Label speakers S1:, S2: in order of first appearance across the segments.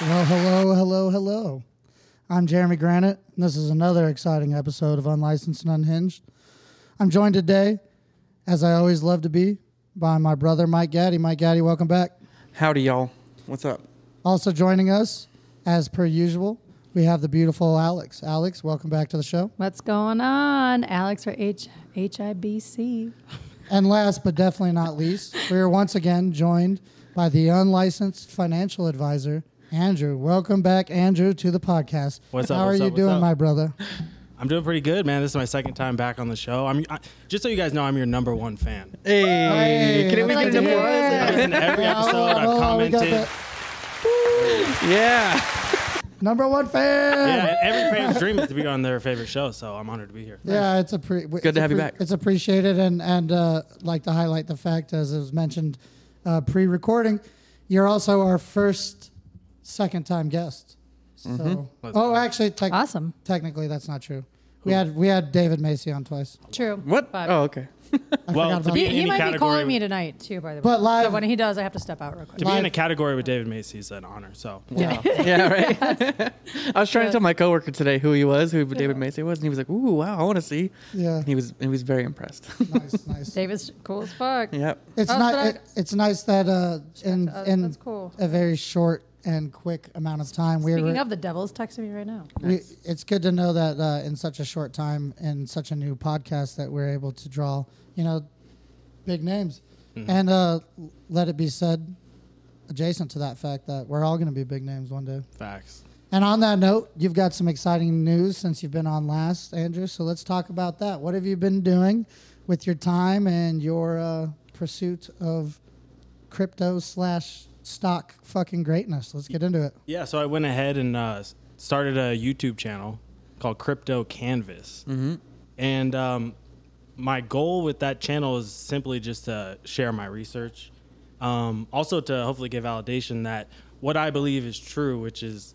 S1: Well, hello, hello, hello. I'm Jeremy Granite, and this is another exciting episode of Unlicensed and Unhinged. I'm joined today, as I always love to be, by my brother Mike Gaddy. Mike Gaddy, welcome back.
S2: Howdy, y'all. What's up?
S1: Also joining us, as per usual, we have the beautiful Alex. Alex, welcome back to the show.
S3: What's going on, Alex or H HIBC?
S1: And last but definitely not least, we are once again joined by the unlicensed financial advisor, Andrew. Welcome back, Andrew, to the podcast.
S4: What's up,
S1: How are
S4: what's up,
S1: you
S4: what's
S1: doing,
S4: up?
S1: my brother?
S4: I'm doing pretty good, man. This is my second time back on the show. I'm I, just so you guys know, I'm your number one fan.
S2: Hey, can we
S1: I'd like
S2: get
S1: to
S2: an
S1: hear
S2: applause?
S4: I've been in every
S1: Yeah,
S4: episode.
S1: hold on,
S4: I've
S1: hold on, Oh, we got
S4: commented.
S2: Yeah.
S1: that. Number one fan.
S4: Yeah, and every fan's dream is to be on their favorite show, so I'm honored to be here.
S1: Yeah, it's a pre- good
S2: to have you back.
S1: It's appreciated, and and uh, like to highlight the fact, as it was mentioned uh, pre-recording, you're also our first second time guest. So,
S4: Mm-hmm.
S1: oh, actually, tec-
S3: Awesome.
S1: technically, that's not true. We had we had David Macy on twice.
S3: True.
S2: What?
S3: But
S2: Oh, okay.
S1: I
S4: Well,
S1: forgot
S4: to
S1: about
S4: be,
S3: he,
S4: in
S3: he
S4: any
S3: might
S4: category,
S3: be calling me tonight too, by the way.
S1: But live-
S3: So when he does, I have to step out real quick.
S4: to be in a
S1: live-
S4: category with David Macy is an honor. So
S2: Wow. yeah, right. I was trying to tell my coworker today who he was, who David Macy was, and he was like, "Ooh, wow, I want to see."
S1: Yeah.
S2: He was he was very impressed.
S1: nice, nice.
S3: David's cool as fuck.
S2: yep.
S1: It's
S3: Oh,
S1: not.
S3: sorry.
S1: It, it's nice that uh, in
S3: us,
S1: in
S3: that's cool.
S1: a very short and quick amount of time, we
S3: Speaking
S1: were,
S3: of, the devil's texting me right now.
S1: we, it's good to know that uh, in such a short time and such a new podcast that we're able to draw, you know, big names. And uh, let it be said, adjacent to that fact, that we're all going to be big names one day.
S4: facts.
S1: And on that note, you've got some exciting news since you've been on last, Andrew. So let's talk about that. What have you been doing with your time and your uh, pursuit of crypto slash stock fucking greatness? Let's get into it.
S4: Yeah, so I went ahead and uh, started a YouTube channel called Crypto Canvas, mm-hmm. and um, my goal with that channel is simply just to share my research, um, also to hopefully give validation that what I believe is true, which is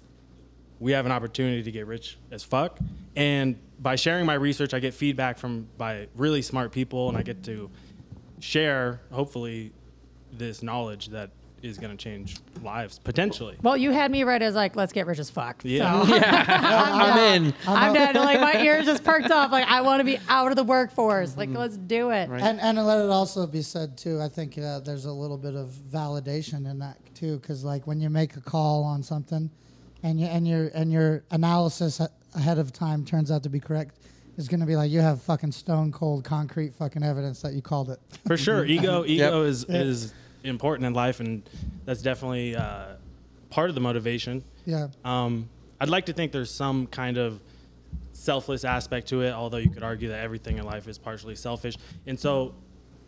S4: we have an opportunity to get rich as fuck. And by sharing my research, I get feedback from by really smart people, and I get to share hopefully this knowledge that is going to change lives potentially.
S3: Well, you had me right as like, let's get rich as fuck.
S4: Yeah.
S3: So
S2: I'm in.
S3: I'm dead. Like my ears just perked up. Like I want to be out of the workforce. Like let's do it.
S1: And and let it also be said too. I think uh, there's a little bit of validation in that too, because like when you make a call on something, and you, and your and your analysis a- ahead of time turns out to be correct, it's going to be like you have fucking stone cold concrete fucking evidence that you called it.
S4: For sure, ego ego
S2: Yep.
S4: is is important in life, and that's definitely uh, part of the motivation.
S1: Yeah.
S4: Um, I'd like to think there's some kind of selfless aspect to it, although you could argue that everything in life is partially selfish. And so,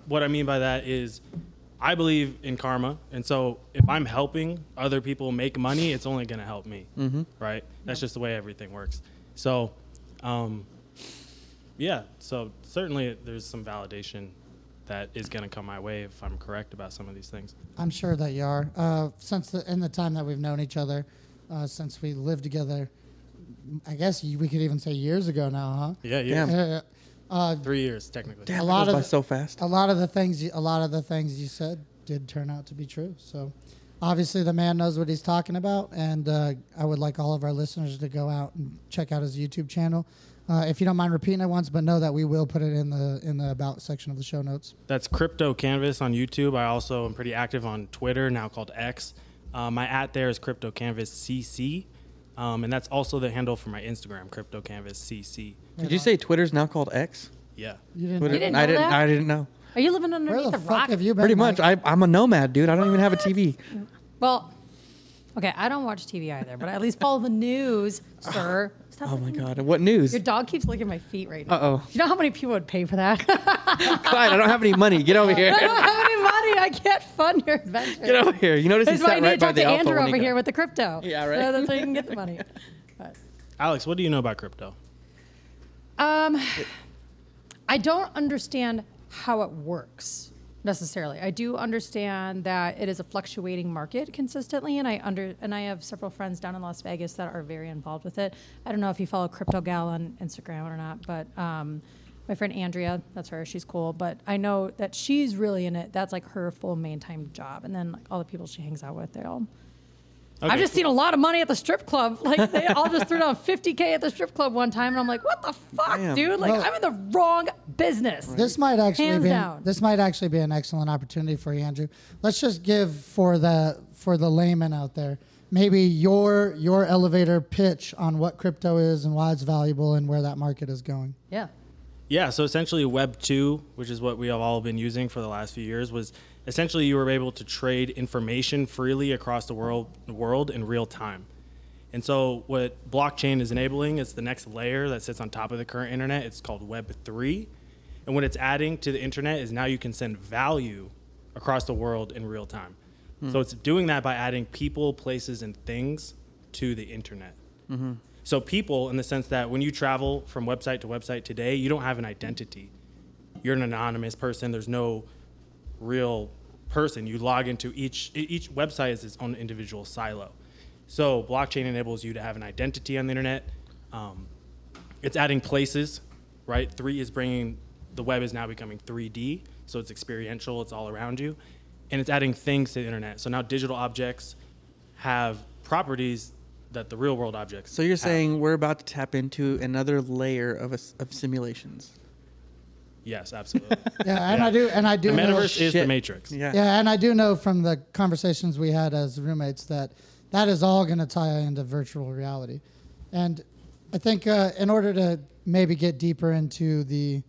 S4: what I mean by that is, I believe in karma. And so, if I'm helping other people make money, it's only going to help me, right? That's just the way everything works. So, um, yeah. So certainly, there's some validation that is going to come my way if I'm correct about some of these things.
S1: I'm sure that you are. Uh, since the, in the time that we've known each other, uh, since we lived together, I guess you, we could even say years ago now, huh?
S4: Yeah, yeah.
S2: Damn.
S1: Yeah. Uh,
S4: Three years technically.
S1: a lot
S2: Goes
S1: of
S2: by
S1: the-
S2: so fast.
S1: a lot of the things you, a lot of the things you said did turn out to be true. So obviously the man knows what he's talking about, and uh, I would like all of our listeners to go out and check out his YouTube channel. Uh, if you don't mind repeating it once, but know that we will put it in the in the about section of the show notes.
S4: That's Crypto Canvas on YouTube. I also am pretty active on Twitter, now called X. Uh, my at there is Crypto Canvas CC, um, and that's also the handle for my Instagram, Crypto Canvas CC.
S2: Did you say Twitter's now called X?
S4: Yeah.
S1: You didn't.
S2: Twitter-
S3: didn't know
S2: I didn't.
S3: that?
S2: I didn't know.
S3: Are you living underneath
S1: where the
S3: a
S1: fuck
S3: rock?
S1: have you been?
S2: Pretty much.
S1: Mike?
S2: I, I'm a nomad, dude. I don't even have a TV.
S3: Well, okay, I don't watch TV either, but I at least follow the news, sir. Stop
S2: Oh my Uh,
S3: licking-
S2: god. What news?
S3: Your dog keeps licking my feet right now.
S2: Uh-oh.
S3: You know how many people would pay for that?
S2: Clyde, I don't have any money. Get over here.
S3: I don't have any money. I can't fund your adventure.
S2: Get over here. You notice he
S3: That's why
S2: sat
S3: you need
S2: right
S3: to
S2: by
S3: talk
S2: the
S3: to
S2: alpha
S3: Andrew
S2: when he
S3: over
S2: got-
S3: here with the crypto.
S2: Yeah, right.
S3: So that's how you can get the money. But,
S4: Alex, what do you know about crypto?
S3: um, I don't understand how it works necessarily. I do understand that it is a fluctuating market consistently, and I under and I have several friends down in Las Vegas that are very involved with it. I don't know if you follow Crypto Gal on Instagram or not, but um, my friend Andrea, that's her. She's cool, but I know that she's really in it. That's like her full main time job, and then like all the people she hangs out with, they all
S4: Okay,
S3: I've just
S4: cool.
S3: seen a lot of money at the strip club. Like they all just threw down 50k at the strip club one time, and I'm like, what the fuck,
S2: Damn.
S3: dude? Like
S1: Well-
S3: I'm in the wrong business.
S1: This might actually
S3: Hands
S1: be
S3: down.
S1: this might actually be an excellent opportunity for you, Andrew. Let's just give for the for the layman out there, maybe your your elevator pitch on what crypto is and why it's valuable and where that market is going.
S3: Yeah.
S4: Yeah, so essentially Web 2, which is what we have all been using for the last few years, was essentially you were able to trade information freely across the world world in real time. And so what blockchain is enabling is the next layer that sits on top of the current internet. It's called Web 3. And what it's adding to the internet is now you can send value across the world in real time. So it's doing that by adding people, places, and things to the internet. So people, in the sense that when you travel from website to website today, you don't have an identity. You're an anonymous person. There's no real person. You log into each e- each website is its own individual silo. So blockchain enables you to have an identity on the internet. Um, it's adding places, right? Three is bringing the web is now becoming 3D, so it's experiential. It's all around you, and it's adding things to the internet. So now digital objects have properties that the real world objects.
S2: So you're
S4: have.
S2: saying we're about to tap into another layer of a s of simulations?
S4: Yes, absolutely.
S1: Yeah, and
S4: Yeah.
S1: I do and I do
S4: the
S1: know-
S4: metaverse is the
S2: Shit.
S4: matrix.
S2: Yeah.
S1: Yeah, and I do know from the conversations we had as roommates that that is all going to tie into virtual reality. And I think uh, in order to maybe get deeper into the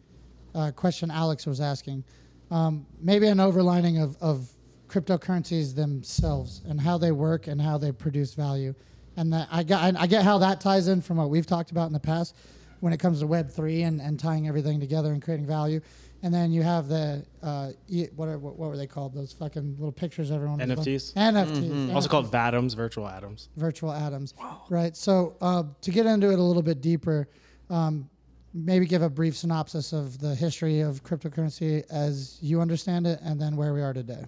S1: uh, question Alex was asking, um, maybe an overlining of, of cryptocurrencies themselves and how they work and how they produce value. And that I, got, I get how that ties in from what we've talked about in the past when it comes to Web3 and, and tying everything together and creating value. And then you have the, uh, e- what, are, what, what were they called? Those fucking little pictures everyone was-
S4: NFTs?
S1: NFTs.
S4: Also called Vatoms, virtual atoms.
S1: virtual atoms, right? So uh, to get into it a little bit deeper, um, maybe give a brief synopsis of the history of cryptocurrency as you understand it, and then where we are today.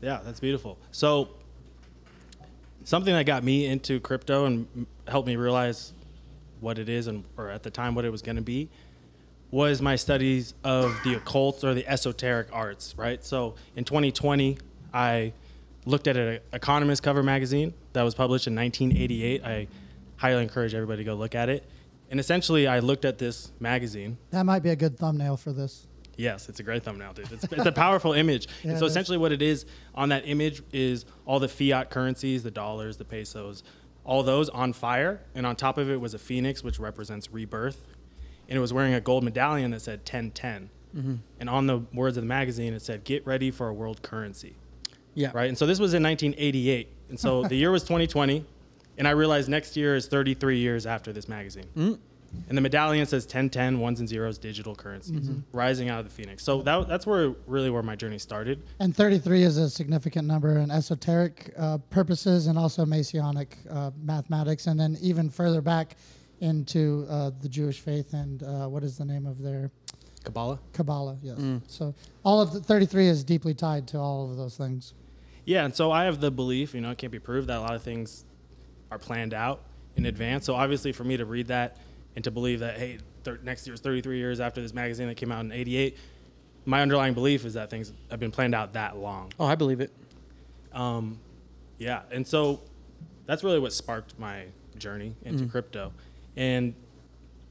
S4: Yeah, that's beautiful. So, something that got me into crypto and m- helped me realize what it is and or at the time what it was going to be was my studies of the occult or the esoteric arts, right? So, in 2020, I looked at an Economist cover magazine that was published in 1988. I highly encourage everybody to go look at it. And essentially, I looked at this magazine
S1: That might be a good thumbnail for this.
S4: Yes, it's a great thumbnail, dude. It's, it's a powerful image.
S1: Yeah,
S4: and
S1: it
S4: so
S1: is.
S4: essentially, what it is on that image is all the fiat currencies, the dollars, the pesos, all those on fire. And on top of it was a phoenix, which represents rebirth. And it was wearing a gold medallion that said 1010.
S1: Mm-hmm.
S4: And on the words of the magazine, it said, Get ready for a world currency.
S2: Yeah.
S4: Right. And so this was in 1988. And so the year was 2020. And I realized next year is 33 years after this magazine.
S1: Mm.
S4: And the medallion says 1010, ones and zeros, digital currencies rising out of the phoenix. So that, that's where really where my journey started.
S1: And 33 is a significant number in esoteric uh, purposes and also Masonic uh, mathematics, and then even further back into uh, the Jewish faith and uh, what is the name of their
S4: Kabbalah?
S1: Kabbalah? Yes. So all of the 33 is deeply tied to all of those things.
S4: Yeah. And so I have the belief, you know, it can't be proved that a lot of things are planned out in advance. So obviously, for me to read that and to believe that, hey, thir- next year's 33 years after this magazine that came out in 88, my underlying belief is that things have been planned out that long.
S2: Oh, I believe it.
S4: Um, yeah, and so that's really what sparked my journey into crypto. And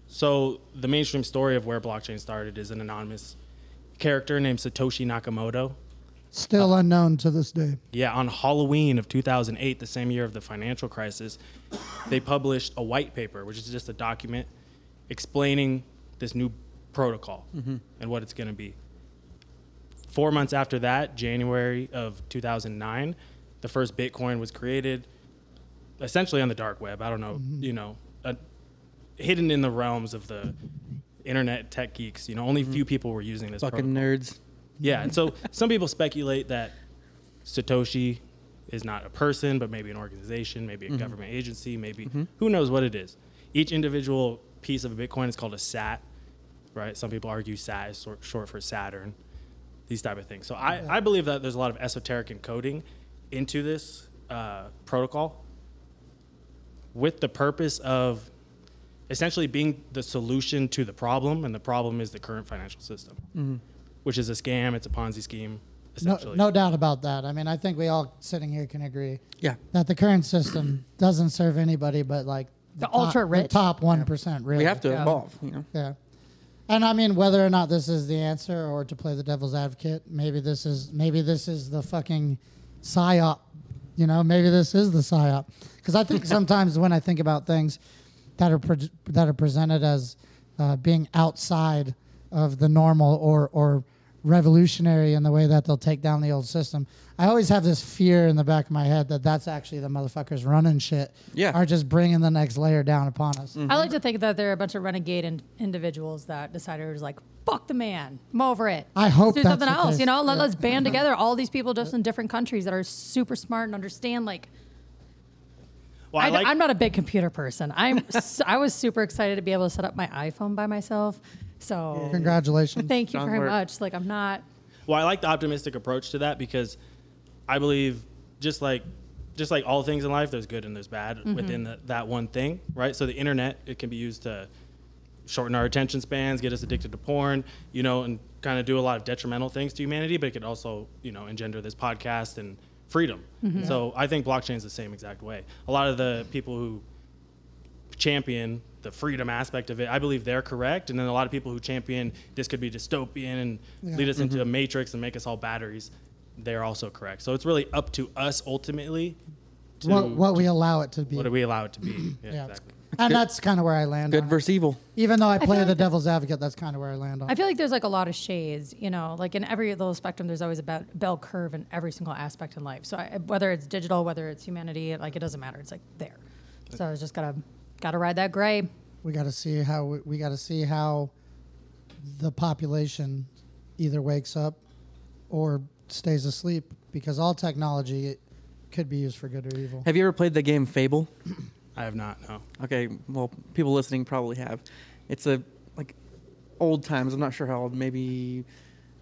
S4: so the mainstream story of where blockchain started is an anonymous character named Satoshi Nakamoto.
S1: Still unknown to this day.
S4: Yeah, on Halloween of 2008, the same year of the financial crisis, they published a white paper, which is just a document explaining this new protocol and what it's going to be. Four months after that, January of 2009, the first Bitcoin was created essentially on the dark web. I don't know, you know, uh, hidden in the realms of the internet tech geeks. You know, only few people were using this
S2: Fucking
S4: protocol.
S2: nerds.
S4: Yeah, and so some people speculate that Satoshi is not a person, but maybe an organization, maybe a
S1: Mm-hmm.
S4: government agency, maybe who knows what it is. Each individual piece of a Bitcoin is called a sat, right? Some people argue sat is sor- short for Saturn, these type of things. So I, I believe that there's a lot of esoteric encoding into this uh, protocol with the purpose of essentially being the solution to the problem, and the problem is the current financial system which is a scam. It's a Ponzi scheme.
S1: Mm-hmm. No,
S4: essentially.
S1: no doubt about that. I mean, I think we all sitting here can agree
S2: Yeah.
S1: that the current system doesn't serve anybody but like
S3: The ultra-rich.
S1: top one percent. Really,
S2: We have to
S3: Yeah.
S2: evolve, you know.
S1: Yeah. And I mean, whether or not this is the answer, or to play the devil's advocate, maybe this is maybe this is the fucking psyop. You know, maybe this is the psyop. Because I think sometimes when I think about things that are pre- that are presented as uh, being outside of the normal or or revolutionary in the way that they'll take down the old system, I always have this fear in the back of my head that that's actually the motherfuckers running shit.
S2: Yeah.
S1: Are just bringing the next layer down upon us.
S3: I like to think that there are a bunch of renegade in- individuals that decided it was like, fuck the man, I'm over it.
S1: I hope
S3: Let's do
S1: that's
S3: something
S1: the
S3: else.
S1: case. Mm-hmm.
S3: You know, let, us band together. All these people just in different countries that are super smart and understand. Like,
S4: Well,
S3: I
S4: I like,
S3: am not a big computer person. I'm s- I was super excited to be able to set up my iPhone by myself. So
S1: Congratulations.
S3: thank you
S2: Strong
S3: very
S2: work.
S3: much. Like, I'm not.
S4: well, I like the optimistic approach to that because I believe just like just like all things in life, there's good and there's bad within the, that one thing, right? So the internet it can be used to shorten our attention spans, get us addicted to porn, you know, and kind of do a lot of detrimental things to humanity. But it could also, you know, engender this podcast and freedom. So I think blockchain is the same exact way. A lot of the people who champion the freedom aspect of it, I believe they're correct. And then a lot of people who champion this could be dystopian and lead us into a matrix and make us all batteries, they're also correct. So it's really up to us ultimately to
S1: what, what we allow it to be.
S4: what do we allow it to be. Yeah,
S1: yeah.
S4: exactly.
S1: And that's kind of where I land.
S2: Good
S1: on it.
S2: versus evil.
S1: Even though I play
S3: feel
S1: the devil's advocate, that's kind of where I land on.
S3: I
S1: it.
S3: feel like there's like a lot of shades, you know, like in every little spectrum, there's always a be- bell curve in every single aspect in life. So I, whether it's digital, whether it's humanity, like it doesn't matter. It's like there. So it's just gotta gotta ride that gray.
S1: We got to see how we, we got to see how the population either wakes up or stays asleep because all technology it could be used for good or evil.
S2: Have you ever played the game Fable?
S4: I have not, no.
S2: Okay, well, people listening probably have. It's a like old times. I'm not sure how old. Maybe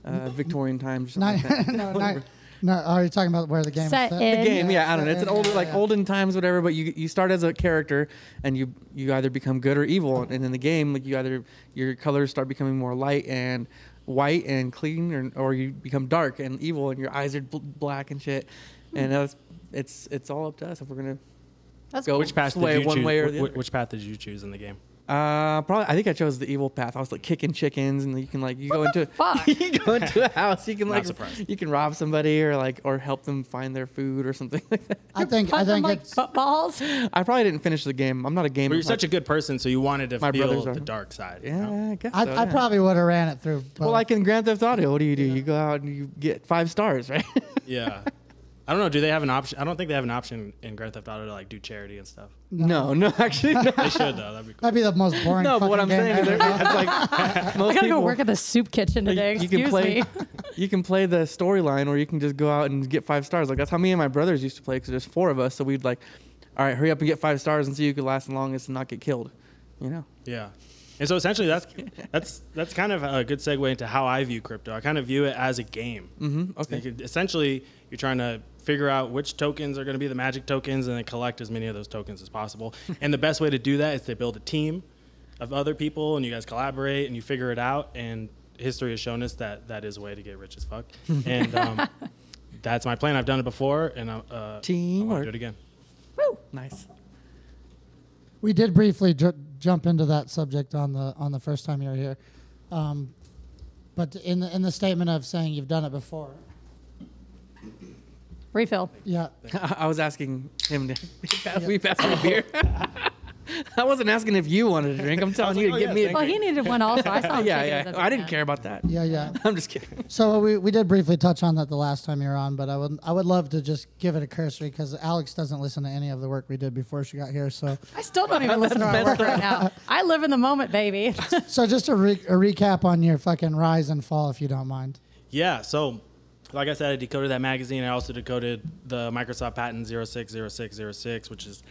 S2: uh, Victorian times. Or
S1: Not,
S2: something like that.
S1: no, not, no, are you talking about where the game
S3: Set
S1: is set?
S3: it.
S2: game. Yeah, I don't know. It's an
S1: Yeah,
S2: old,
S1: yeah,
S2: like
S1: yeah.
S2: olden times, whatever. But you you start as a character, and you you either become good or evil. And in the game, like you either your colors start becoming more light and white and clean, or or you become dark and evil, and your eyes are bl- black and shit. And that's it's it's all up to us if we're gonna
S3: That's
S2: go
S4: Which path did
S2: sway
S4: you
S2: one
S4: choose?
S2: way or
S4: wh-
S2: the
S4: wh-
S2: other.
S4: Which path did you choose in the game?
S2: Uh, probably. I think I chose the evil path. I was like kicking chickens, and you can like you go into
S3: fuck?
S2: you go into a house. You can
S4: Not
S2: like
S4: surprised.
S2: you can rob somebody or like or help them find their food or something like that.
S1: I think I
S3: Punch 'em
S1: think
S3: like
S1: it's
S3: footballs.
S2: I probably didn't finish the game. I'm not a gamer.
S4: But you're such a good person, so you wanted to
S2: My
S4: feel
S2: brothers are-
S4: the dark side. you know?
S2: yeah. I guess
S1: I,
S2: so,
S1: I
S2: yeah.
S1: probably would have ran it through.
S2: well
S1: both.
S2: like in Grand Theft Auto. What do you do? You go out and you get five stars, right?
S4: Yeah. I don't know. Do they have an option? I don't think they have an option in Grand Theft Auto to like do charity and stuff.
S2: no, no, actually, no.
S4: They should though. That'd be cool.
S1: that'd be the most boring.
S2: no but what
S1: fucking
S2: I'm
S1: game
S2: saying is,
S1: ever.
S2: there- it's like most
S3: I gotta
S2: people,
S3: go work at the soup kitchen today.
S2: you
S3: Excuse
S2: can play,
S3: me.
S2: you can play the storyline, or you can just go out and get five stars. Like that's how me and my brothers used to play because there's four of us, so we'd like, all right, hurry up and get five stars and see who could last the longest and not get killed. You know,
S4: Yeah. And so essentially, that's that's that's kind of a good segue into how I view crypto. I kind of view it as a game. Mm-hmm.
S2: okay.
S4: essentially, you're trying to figure out which tokens are going to be the magic tokens, and then collect as many of those tokens as possible. and the best way to do that is to build a team of other people, and you guys collaborate, and you figure it out. And history has shown us that that is a way to get rich as fuck. and um, that's my plan. I've done it before, and I, uh, I want
S2: Teamwork.
S4: to do it again.
S3: Woo.
S2: nice.
S1: We did briefly ju- jump into that subject on the on the first time you were here, um, but in the, in the statement of saying you've done it before,
S3: Refill.
S1: yeah,
S2: I, I was asking him to we pass me a beer. I wasn't asking if you wanted a drink. I'm telling you to
S4: like,
S2: get
S4: oh,
S2: me
S4: yeah,
S2: a
S3: Well, he needed one also. I saw him
S2: Yeah,
S3: shaking
S2: yeah.
S3: his head
S2: I didn't
S3: like
S2: care about that.
S1: yeah, yeah.
S2: I'm just kidding.
S1: So we, we did briefly touch on that the last time you were on, but I would I would love to just give it a cursory because Alex doesn't listen to any of the work we did before she got here. So
S3: that. I still don't even listen to my work right now. I live in the moment, baby.
S1: so just a, re- a recap on your fucking rise and fall, if you don't mind.
S4: Yeah, so like I said, I decoded that magazine. I also decoded the Microsoft patent 060606, which is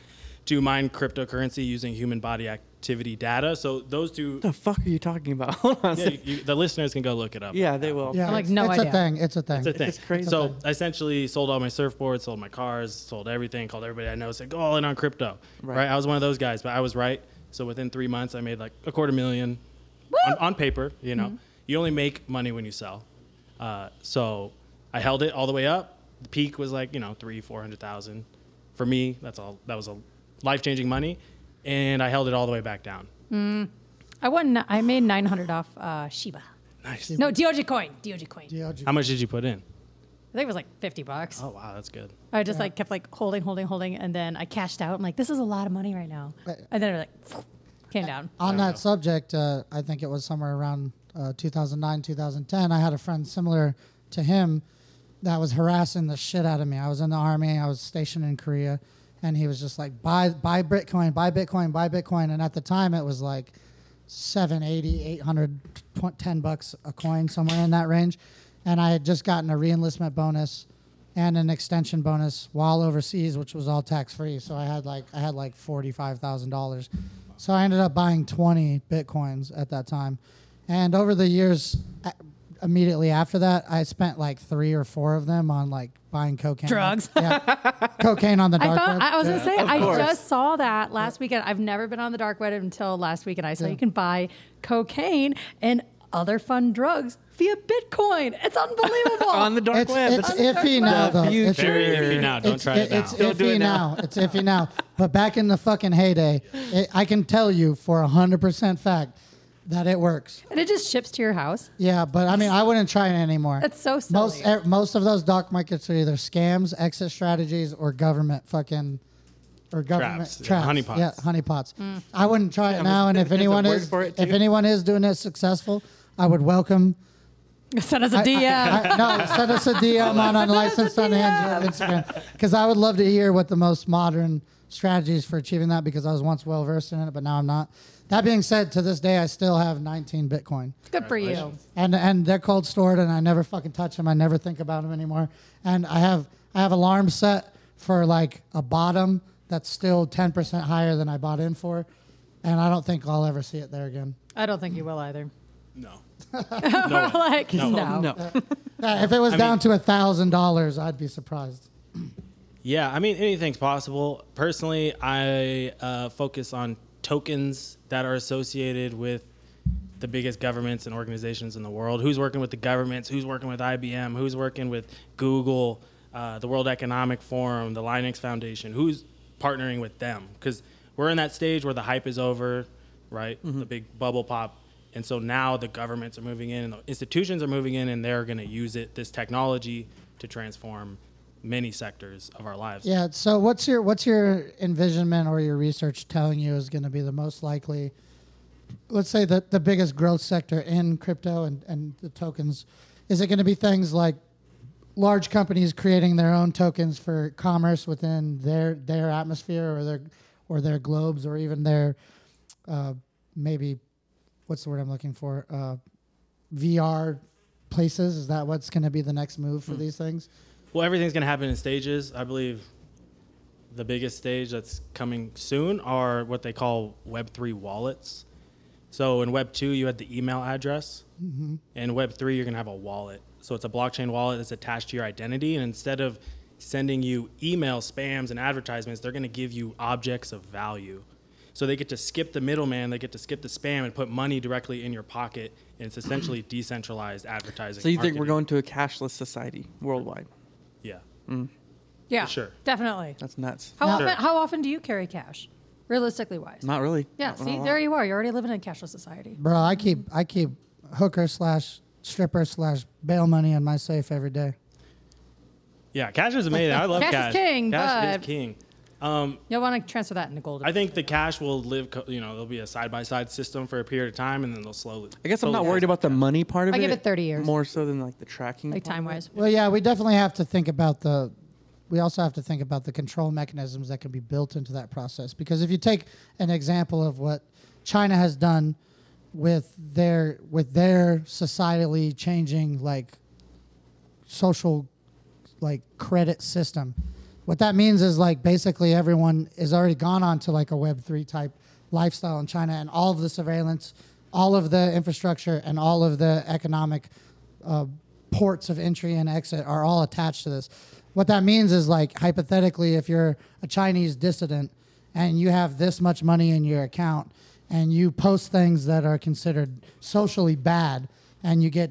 S4: to mine cryptocurrency using human body activity data. So those two,
S2: The fuck are you talking about? Hold on. a
S4: yeah,
S2: second.
S4: you, you, the listeners can go look it up.
S2: Yeah, they will.
S1: Yeah,
S3: I'm like,
S1: it's,
S3: no
S1: it's
S3: idea.
S1: a thing. It's a thing.
S4: It's a thing.
S2: It's crazy.
S4: So I essentially sold all my surfboards, sold my cars, sold everything, called everybody I know, said go all in on crypto.
S2: Right.
S4: Right. I was one of those guys, but I was right. So within three months, I made like a quarter million Mm-hmm. on, on paper. You know, you only make money when you sell. Uh, so I held it all the way up. The peak was like you know three, four hundred thousand. For me, that's all. That was a life changing money, and I held it all the way back down.
S3: I won. I made nine hundred off uh, Shiba.
S4: Nice.
S3: No, Doge coin. Doge coin.
S1: Geology.
S4: How much did you put in?
S3: I think it was like fifty bucks.
S4: Oh wow, that's good.
S3: I just like kept like holding, holding, holding, and then I cashed out. I'm like, this is a lot of money right now.
S1: Uh,
S3: And then it like came down.
S1: On that subject, uh, I think it was somewhere around uh, 2009, 2010. I had a friend similar to him that was harassing the shit out of me. I was in the army. I was stationed in Korea, and he was just like, "Buy, buy Bitcoin, buy Bitcoin, buy Bitcoin." And at the time, it was like 780, 800, 10 bucks a coin, somewhere in that range. And I had just gotten a reenlistment bonus and an extension bonus while overseas, which was all tax free. So I had like I had like forty five thousand dollars. So I ended up buying twenty bitcoins at that time, and over the years, a- immediately after that, I spent like three or four of them on like buying cocaine,
S3: Drugs.
S1: yeah, cocaine on the
S3: I
S1: dark
S3: found.
S1: web.
S3: I was gonna say. I
S2: course.
S3: just saw that last weekend. I've never been on the dark web until last weekend. I saw you can buy cocaine and other fun drugs via Bitcoin. It's unbelievable.
S2: on the dark
S1: It's,
S2: web.
S1: it's
S2: That's-
S1: iffy now
S2: The
S1: though. It's-
S2: future.
S4: Very iffy now. Don't
S1: it's,
S4: try it, now.
S1: It's
S2: Don't
S1: iffy
S2: do it now.
S1: now. It's iffy now. But back in the fucking heyday, it, I can tell you for hundred percent fact that it works.
S3: and it just ships to your house.
S1: Yeah, but I mean, I wouldn't try it anymore.
S3: That's so
S1: Most
S3: silly.
S1: er, most of those dark markets are either scams, exit strategies, or government fucking or government
S4: Traps,
S1: traps.
S4: yeah, honeypots.
S1: Yeah, honeypots.
S3: Mm.
S1: I wouldn't try it now. And if
S2: there's a
S1: anyone
S2: word
S1: is
S2: for it,
S1: if
S2: too.
S1: anyone is doing it successful, I would welcome.
S3: Send us a
S1: I- I-
S3: DM.
S1: I- no, send us a DM on unlicensed unhinged Instagram because I would love to hear what the most modern strategies for achieving that because I was once well versed in it, but now I'm not. That being said, to this day, I still have 19 Bitcoin
S3: Good for you.
S1: and and they're cold stored, and I never fucking touch them. I never think about them anymore. And I have I have alarms set for like a bottom that's still ten percent higher than I bought in for, and I don't think I'll ever see it there again.
S3: I don't think you will either.
S4: No. no way.
S3: like no.
S2: no.
S1: Uh, if it was down to a thousand dollars, I'd be surprised.
S4: Yeah, I mean anything's possible. Personally, I uh, focus on tokens that are associated with the biggest governments and organizations in the world. Who's working with the governments? Who's working with IBM? Who's working with Google? Uh, the World Economic Forum, the Linux Foundation. Who's partnering with them? Because we're in that stage where the hype is over, right? The big bubble pop. And so now the governments are moving in and the institutions are moving in and they're going to use it, this technology, to transform many sectors of our lives.
S1: Yeah. So what's your what's your envisionment or your research telling you is going to be the most likely? Let's say that the biggest growth sector in crypto and, and the tokens, is it going to be things like large companies creating their own tokens for commerce within their their atmosphere or their or their globes or even their uh, maybe what's the word I'm looking for uh, VR places? Is that what's going to be the next move for these things?
S4: Well, everything's going to happen in stages. I believe the biggest stage that's coming soon are what they call Web3 wallets. So in Web2, you had the email address. In Web3, you're going to have a wallet. So it's a blockchain wallet that's attached to your identity. And instead of sending you email spams and advertisements, they're going to give you objects of value. So they get to skip the middleman, they get to skip the spam and put money directly in your pocket. And it's essentially decentralized advertising.
S2: So you think we're
S4: marketing.
S2: going to a cashless society worldwide?
S4: Yeah.
S3: Yeah.
S4: For sure.
S3: Definitely.
S2: That's nuts.
S3: How
S4: Sure.
S3: often? How often do you carry cash? Realistically wise.
S2: Not really.
S3: yeah.
S2: Not a
S3: See,
S2: lot.
S3: there you are. You're already living in a cashless society.
S1: Bro, I keep I keep hooker slash stripper slash bail money in my safe every day.
S4: Yeah, cash is amazing. I love
S3: Cash
S4: cash.
S3: is king,
S4: Cash
S3: but-
S4: is king.
S3: You'll want to transfer that into gold.
S4: I think the cash will live. co- You know, there'll be a side by side system for a period of time, and then they'll slowly.
S2: I guess I'm not worried about the money part of
S3: I
S2: it.
S3: give it 30 years.
S2: More so than like the tracking.
S3: like
S2: part.
S3: time wise.
S1: Well, yeah, we definitely have to think about the. We also have to think about the control mechanisms that can be built into that process. Because if you take an example of what China has done with their with their societally changing like social like credit system. What that means is like basically everyone is already gone on to like a web three type lifestyle in China and all of the surveillance, all of the infrastructure and all of the economic uh, ports of entry and exit are all attached to this. What that means is like hypothetically if you're a Chinese dissident and you have this much money in your account and you post things that are considered socially bad and you get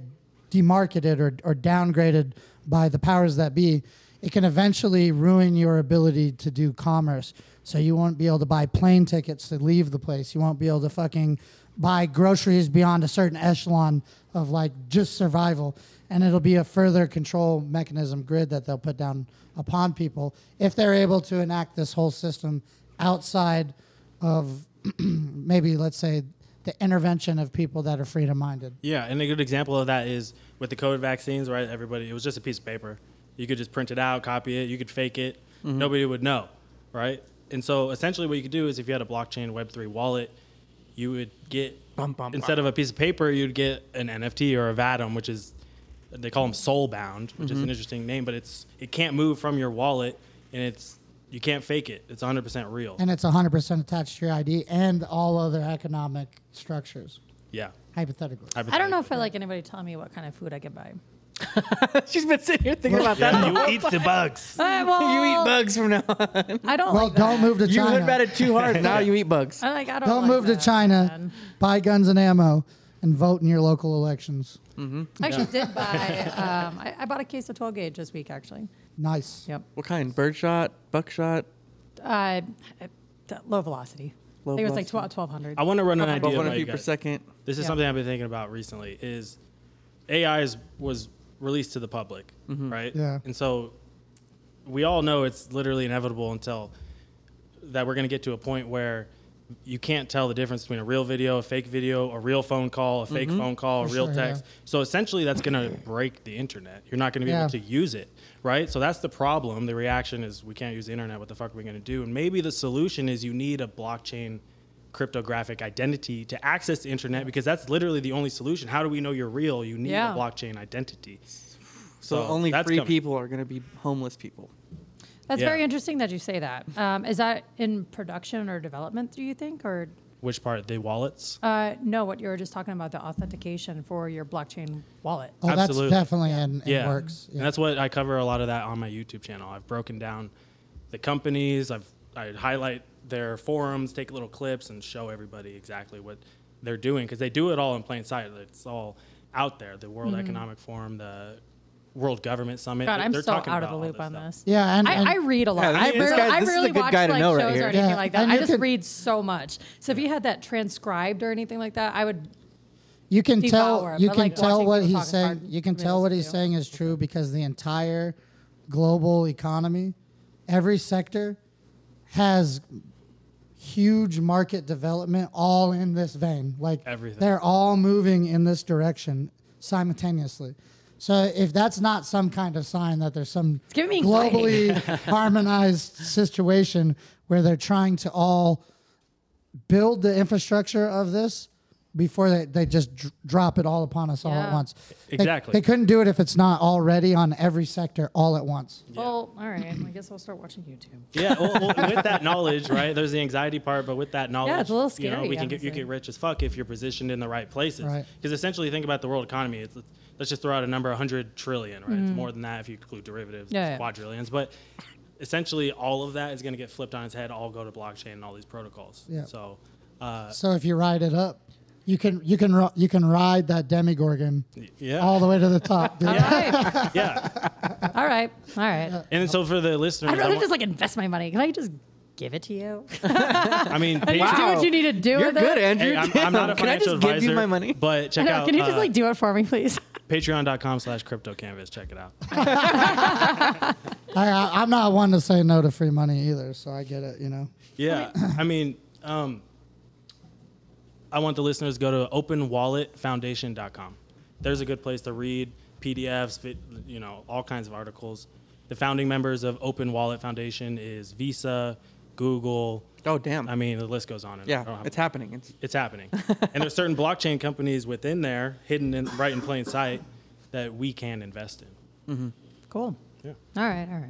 S1: demarketed or, or downgraded by the powers that be, it can eventually ruin your ability to do commerce. So you won't be able to buy plane tickets to leave the place. You won't be able to fucking buy groceries beyond a certain echelon of like just survival. And it'll be a further control mechanism grid that they'll put down upon people if they're able to enact this whole system outside of maybe, let's say, the intervention of people that are freedom minded.
S4: Yeah, and a good example of that is with the COVID vaccines, right? Everybody, it was just a piece of paper. You could just print it out, copy it, you could fake it. Nobody would know, right? And so essentially, what you could do is if you had a blockchain Web3 wallet, you would get,
S2: Bum, bum,
S4: instead of a piece of paper, you'd get an NFT or a Vatum, which is, they call them soul bound, which is an interesting name, but it's it can't move from your wallet and it's, you can't fake it. It's 100% real.
S1: And it's 100% attached to your ID and all other economic structures,
S4: yeah.
S1: hypothetically.
S3: I don't know if I like anybody telling me what kind of food I can buy.
S2: She's been sitting here thinking about that.
S4: Yeah, you eat the bugs.
S3: I,
S2: You
S3: well,
S2: eat bugs from now on.
S3: I don't
S1: Well,
S3: like that.
S1: don't move to
S2: You
S1: China.
S2: looked at it too hard. Now you eat bugs.
S3: I like. I don't.
S1: Don't
S3: like
S1: move to
S3: that,
S1: China.
S3: man.
S1: Buy guns and ammo and vote in your local elections.
S3: I actually did buy. Um, I, I bought a case of 12 gauge this week, actually.
S1: Nice.
S3: Yep.
S2: What kind? Birdshot, buckshot.
S3: Uh, th- low velocity.
S2: Low
S3: I think it was like 12,
S2: velocity.
S3: 1200.
S4: I want to run an idea.
S2: About one
S4: by you
S2: feet per
S4: guys.
S2: second.
S4: This is
S3: Yeah.
S4: something I've been thinking about recently. Is AI is, was released to the public, right?
S1: Yeah.
S4: And so we all know it's literally inevitable until that we're going to get to a point where you can't tell the difference between a real video, a fake video, a real phone call, a fake phone call,
S1: For
S4: a real
S1: sure,
S4: text. So essentially, that's going to break the internet. You're not going to be
S1: Yeah.
S4: able to use it, right? So that's the problem. The reaction is we can't use the internet. What the fuck are we going to do? And maybe the solution is you need a blockchain cryptographic identity to access the internet because that's literally the only solution. How do we know you're real? You need
S3: Yeah.
S4: a blockchain identity.
S2: So,
S4: So
S2: only
S4: that's
S2: free
S4: coming.
S2: people are going to be homeless people.
S3: That's
S4: Yeah.
S3: very interesting that you say that. Um, is that in production or development, do you think? Or
S4: Which part? The wallets?
S3: uh, no, what you were just talking about, the authentication for your blockchain wallet.
S1: Oh,
S4: Absolutely.
S1: that's definitely in, in
S4: yeah.
S1: works.
S4: And that's what I cover a lot of that on my YouTube channel. I've broken down the companies. I've I highlight their forums, take little clips, and show everybody exactly what they're doing because they do it all in plain sight. It's all out there. The World Economic Forum, the World Government Summit.
S3: Mm-hmm. God,
S4: they're-
S3: I'm
S4: they're
S3: still
S4: talking
S3: out of
S4: about
S3: the
S4: all
S3: loop
S4: this
S3: on
S4: stuff.
S3: this.
S1: Yeah, and, and
S3: I, I read a lot.
S2: Yeah,
S3: I,
S2: this
S3: really,
S2: guy-
S3: I
S2: this is a
S3: really
S2: good
S3: watch
S2: guy
S3: like
S2: to know
S3: shows
S2: right
S3: or
S2: here.
S3: anything
S1: Yeah,
S3: like that.
S1: and
S3: I
S1: you
S3: just
S1: could-
S3: read so much. So if you had that transcribed or anything like that, I would.
S1: you can
S3: devour
S1: tell
S3: 'em,
S1: you
S3: but,
S1: can
S3: like,
S1: tell
S3: watching
S1: what
S3: people
S1: he's
S3: talk is
S1: saying.
S3: hard
S1: You can
S3: to
S1: tell what he's
S3: listen to.
S1: saying is true because the entire global economy, every sector, has huge market development all in this vein. Like
S4: Everything.
S1: they're all moving in this direction simultaneously. So if that's not some kind of sign that there's some
S3: giving me
S1: globally harmonized situation where they're trying to all build the infrastructure of this before they, they just dr- drop it all upon us all at
S3: Yeah.
S1: once. They-
S4: Exactly.
S1: They, couldn't do it if it's not already on every sector all at once.
S3: Well, all right. I guess I'll start watching YouTube.
S4: yeah, well, well, with that knowledge, right? There's the anxiety part, but with that knowledge,
S3: it's a little
S4: You know,
S3: scary,
S4: we can get you
S3: honestly.
S4: get rich as fuck if you're positioned in the right places.
S1: Right.
S4: Because essentially, think about the world economy. It's, let's just throw out a number, hundred trillion, right? It's more than that if you include derivatives,
S3: Mm-hmm. Yeah, yeah.
S4: quadrillions. But essentially, all of that is going to get flipped on its head. All go to blockchain and all these protocols.
S1: Yeah.
S4: So, uh,
S1: So if you ride it up, you can you can ri- you can ride that demigorgon
S4: yeah,
S1: all the way to the top. dude.
S3: All right.
S4: yeah.
S3: All right. All right.
S4: And then so for the listeners,
S3: I'd
S4: I,
S3: rather
S4: want-
S3: just like invest my money. Can I just give it to you?
S4: I mean,
S3: just do
S4: Patreon-
S3: what you need to do
S2: You're
S3: with
S2: good,
S3: it.
S2: Andrew.
S4: Hey, I'm, I'm not a
S2: Can I
S4: financial
S2: just
S4: advisor.
S2: give you my money?
S4: But check
S3: No,
S4: out
S3: can you just
S4: uh,
S3: like do it for me, please?
S4: patreon.com slash crypto canvas. Check it out.
S1: I, I, I'm not one to say no to free money either, so I get it. You know,
S4: Yeah, I mean, um, I want the listeners to go to openwalletfoundation.com. There's a good place to read PDFs, vi- you know, all kinds of articles. The founding members of Open Wallet Foundation is Visa, Google.
S2: Oh, damn.
S4: I mean, oh, the list goes on. And I don't
S2: yeah,
S4: have-
S2: it's happening. It's
S4: it's happening. and there's certain blockchain companies within there, hidden in, right in plain sight, that we can invest in.
S3: Cool.
S4: Yeah.
S3: All right. All right. All right.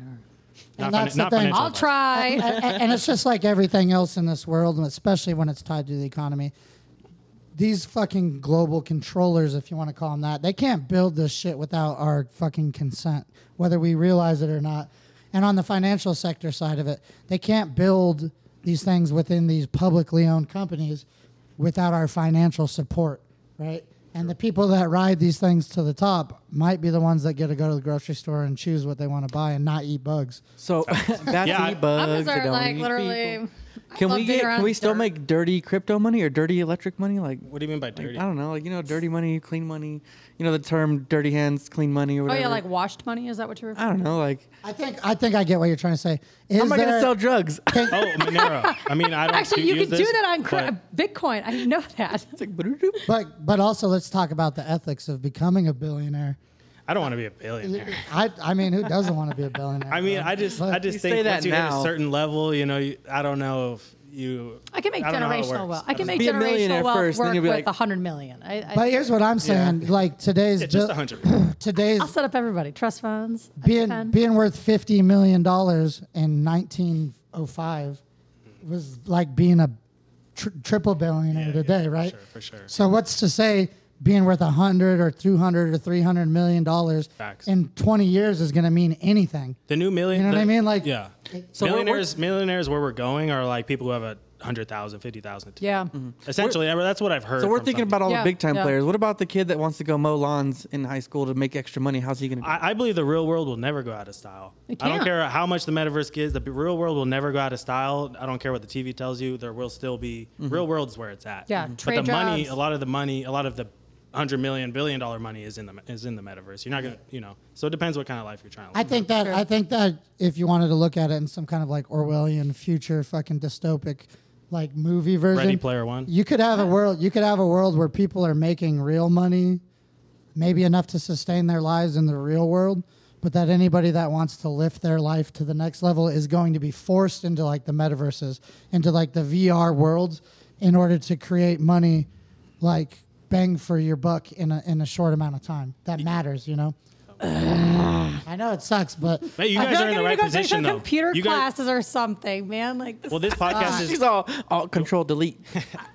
S4: Not,
S1: And
S4: finan-
S1: that's the
S4: not
S1: thing.
S4: financial.
S3: I'll
S4: advice.
S3: try.
S1: and, and- and it's just like everything else in this world, and especially when it's tied to the economy. These fucking global controllers, if you want to call them that, they can't build this shit without our fucking consent, whether we realize it or not. And on the financial sector side of it, they can't build these things within these publicly owned companies without our financial support, right? And the people that ride these things to the top might be the ones that get to go to the grocery store and choose what they want to buy and not eat bugs.
S2: So that's
S4: Yeah, I-
S2: eat bugs.
S3: I'm
S2: they
S3: just
S2: don't
S3: like
S2: eat
S3: literally.
S2: people. Can
S3: love
S2: we
S3: being
S2: get?
S3: around
S2: Can we still
S3: dirt.
S2: make dirty crypto money or dirty electric money? Like,
S4: What do you mean by
S2: like,
S4: dirty?
S2: I don't know, like you know, dirty money, clean money. You know the term "dirty hands, clean money" or
S3: Oh
S2: whatever.
S3: yeah, like washed money. Is that what you're?
S2: I don't know, like
S1: I think I think I get what you're trying to say. Is
S2: how am I gonna
S1: there-
S2: sell drugs?
S1: can-
S4: Oh, Monero. I mean, I don't.
S3: Actually,
S4: do-
S3: you
S4: use
S3: could
S4: this,
S3: do that on cra-
S4: but-
S3: Bitcoin. I know that.
S2: It's like, "Broop."
S1: But but also let's talk about the ethics of becoming a billionaire.
S4: I don't want to be a billionaire.
S1: I I mean, who doesn't want to be a billionaire?
S4: I mean,
S1: bro?
S4: I just, I
S1: But-
S4: just
S2: You
S4: think
S2: say that
S4: once you hit
S2: now.
S4: a certain level, you know, you, I don't know if you.
S3: I can make
S4: don't know how it
S3: generational
S4: works.
S3: wealth. I can
S4: don't
S3: make
S2: Be a millionaire
S3: generational wealth
S2: first, then
S3: work
S2: you'll be
S3: with
S2: like-
S3: a hundred million. I, I,
S1: But here's what I'm saying: like today's
S4: know. just
S1: bill-
S4: a hundred.
S1: today's
S3: I'll set up everybody trust funds. I
S1: being
S3: can.
S1: being worth fifty million dollars in 1905 was like being a tr- triple billionaire today, right?
S4: For sure, for sure.
S1: So what's to say being worth a hundred or two hundred or three hundred million dollars
S4: Facts.
S1: in 20 years is going to mean anything?
S4: The new million.
S1: You know what I mean? Like-
S4: yeah.
S2: So we're-
S4: millionaires, millionaires, where we're going are like people who have a hundred thousand, fifty thousand.
S3: yeah.
S4: Essentially, I mean, that's what I've heard.
S2: So we're
S4: from
S2: thinking
S4: some
S2: about all
S3: Yeah,
S2: the big time
S3: yeah.
S2: players. What about the kid that wants to go mow lawns in high school to make extra money? How's he gonna? Do it?
S4: I, I believe the real world will never go out of style.
S3: It
S4: I don't
S3: can't.
S4: care how much the metaverse gives. The b- real world will never go out of style. I don't care what the TV tells you. There will still be real world's where it's at.
S3: Mm-hmm. Yeah,
S4: But the
S3: trade
S4: money,
S3: jobs.
S4: a lot of the money, a lot of the hundred million, billion dollar money is in the is in the metaverse. You're not gonna, you know. So it depends what kind of life you're trying to
S1: I
S4: live.
S1: think that I think that if you wanted to look at it in some kind of like Orwellian future fucking dystopic like movie version
S4: Ready Player One.
S1: You could have a world you could have a world where people are making real money maybe enough to sustain their lives in the real world but that anybody that wants to lift their life to the next level is going to be forced into like the metaverses into like the VR worlds in order to create money like bang for your buck in a in a short amount of time that matters you know I know it sucks but
S4: Hey, you
S3: I
S4: guys
S3: feel
S4: are
S3: like I need
S4: in the right
S3: to go take
S4: position
S3: some
S4: though.
S3: computer
S4: you guys,
S3: classes or something, man. Like this
S4: Well, this podcast is
S2: She's all alt control delete,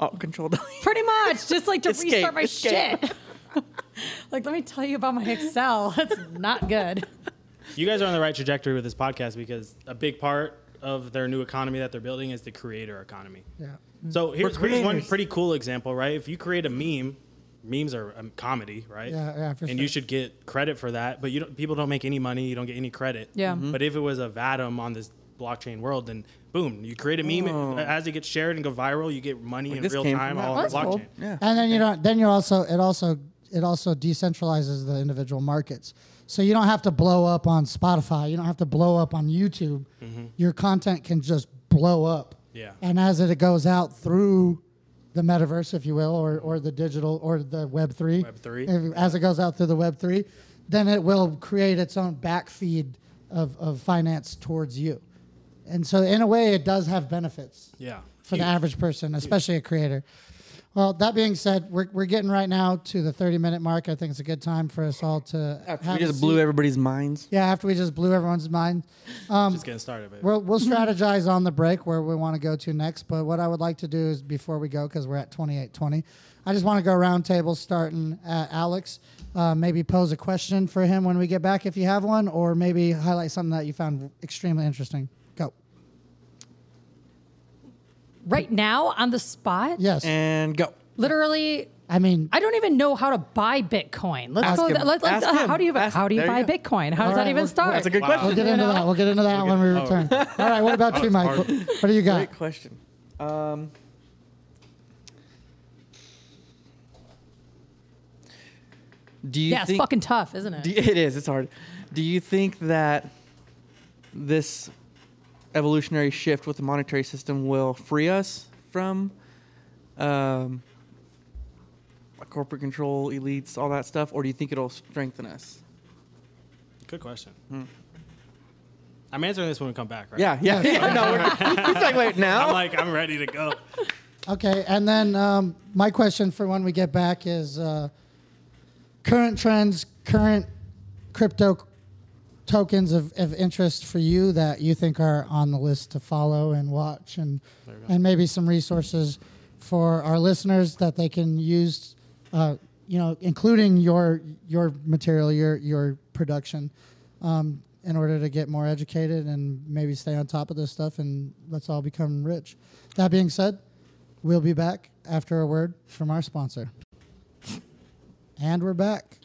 S2: alt control delete.
S3: pretty much just like to
S2: Escape,
S3: restart my
S2: escape.
S3: shit. like let me tell you about my Excel. It's not good.
S4: you guys are on the right trajectory with this podcast because a big part of their new economy that they're building is the creator economy.
S1: yeah
S3: Mm.
S4: So here's,
S2: We're
S4: here's one
S2: creators.
S4: pretty cool example, right? If you create a meme, memes are um, comedy, right?
S1: Yeah, yeah, for
S4: And
S1: sure.
S4: you should get credit for that, but you don't, people don't make any money. You don't get any credit.
S3: Yeah.
S2: Mm-hmm.
S3: Mhm.
S4: But if it was a Vadim on this blockchain world, then boom, you create a meme.
S2: Oh.
S4: As it gets shared and go viral, you get money in
S2: this
S4: real
S2: came from
S4: time
S2: that.
S4: all on the
S3: That's cool.
S4: blockchain.
S2: Yeah.
S1: And then you don't. Then you also it also it also decentralizes the individual markets. So you don't have to blow up on Spotify. You don't have to blow up on YouTube. Your content can just blow up.
S4: Mm-hmm. Yeah.
S1: And as it goes out through the metaverse, if you will, or, or the digital or the Web three.
S4: Web three.
S1: if- As it goes out through the Web three, then it will create its own back feed of, of finance towards you. And so in a way it does have benefits
S4: Yeah.
S1: for the average person, especially a creator. Well, that being said, we're, we're getting right now to the 30 minute mark. I think it's a good time for us all to.
S2: After
S1: have
S2: we
S1: a
S2: just blew
S1: seat.
S2: everybody's minds.
S1: Yeah, after we just blew everyone's mind.
S2: um,
S4: Just getting started, baby.
S1: We'll, we'll strategize on the break where we want to go to next. But what I would like to do is before we go, because we're at 2820, I just want to go round table starting at Alex. Uh, maybe pose a question for him when we get back if you have one, or maybe highlight something that you found extremely interesting. Go.
S3: Right now on the spot,
S1: Yes.
S2: And go.
S3: literally
S1: I mean,
S3: I don't even know how to buy Bitcoin. Let's
S2: Ask
S3: go.
S2: him.
S3: Let, us
S2: Ask him.
S3: how do you
S2: Ask-
S3: how do you
S2: there
S3: buy
S2: you go.
S3: Bitcoin? How does
S1: All right,
S3: that even
S1: we'll-
S3: start?
S2: That's a good
S4: Wow.
S1: We'll
S2: question.
S1: get into that. We'll get into that when we
S4: oh.
S1: return. All right. What about you, Mike? What,
S4: hard.
S1: what do you got?
S2: Great question. Um, do you
S3: yeah, it's
S2: think
S3: fucking tough, isn't it?
S2: do you- it is? It's hard. Do you think that this evolutionary shift with the monetary system will free us from um, corporate control, elites, all that stuff, or do you think it'll strengthen us?
S4: Good question. I'm answering this when we come back, right?
S2: Hmm. Yeah, yeah. yeah. no, we're, he's like, wait, now.
S4: I'm like, I'm ready to go.
S1: Okay, and then um, my question for when we get back is uh, current trends, current crypto tokens of, of interest for you that you think are on the list to follow and watch, and and maybe some resources for our listeners that they can use. Uh, you know, including your your material, your your production, um, in order to get more educated and maybe stay on top of this stuff, and let's all become rich. That being said. We'll be back after a word from our sponsor. And we're back.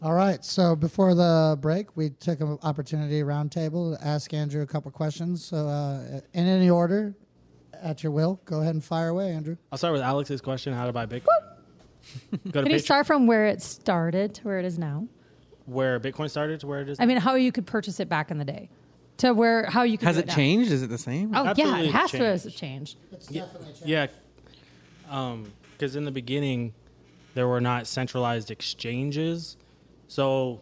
S1: All right. So before the break, we took an opportunity roundtable to ask Andrew a couple questions. So uh, in any order, at your will, go ahead and fire away, Andrew.
S4: I'll start with Alex's question: How to buy Bitcoin? Go to
S3: Can you
S4: Patreon,
S3: start from where it started to where it is now?
S4: where Bitcoin started to where it is.
S3: I mean, how you could purchase it back in the day to where how you could
S2: Has
S3: do
S2: it
S3: now.
S2: changed? Is it the same?
S3: Oh yeah,
S4: Absolutely
S3: it has to have
S4: changed.
S3: changed.
S1: It's definitely
S4: yeah, because in the beginning there were not centralized exchanges, so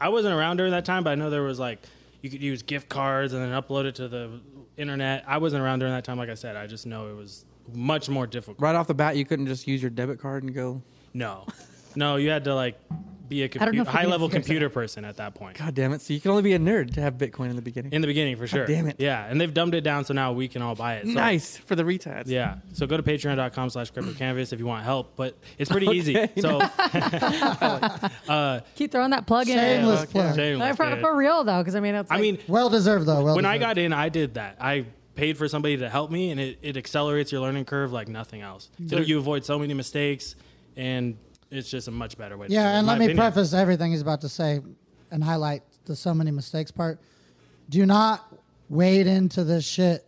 S4: I wasn't around during that time. But I know there was like you could use gift cards and then upload it to the internet. I wasn't around during that time. Like I said, I just know it was much more difficult.
S2: Right off the bat, you couldn't just use your debit card and go.
S4: No, no, you had to like be a
S3: I don't know
S4: compu-
S3: if we
S4: high
S3: can
S4: level
S3: figure this
S4: computer person at that point.
S2: God damn it! So you can only be a nerd to have Bitcoin in the beginning.
S4: In the beginning, for sure.
S2: damn it.
S4: Yeah, and they've dumbed it down so now we can all buy it. So,
S2: nice for the retats.
S4: Yeah. So go to patreon.com slash crypto canvas if you want help, but it's pretty easy.
S2: Okay.
S4: So
S3: Keep throwing that plug
S1: Shameless
S2: Okay.
S1: plug.
S4: Shameless,
S3: in. Like, for,
S4: dude.
S3: for real though, because I mean, it's
S4: I
S3: like-
S4: mean,
S1: Well deserved though. Well
S4: when I
S1: deserved.
S4: got in, I did that. I paid for somebody to help me and it, it accelerates your learning curve like nothing else. So you avoid so many mistakes and it's just a much better way to do it,
S1: Yeah,
S4: in
S1: and
S4: my
S1: let me
S4: opinion.
S1: preface everything he's about to say and highlight the so many mistakes part. Do not wade into this shit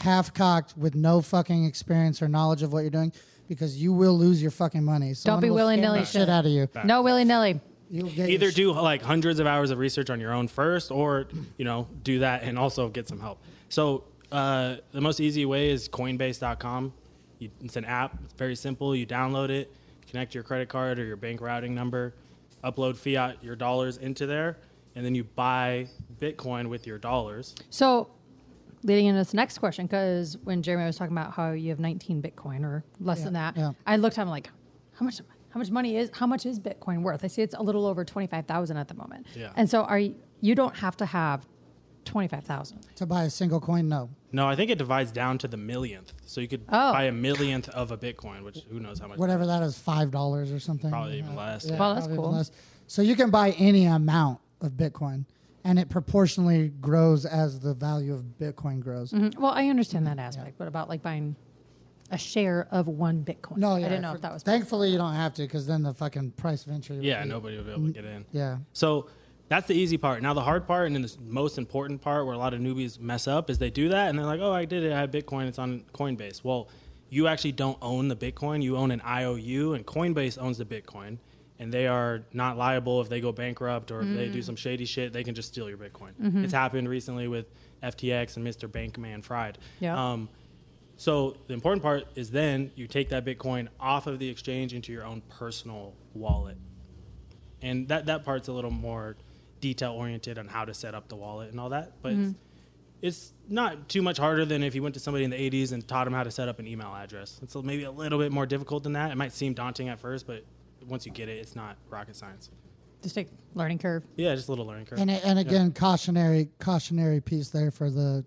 S1: half cocked with no fucking experience or knowledge of what you're doing because you will lose your fucking money. Someone
S3: be
S1: will
S3: willy
S1: scam
S3: nilly
S1: the shit out of you.
S3: no willy nilly.
S1: You'll get your
S4: Either
S1: shit-
S4: do like hundreds of hours of research on your own first, or you know do that and also get some help. So uh, the most easy way is Coinbase.com. You, it's an app. It's very simple. You download it, connect your credit card or your bank routing number, upload fiat your dollars into there, and then you buy Bitcoin with your dollars.
S3: So, leading into this next question, because when Jeremy was talking about how you have 19 Bitcoin or less than that,
S1: yeah.
S3: I looked at him like, how much? How much money is? How much is Bitcoin worth? I see it's a little over 25,000 at the moment.
S4: Yeah.
S3: And so, are you, you don't have to have 25,000.
S1: to buy a single coin, no.
S4: No, I think it divides down to the millionth. So you could
S3: Oh.
S4: buy a millionth of a Bitcoin, which who knows how much.
S1: Whatever that is, five dollars or something.
S4: Probably even less, yeah.
S3: Well, that's
S1: probably even
S3: cool.
S1: So you can buy any amount of Bitcoin and it proportionally grows as the value of Bitcoin grows.
S3: Well, I understand that aspect, but about like buying a share of one Bitcoin.
S1: No, yeah,
S3: I didn't know
S1: for-
S3: if that was.
S1: Thankfully, you don't have to, because then the fucking price of entry. would
S4: Yeah,
S1: be-
S4: nobody will be able to get in.
S1: Yeah.
S4: So that's the easy part. Now the hard part, and then the most important part, where a lot of newbies mess up, is they do that and they're like, "Oh, I did it. I have Bitcoin. It's on Coinbase." Well, you actually don't own the Bitcoin. You own an IOU, and Coinbase owns the Bitcoin, and they are not liable if they go bankrupt or if they do some shady shit. They can just steal your Bitcoin. It's happened recently with FTX and Mr. Bankman Fried.
S3: Yeah.
S4: Um, so the important part is then you take that Bitcoin off of the exchange into your own personal wallet and that that part's a little more detail oriented on how to set up the wallet and all that but
S3: Mm-hmm.
S4: it's, it's not too much harder than if you went to somebody in the 80s and taught them how to set up an email address it's a- maybe a little bit more difficult than that it might seem daunting at first but once you get it it's not rocket science
S3: just a learning curve.
S4: yeah just a little learning curve
S1: And a- and again, cautionary cautionary piece there for the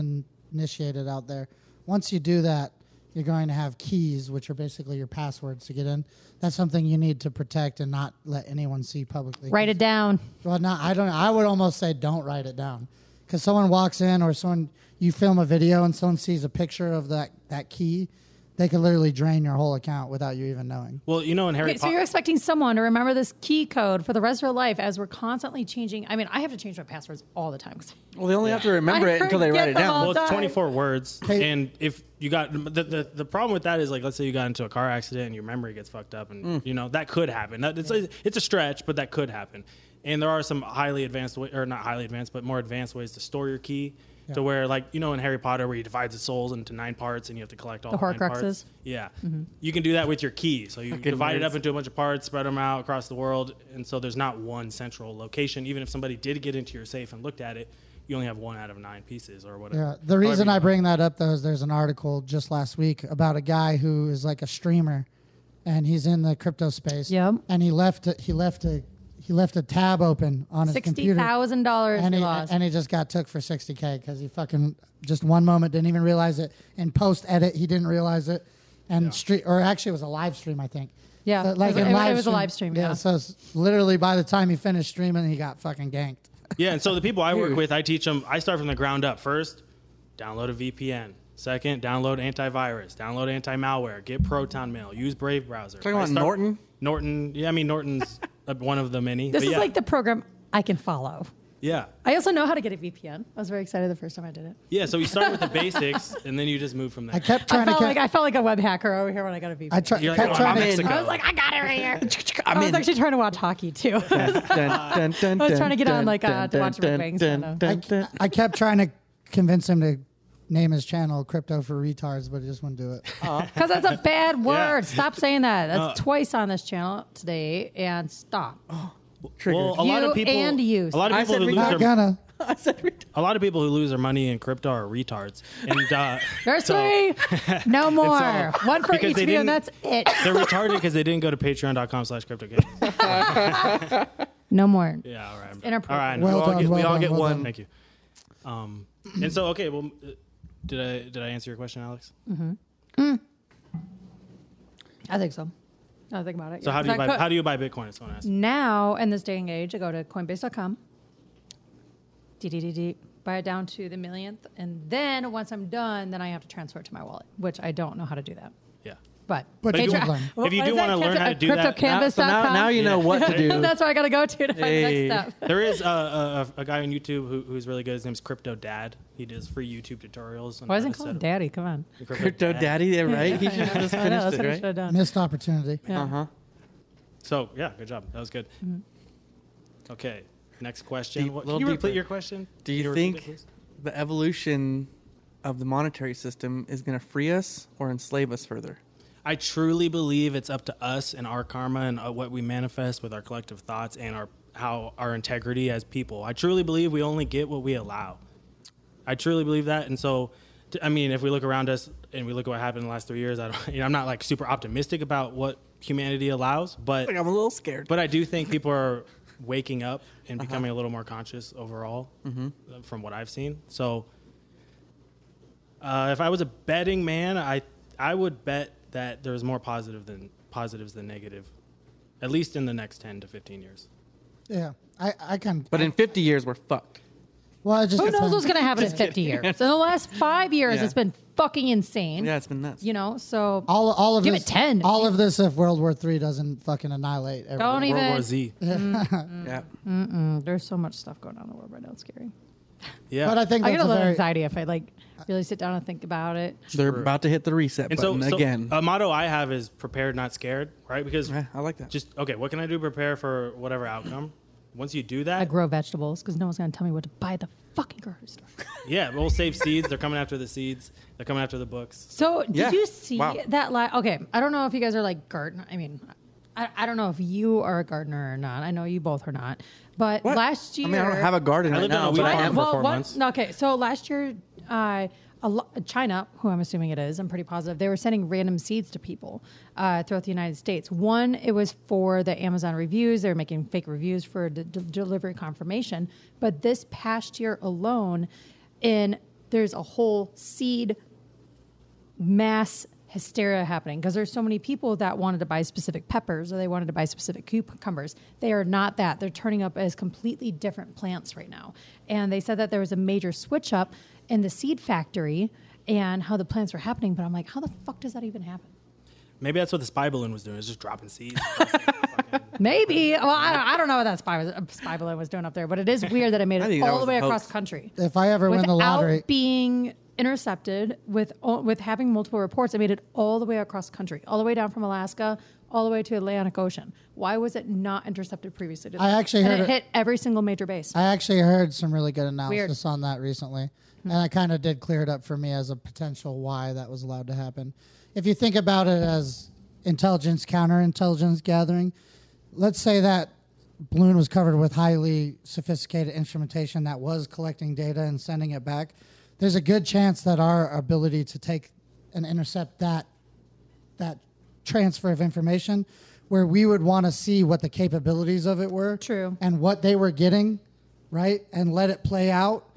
S1: uninitiated out there. Once you do that, you're going to have keys, which are basically your passwords to get in. That's something you need to protect and not let anyone see publicly.
S3: Write it down.
S1: Well, no, I don't. I would almost say don't write it down, because someone walks in or someone you film a video and someone sees a picture of that that key, they could literally drain your whole account without you even knowing.
S4: well you know in harry
S3: Okay, so
S4: potter
S3: you're expecting someone to remember this key code for the rest of their life as we're constantly changing. I mean, I have to change my passwords all the time. 'cause-
S2: Well, they only have to remember
S3: I
S2: it until they write it
S3: forget them
S2: down.
S3: all.
S4: well, it's
S3: die.
S4: 24 words, and if you got the, the the problem with that is like, let's say you got into a car accident and your memory gets fucked up, and you know that could happen. That, it's it's a stretch, but that could happen. And there are some highly advanced, way, or not highly advanced, but more advanced ways to store your key, to where like you know in Harry Potter where he divides the souls into nine parts, and you have to collect all the,
S3: The
S4: nine parts.
S3: Horcruxes? Mm-hmm.
S4: Yeah, you can do that with your key. So you
S2: Fucking
S4: divide it up
S2: nerds.
S4: into a bunch of parts, spread them out across the world, and so there's not one central location. Even if somebody did get into your safe and looked at it, you only have one out of nine pieces or whatever.
S1: Yeah, the reason I bring that up though is there's an article just last week about a guy who is like a streamer, and he's in the crypto space.
S3: Yep.
S1: And he left a, he left a he left a tab open on his
S3: Sixty
S1: computer.
S3: thousand dollars
S1: and he,
S3: lost.
S1: and he just got took for 60k because he fucking just one moment didn't even realize it in post edit he didn't realize it and street or actually it was a live stream i think
S3: Yeah,
S1: So,
S3: it was-
S1: in
S3: it- it was a live stream, yeah.
S1: so it's literally by the time he finished streaming he got fucking ganked
S4: Yeah, and so the people I work
S2: Dude.
S4: with, I teach them. I start from the ground up. First, download a VPN. Second, download antivirus, download anti malware, get Proton Mail, use Brave browser.
S2: Talking
S4: I
S2: about
S4: start-
S2: Norton?
S4: Norton, yeah, I mean Norton's uh, one of the many.
S3: This
S4: but
S3: is
S4: yeah,
S3: like the program I can follow.
S4: yeah,
S3: I also know how to get a VPN. I was very excited the first time I did it.
S4: yeah. So you start with the basics, and then you just move from there.
S1: I kept
S3: I
S1: trying to
S3: felt,
S1: catch.
S3: like, I felt like a web hacker over here when I got a VPN.
S1: I try,
S4: You're like,
S1: kept
S4: oh,
S1: trying
S4: I'm
S1: to
S4: in Mexico.
S3: I was like, I got it right here.
S2: I'm
S3: I was
S2: in.
S3: actually trying to watch hockey too.
S2: I
S3: I was trying to get on, like, uh, to watch Red Wings, I know.
S1: I, I kept trying to convince him to name his channel "Crypto for Retards," but he just wouldn't do it.
S3: Because that's a bad word. Stop saying that. That's
S4: Uh.
S3: twice on this channel today, and stop.
S4: Oh, well, a lot
S3: You
S4: of people
S3: and you.
S4: A lot of
S2: I
S4: people
S2: said
S4: who lose
S1: Not
S4: their,
S1: gonna.
S4: a lot of people who lose their money in crypto are retards, and uh,
S3: There's
S4: so-
S3: three. No more.
S4: all-
S3: One for
S4: because
S3: each
S4: they
S3: of you, and that's
S4: didn't-
S3: it.
S4: They're retarded because they didn't go to Patreon.com/slash crypto games.
S3: No more.
S4: Yeah, all right. I'm done.
S3: inappropriate.
S4: All right, I know.
S1: Well
S2: all
S1: done.
S2: get-
S1: well
S2: we all
S1: done,
S2: get
S1: well
S2: one.
S1: done.
S4: Thank you. Um, and so, okay, well, uh, did I did I answer your question, Alex?
S3: I think so. I think about it.
S4: So how do you buy how do you buy Bitcoin? Is what I asked.
S3: now in this day and age, I go to Coinbase.com. DDDD. Buy it down to the millionth, and then once I'm done, then I have to transfer it to my wallet, which I don't know how to do that.
S4: Yeah.
S3: But,
S1: But if you
S3: Patreon-
S1: want-
S3: What
S4: if you
S3: is
S4: do
S3: that?
S4: wanna learn how to do that,
S2: Now, so now,
S3: CryptoCanvas.com?
S2: now you know what to do.
S3: That's where I gotta go to to find
S2: Hey.
S3: the next step.
S4: There is a, a, a guy on YouTube who, who's really good. His name's Crypto Dad. He does free YouTube tutorials. on
S3: Why
S4: how
S3: isn't
S4: to
S3: call
S4: set
S3: him
S4: up-
S3: Daddy? Come on.
S2: Crypto Daddy, yeah, right? He should have just
S3: I know,
S2: finished
S3: that's what I
S2: it,
S3: should
S2: right?
S3: have done.
S1: Missed opportunity.
S3: Yeah.
S2: Uh-huh.
S4: So yeah, good job. That was good.
S3: Mm-hmm.
S4: Okay, next question.
S2: Deep-
S4: What-
S2: little
S4: can you repeat
S2: deeper.
S4: your question?
S2: Do
S4: Can
S2: you
S4: repeat it,
S2: think
S4: please?
S2: the evolution of the monetary system is going to free us or enslave us further?
S4: I truly believe it's up to us and our karma and uh, what we manifest with our collective thoughts and our how our integrity as people. I truly believe we only get what we allow. I truly believe that, and so t- I mean, if we look around us and we look at what happened in the last three years, I don't, you know, I'm not like super optimistic about what humanity allows, but
S2: Like, I'm a little scared.
S4: but I do think people are waking up and
S2: Uh-huh.
S4: becoming a little more conscious overall
S2: Mm-hmm.
S4: uh, from what I've seen. So, uh, if I was a betting man, I I would bet that there's more positive than positives than negative, at least in the next ten to fifteen years.
S1: Yeah. I, I can.
S2: But in 50 years, we're fucked.
S1: well, it just
S3: Who knows
S1: depends.
S3: what's gonna happen in 50 years? In the last five years,
S2: Yeah.
S3: it's been fucking insane.
S2: Yeah, it's been nuts.
S3: You know, so
S1: all, all of
S3: Give
S1: this,
S3: it 10.
S1: All of this if World War Three doesn't fucking annihilate everyone.
S3: don't
S4: World War
S3: even.
S4: Z.
S2: Yeah.
S3: Mm, There's so much stuff going on in the world right now. It's scary.
S4: Yeah.
S1: But I think
S3: I
S1: that's
S3: get a
S1: a
S3: little
S1: very.
S3: anxiety if I like really sit down and think about it.
S2: They're about to hit the reset
S4: and so,
S2: button
S4: so
S2: again.
S4: a motto I have is prepared, not scared. Right? Because
S2: Yeah, I like that.
S4: just okay. What can I do to prepare for whatever outcome? Once you do that,
S3: I grow vegetables because no one's gonna tell me what to buy at the fucking grocery store.
S4: yeah, we'll save seeds. They're coming after the seeds. They're coming after the books.
S3: So did
S2: Yeah.
S3: you see
S2: Wow.
S3: that? Li- okay, I don't know if you guys are like garden. I mean, I, I don't know if you are a gardener or not. I know you both are not. But
S2: What?
S3: last year,
S2: I mean, I don't have a garden
S4: I
S2: right
S4: lived on
S2: now,
S4: a
S2: but
S4: wheat
S2: I
S4: farm
S2: am.
S4: for four
S3: one-
S4: months.
S3: Okay, so last year, uh, a lo- China, who I'm assuming it is, I'm pretty positive, they were sending random seeds to people uh, throughout the United States. One, it was for the Amazon reviews; they were making fake reviews for de- de- delivery confirmation. But this past year alone, in there's a whole seed mass hysteria happening because there's so many people that wanted to buy specific peppers or they wanted to buy specific cucumbers. They are not that. They're turning up as completely different plants right now. And they said that there was a major switch up in the seed factory and how the plants were happening, but I'm like, how the fuck does that even happen?
S4: Maybe that's what the spy balloon was doing. It's just dropping seeds.
S3: Maybe. Well, I don't, I don't know what that spy, was, spy balloon was doing up there, but it is weird that it made
S2: I
S3: it
S2: think that
S3: all
S2: was
S3: the
S2: a
S3: way across
S2: hoax.
S3: the country.
S1: If I ever win
S3: without
S1: the lottery,
S3: being intercepted with with having multiple reports. I made it all the way across the country, all the way down from Alaska, all the way to Atlantic Ocean. Why was it not intercepted previously? to
S1: I
S3: that?
S1: actually
S3: and
S1: heard
S3: it,
S1: it-
S3: hit every single major base.
S1: I actually heard some really good analysis on that recently, and I kind of did clear it up for me as a potential why that was allowed to happen. If you think about it as intelligence counterintelligence gathering, let's say that balloon was covered with highly sophisticated instrumentation that was collecting data and sending it back. There's a good chance that our ability to take and intercept that that transfer of information where we would want to see what the capabilities of it were
S3: True.
S1: and what they were getting right and let it play out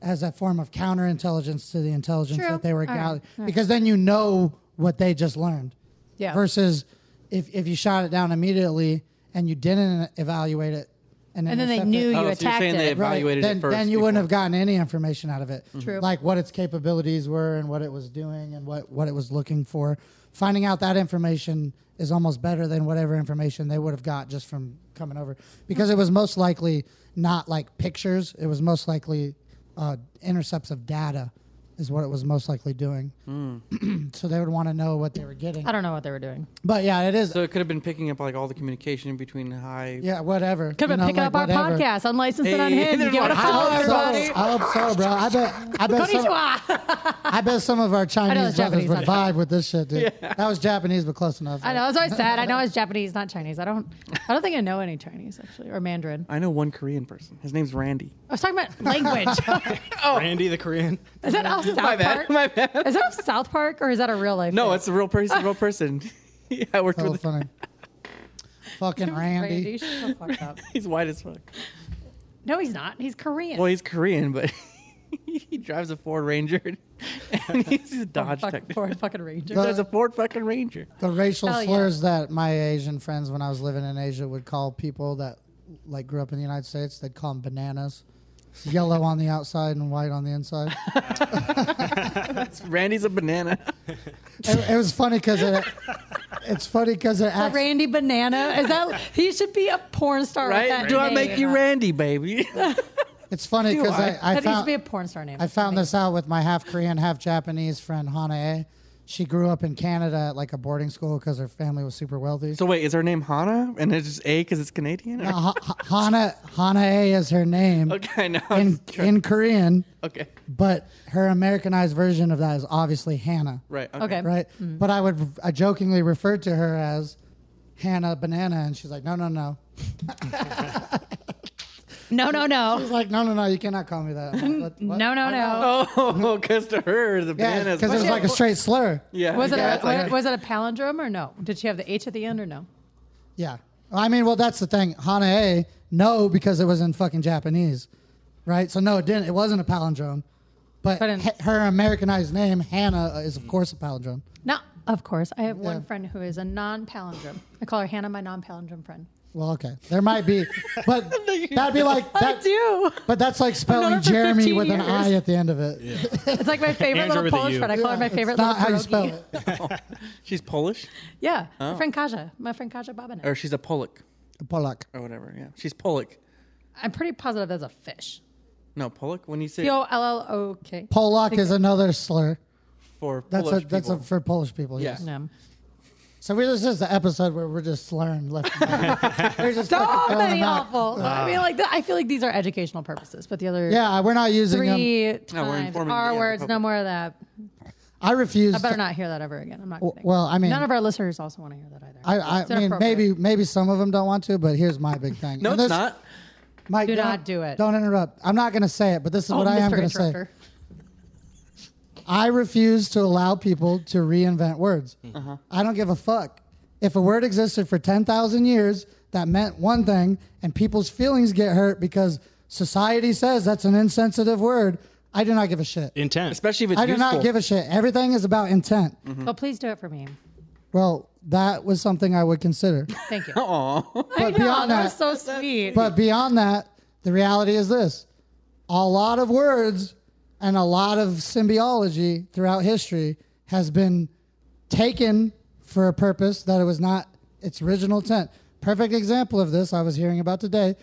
S1: as a form of counterintelligence to the intelligence
S3: True.
S1: that they were
S3: All right.
S1: gathering
S3: All right.
S1: because then you know what they just learned
S3: Yeah.
S1: versus if, if you shot it down immediately and you didn't evaluate it and,
S3: And then they
S1: intercept
S3: knew
S1: it.
S3: you
S2: Oh, so you're
S3: attacked
S2: saying
S3: it.
S2: they- evaluated it
S1: then,
S2: first
S1: Then you
S2: before.
S1: wouldn't have gotten any information out of it.
S3: True.
S1: Mm-hmm. Like what its capabilities were and what it was doing and what, what it was looking for. Finding out that information is almost better than whatever information they would have got just from coming over because it was most likely not like pictures. It was most likely uh, intercepts of data is what it was most likely doing.
S2: Hmm.
S1: so they would want to know what they were getting.
S3: I don't know what they were doing.
S1: But yeah, it is.
S2: So it could have been picking up like all the communication between high.
S1: yeah, whatever.
S3: Could
S1: You
S3: have
S1: know,
S3: been picking
S1: like,
S3: up our
S1: whatever.
S3: podcast, unlicensed
S2: Hey,
S3: and unhinged.
S2: they're
S3: Give it a
S2: like,
S3: follow,
S1: I hope
S3: everybody.
S1: so. I hope so, bro. I bet. I bet. Some,
S3: Konnichiwa.
S1: I bet some of our Chinese
S3: that's
S1: brothers
S3: Japanese,
S1: would
S3: not
S1: vibe with this shit, dude. That was Japanese, but close enough.
S3: I know. That's what I said. I know it's Japanese, not Chinese. I don't. I don't think I know any Chinese actually, or Mandarin.
S2: I know one Korean person. His name's Randy.
S3: I was talking about language.
S4: Randy the Korean.
S3: is that off South
S2: Oh. My bad.
S3: Park?
S2: My bad.
S3: Is that off South Park or is that a real life?
S2: No,
S3: thing?
S2: it's a real person. Real person. yeah, I
S3: Oh,
S2: worked
S1: So
S2: with.
S1: funny. Fucking Randy.
S3: Randy, shut the fuck up.
S2: He's white as fuck.
S3: No, he's not. He's Korean.
S2: Well, he's Korean, but he drives a Ford Ranger. And he's a Dodge
S3: Oh, fuck,
S2: technician.
S3: for a fucking ranger.
S1: The-
S2: There's a Ford fucking Ranger.
S1: The racial
S3: Hell yeah.
S1: slurs that my Asian friends, when I was living in Asia, would call people that like grew up in the United States, they'd call them bananas. It's yellow on the outside and white on the inside.
S2: Randy's a banana.
S1: It, it was funny because it, it's funny because it
S3: A
S1: acts
S3: Randy Banana. Is that he should be a porn star? with
S2: Right?
S3: that
S2: Do I
S3: name.
S2: make you Randy, baby?
S1: It's funny
S2: Do
S1: because I,
S2: I?
S1: I,
S3: that needs to
S1: found
S3: be a porn star name.
S1: I found this out with my half Korean, half Japanese friend Hana. A. She grew up in Canada at like a boarding school because her family was super wealthy.
S2: so wait, is her name Hana? And it's just A because it's Canadian?
S1: Uh, Ha- Ha- Hana Hana A is her name
S2: Okay, I know.
S1: in
S2: Sure.
S1: in Korean,
S2: okay.
S1: but her Americanized version of that is obviously Hannah,
S2: Right. Okay.
S3: Okay.
S1: right? But I would I jokingly referred to her as Hannah Banana, and she's like, no, no, no.
S3: No, no, no.
S1: She's like, no, no, no, you cannot call me that. I'm like, "What- what?"
S3: No, no, no.
S2: Oh, because to her, the
S1: Yeah,
S2: banana is.
S1: because it was
S3: she-
S1: like a straight slur.
S2: yeah.
S3: Was it,
S2: yeah,
S3: a,
S2: it's like-
S3: wa- was it a palindrome or no? Did she have the H at the end or no?
S1: Yeah. I mean, well, that's the thing. Hana A, no, because it was in fucking Japanese, right? So, no, it didn't. It wasn't a palindrome. But,
S3: But in-
S1: he- her Americanized name, Hannah, uh, is, of course, a palindrome.
S3: No, of course. I have one
S1: Yeah.
S3: friend who is a non palindrome. I call her Hannah, my non palindrome friend.
S1: Well, okay. There might be, but that'd be like, that,
S3: do.
S1: but that's like
S3: known
S1: spelling
S3: her for
S1: Jeremy
S3: 15
S1: with an
S3: years.
S1: I at the end of it.
S3: It's like my favorite
S4: Andrew
S3: little
S4: with a
S3: Polish
S4: U.
S3: friend. I call her my
S1: It's
S3: favorite
S1: not
S3: little
S1: how you
S3: pierogi.
S1: spell it.
S2: she's Polish,
S3: Yeah,
S2: Oh.
S3: my friend Kaja, my friend Kaja Babin.
S2: or she's a Polak,
S1: Polak.
S2: or whatever. Yeah, she's Polak.
S3: I'm pretty positive that's a fish.
S2: No, Polak. When you say
S3: P O L L O K.
S1: Polak is another slur.
S2: for
S1: That's
S2: Polish
S1: a that's
S2: people.
S1: a for Polish people.
S2: Yeah.
S1: Yes.
S3: No.
S1: So we, this is the episode where we're just slurring left. And right. We're just fucking
S3: So
S1: throwing
S3: many
S1: them out.
S3: awful. I mean, like I feel like these are educational purposes, but the other
S1: Ah. Yeah, we're not using them.
S3: three times
S2: No, we're informing the- yeah,
S3: R
S2: the
S3: words, no
S2: public.
S3: more of that.
S1: I refuse.
S3: I
S1: to-
S3: better not hear that ever again. I'm not.
S1: W-
S3: kidding.
S1: well, I mean-
S3: none of our listeners also want to hear that either.
S1: I,
S3: It's
S1: I mean,
S3: inappropriate.
S1: maybe maybe some of them don't want to, but here's my big thing.
S2: No,
S1: And
S2: it's
S1: this-
S2: not.
S1: Mike,
S3: Do
S1: don't-
S3: not do it.
S1: Don't interrupt. I'm not going to say it, but this is
S3: Oh,
S1: what I am
S3: Mr.
S1: going to say.
S3: Interrupter.
S1: I refuse to allow people to reinvent words. I don't give a fuck. If a word existed for 10,000 years that meant one thing and people's feelings get hurt because society says that's an insensitive word, I do not give a shit.
S4: Intent.
S2: Especially if it's
S1: I do
S2: useful. Mm-hmm.
S1: not give a shit. Everything is about intent.
S3: Well, please do it for me.
S1: Well, that was something I would consider.
S3: Thank you. I
S1: But
S3: know
S1: beyond
S3: that
S1: that,
S3: was so sweet.
S1: But beyond that, the reality is this a lot of words and a lot of symbiology throughout history has been taken for a purpose that it was not its original intent. Perfect example of this I was hearing about today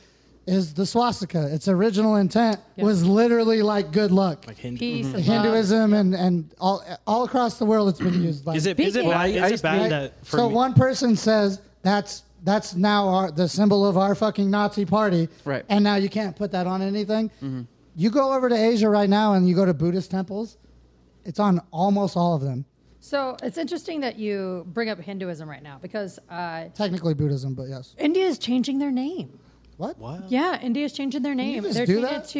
S1: is the swastika. Its original intent was literally like good luck.
S4: like Hindu.
S3: Peace and love.
S1: Hinduism and, and all all across the world it's been used like
S4: Is it, is it
S3: Speaking-
S4: bad,
S2: I- I
S4: is it bad
S2: speak-
S4: that for
S1: so
S4: me,
S1: one person says that's that's now our, the symbol of our fucking Nazi party,
S2: Right.
S1: And now you can't put that on anything.
S3: Mm-hmm.
S1: You go over to Asia right now and you go to Buddhist temples; it's on almost all of them.
S3: So it's interesting that you bring up Hinduism right now because uh,
S1: Technically Buddhism, but yes.
S3: India is changing their name.
S1: What?
S4: What?
S3: Yeah, India's changing their name.
S1: just
S3: They're
S1: do
S3: changing
S1: that?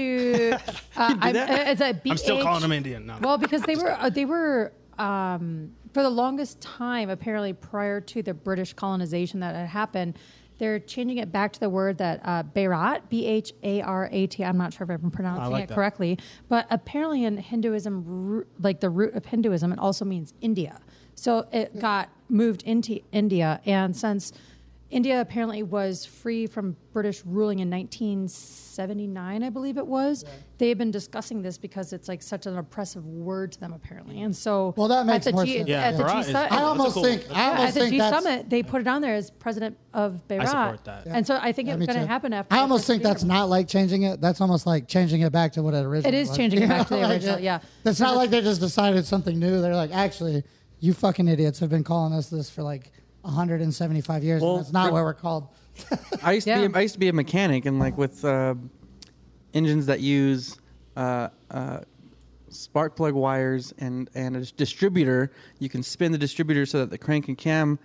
S3: it to. Uh, I'm, uh, it's a
S4: I'm still
S3: BH
S4: calling him Indian. No.
S3: Well, because they were uh, they were um, for the longest time apparently prior to the British colonization that had happened. They're changing it back to the word that uh, Bharat, B H A R A T. I'm not sure if I'm pronouncing
S4: like
S3: it
S4: that.
S3: correctly, but apparently in Hinduism, ru- like the root of Hinduism, it also means India. So it got moved into India, and since India apparently was free from British ruling in 1979, I believe it was. They had been discussing this because it's like such an oppressive word to them, apparently. And so,
S1: Well, that makes
S3: at the
S1: more
S3: G,
S1: sense.
S4: Yeah,
S3: at the
S4: for
S3: G
S4: us,
S3: summit,
S1: I
S4: That's a
S1: almost
S4: cool-
S1: think I
S4: that's
S3: yeah, at
S1: almost
S3: the
S1: think
S3: G
S1: that's
S3: summit, they put it on there as president of Beirut.
S4: support that.
S3: And so I think
S1: Yeah,
S3: it's
S1: me
S3: going to
S1: too.
S3: happen after. Oh,
S1: I
S3: the
S1: almost
S3: first
S1: think
S3: year.
S1: that's not like changing it. That's almost like changing it back to what it originally.
S3: is
S1: was.
S3: changing it
S1: You
S3: back to
S1: know,
S3: the original, yeah.
S1: It's not like they just decided something new. They're like, actually, you fucking idiots have been calling us this for like 175 years.
S2: Well,
S1: and that's not
S2: for-
S1: what we're called.
S2: I used
S3: Yeah.
S2: to be I used to be a mechanic and like with uh, engines that use uh, uh, spark plug wires and and a dis- distributor, you can spin the distributor so that the crank and cam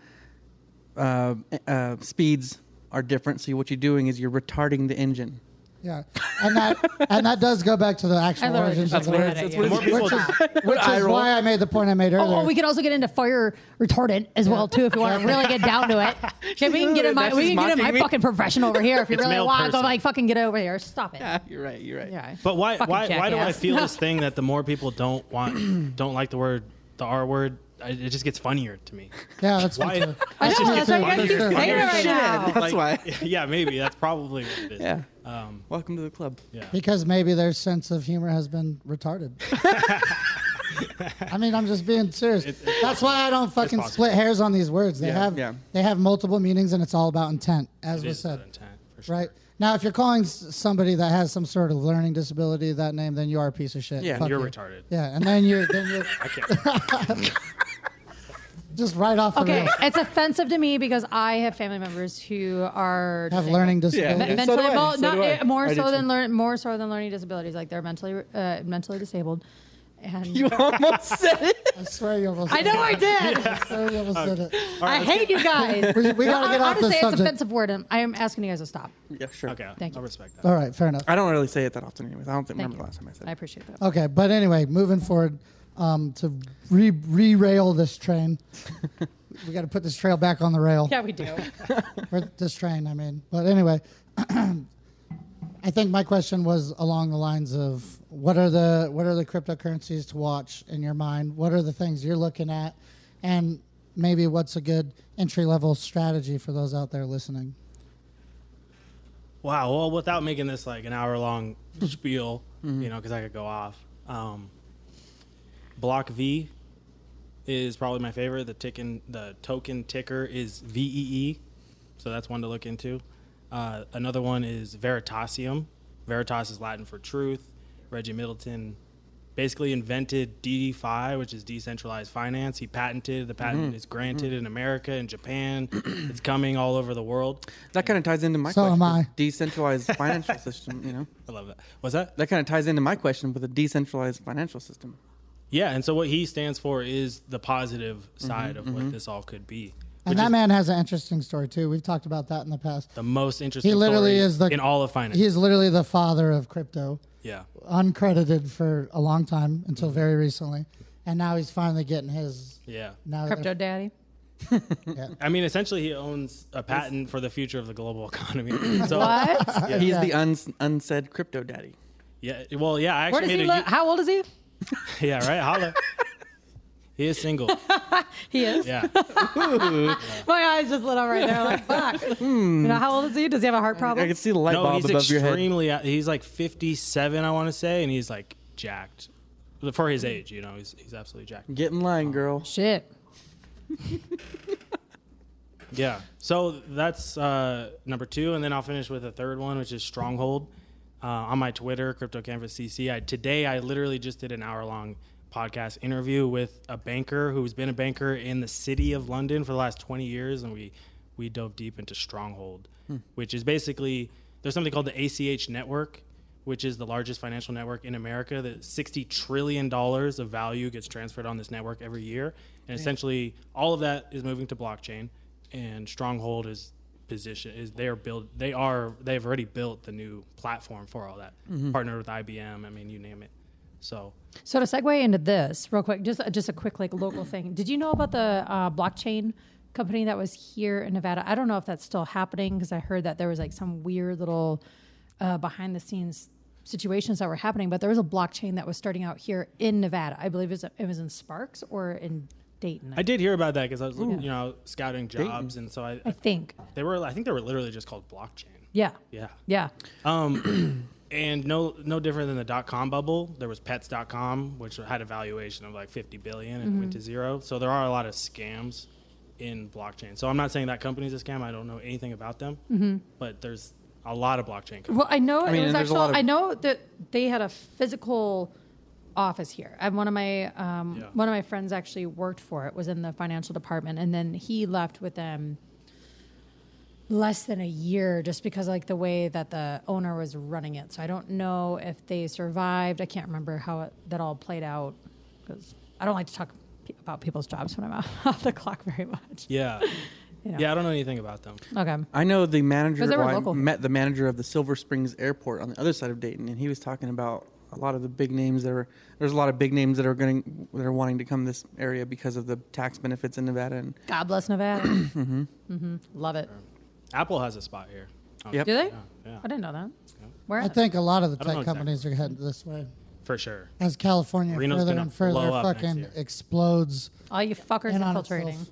S2: uh, uh, speeds are different. So what you're doing is you're retarding the engine.
S1: Yeah, and that and that does go back to the
S3: I
S1: actual
S3: literally
S1: origins
S3: just
S1: of the
S3: looked
S1: word,
S3: at it.
S2: That's what
S3: yeah.
S4: More people
S1: which is,
S2: What
S1: which
S2: eye
S1: is
S2: roll.
S1: why I made the point I made earlier.
S3: Oh, oh, we can also get into fire retardant as well too if you want to really get down to it. Okay, we can get in my
S2: That's
S3: we
S2: just
S3: can get in my
S2: mocking me.
S3: fucking profession over here if you
S4: It's
S3: really
S4: male
S3: want. Go
S4: person.
S3: like fucking get over here. Stop it.
S2: you're right. You're right.
S3: Yeah.
S4: But why
S3: Fucking
S4: why why do I
S3: jackass.
S4: feel this thing that the more people don't want don't like the word the R word, I, it just gets funnier to me.
S1: yeah, that's
S4: Why?
S1: me too.
S3: I
S1: That's
S3: know,
S1: me
S3: that's
S1: too.
S3: why you guys keep
S1: That's me
S3: saying
S1: too.
S3: it right now.
S2: That's
S4: Like,
S2: why.
S4: Yeah, maybe that's probably what it is.
S2: Yeah.
S4: Um,
S2: Welcome to the club.
S4: yeah.
S1: Because maybe their sense of humor has been retarded. I mean, I'm just being serious. That's why I don't fucking
S4: possible.
S1: split hairs on these words. They
S2: Yeah,
S1: have
S2: yeah.
S1: they have multiple meanings, and it's all about intent, as
S4: It
S1: was
S4: is
S1: said.
S4: that intent, for sure.
S1: Right now, if you're calling s- somebody that has some sort of learning disability that name, then you are a piece of shit.
S2: Yeah,
S1: Fuck
S4: You're
S1: you.
S4: retarded.
S1: Yeah, and then you're then you're
S4: I can't.
S1: just right off the
S3: Okay,
S1: rails.
S3: it's offensive to me because I have family members who are
S1: Have
S3: disabled.
S1: learning
S2: Yeah.
S1: disabilities.
S3: Me-
S2: So
S3: mentally,
S2: do I.
S3: well,
S2: So
S3: not,
S2: do I.
S3: eh, more
S2: I do
S3: so than
S2: too.
S3: learn, more so than learning disabilities. Like they're mentally uh, mentally disabled, and
S2: You almost said it.
S1: I swear you almost.
S3: I know I did.
S1: I swear you almost did it.
S3: I hate you guys.
S1: We, we gotta get off
S3: Honestly,
S1: this
S3: it's
S1: subject.
S3: offensive word, and I am asking you guys to stop.
S2: Yeah, sure.
S4: Okay.
S3: Thank
S4: I
S3: you.
S4: respect that.
S1: All right, fair enough.
S2: I don't really say it that often, anyways. I don't think,
S3: Thank
S2: remember
S3: you.
S2: the last time I said
S3: I
S2: it.
S3: appreciate that.
S1: Okay, but anyway, moving forward um, to re rail this train. we got to put this trail back on the rail.
S3: Yeah, we do.
S1: Or this train, I mean. But anyway, I think my question was along the lines of what are the what are the cryptocurrencies to watch in your mind? What are the things you're looking at, and maybe what's a good entry level strategy for those out there listening?
S4: Wow. Well, without making this like an hour long spiel, you know, because I could go off. Um, Block V is probably my favorite. The ticking, the token ticker is VEE, so that's one to look into. Uh, another one is Veritasium. Veritas is Latin for truth. Reggie Middleton basically invented DDFi, which is decentralized finance. He patented the patent is granted in America and Japan. it's coming all over the world.
S2: That kind of ties into my
S1: So
S2: question.
S1: am
S2: with
S1: I.
S2: Decentralized financial system, you know?
S4: I love that. Was that?
S2: That kind of ties into my question with a decentralized financial system.
S4: Yeah, and so what he stands for is the positive side of what this all could be.
S1: And
S4: Which
S1: that
S4: is
S1: man has an interesting story too. We've talked about that in the past.
S4: the most interesting.
S1: He literally
S4: story
S1: is the-
S4: in all of finance.
S1: He is literally the father of crypto.
S4: yeah,
S1: uncredited for a long time until
S4: Mm-hmm.
S1: very recently, and now he's finally getting his.
S4: yeah.
S1: Now they're-
S3: Crypto daddy.
S4: I mean, essentially, he owns a patent for the future of the global economy. So
S3: What?
S2: He's the uns- unsaid crypto daddy.
S4: yeah, well, yeah. I
S3: Where
S4: actually
S3: does
S4: made
S3: he
S4: a
S3: live? How old is he?
S4: yeah, right. Holla. he is single.
S3: He is.
S4: Yeah,
S3: My eyes just lit up right there. Like, fuck. You know, how old is he? Does he have a heart
S2: I
S3: problem?
S2: can see the light
S4: no,
S2: bulb
S4: he's
S2: above your head.
S4: extremely. uh, He's like fifty-seven, I want to say, and he's like jacked for his age. You know, he's he's absolutely jacked.
S2: Get in line, girl.
S3: Shit.
S4: Yeah. So that's uh, number two, and then I'll finish with a third one, which is Stronghold. Uh, on my Twitter, Crypto Canvas CC. I, today, I literally just did an hour long podcast interview with a banker who's been a banker in the city of London for the last 20 years, and we we dove deep into Stronghold, which is basically there's something called the ACH network, which is the largest financial network in America. That 60 trillion dollars of value gets transferred on this network every year, and essentially all of that is moving to blockchain. And Stronghold is position is they are build they are they've already built the new platform for all that partnered with IBM. I mean, you name it. So
S3: So to segue into this real quick, just just a quick like local thing. Did you know about the uh, blockchain company that was here in Nevada? I don't know if that's still happening because I heard that there was like some weird little uh, behind the scenes situations that were happening. But there was a blockchain that was starting out here in Nevada. I believe it was, it was in Sparks or in Dayton.
S4: I did hear about that because I was, you know, scouting jobs, and so I,
S3: I think.
S4: they were, I think they were literally just called blockchain.
S3: Yeah.
S4: Yeah.
S3: Yeah.
S4: Um, and no, no different than the dot com bubble. There was Pets.com, which had a valuation of like 50 billion and
S3: Mm-hmm.
S4: went to zero. So there are a lot of scams in blockchain. So I'm not saying that company's a scam. I don't know anything about them,
S3: Mm-hmm.
S4: but there's a lot of blockchain. companies.
S3: Well, I know
S2: mean,
S3: it was
S2: and there's a
S3: actually.
S2: lot of-
S3: I know that they had a physical office here. And one of my um,
S4: Yeah.
S3: one of my friends actually worked for it. Was in the financial department, and then he left with them less than a year just because like the way that the owner was running it. So I don't know if they survived. I can't remember how it, that all played out because I don't like to talk pe- about people's jobs when I'm out off the clock very much.
S4: Yeah.
S3: You know.
S4: Yeah, I don't know anything about them.
S3: Okay.
S2: I know the manager.
S3: 'Cause they were
S2: well, I
S3: local.
S2: met the manager of the Silver Springs Airport on the other side of Dayton, and he was talking about a lot of the big names that are. There's a lot of big names that are going that are wanting to come this area because of the tax benefits in Nevada. And
S3: God bless Nevada. mm-hmm. Love it.
S4: Apple has a spot here. Oh,
S2: Yep.
S3: Do they?
S4: yeah.
S3: I didn't know that. Where?
S1: I think a lot of the
S4: I don't know
S1: tech companies are heading this way.
S4: For sure.
S1: As California
S4: Reno's
S1: further
S4: gonna
S1: and further
S4: blow up next
S1: fucking
S4: year.
S1: explodes
S3: all you fuckers
S1: in on
S3: infiltrating.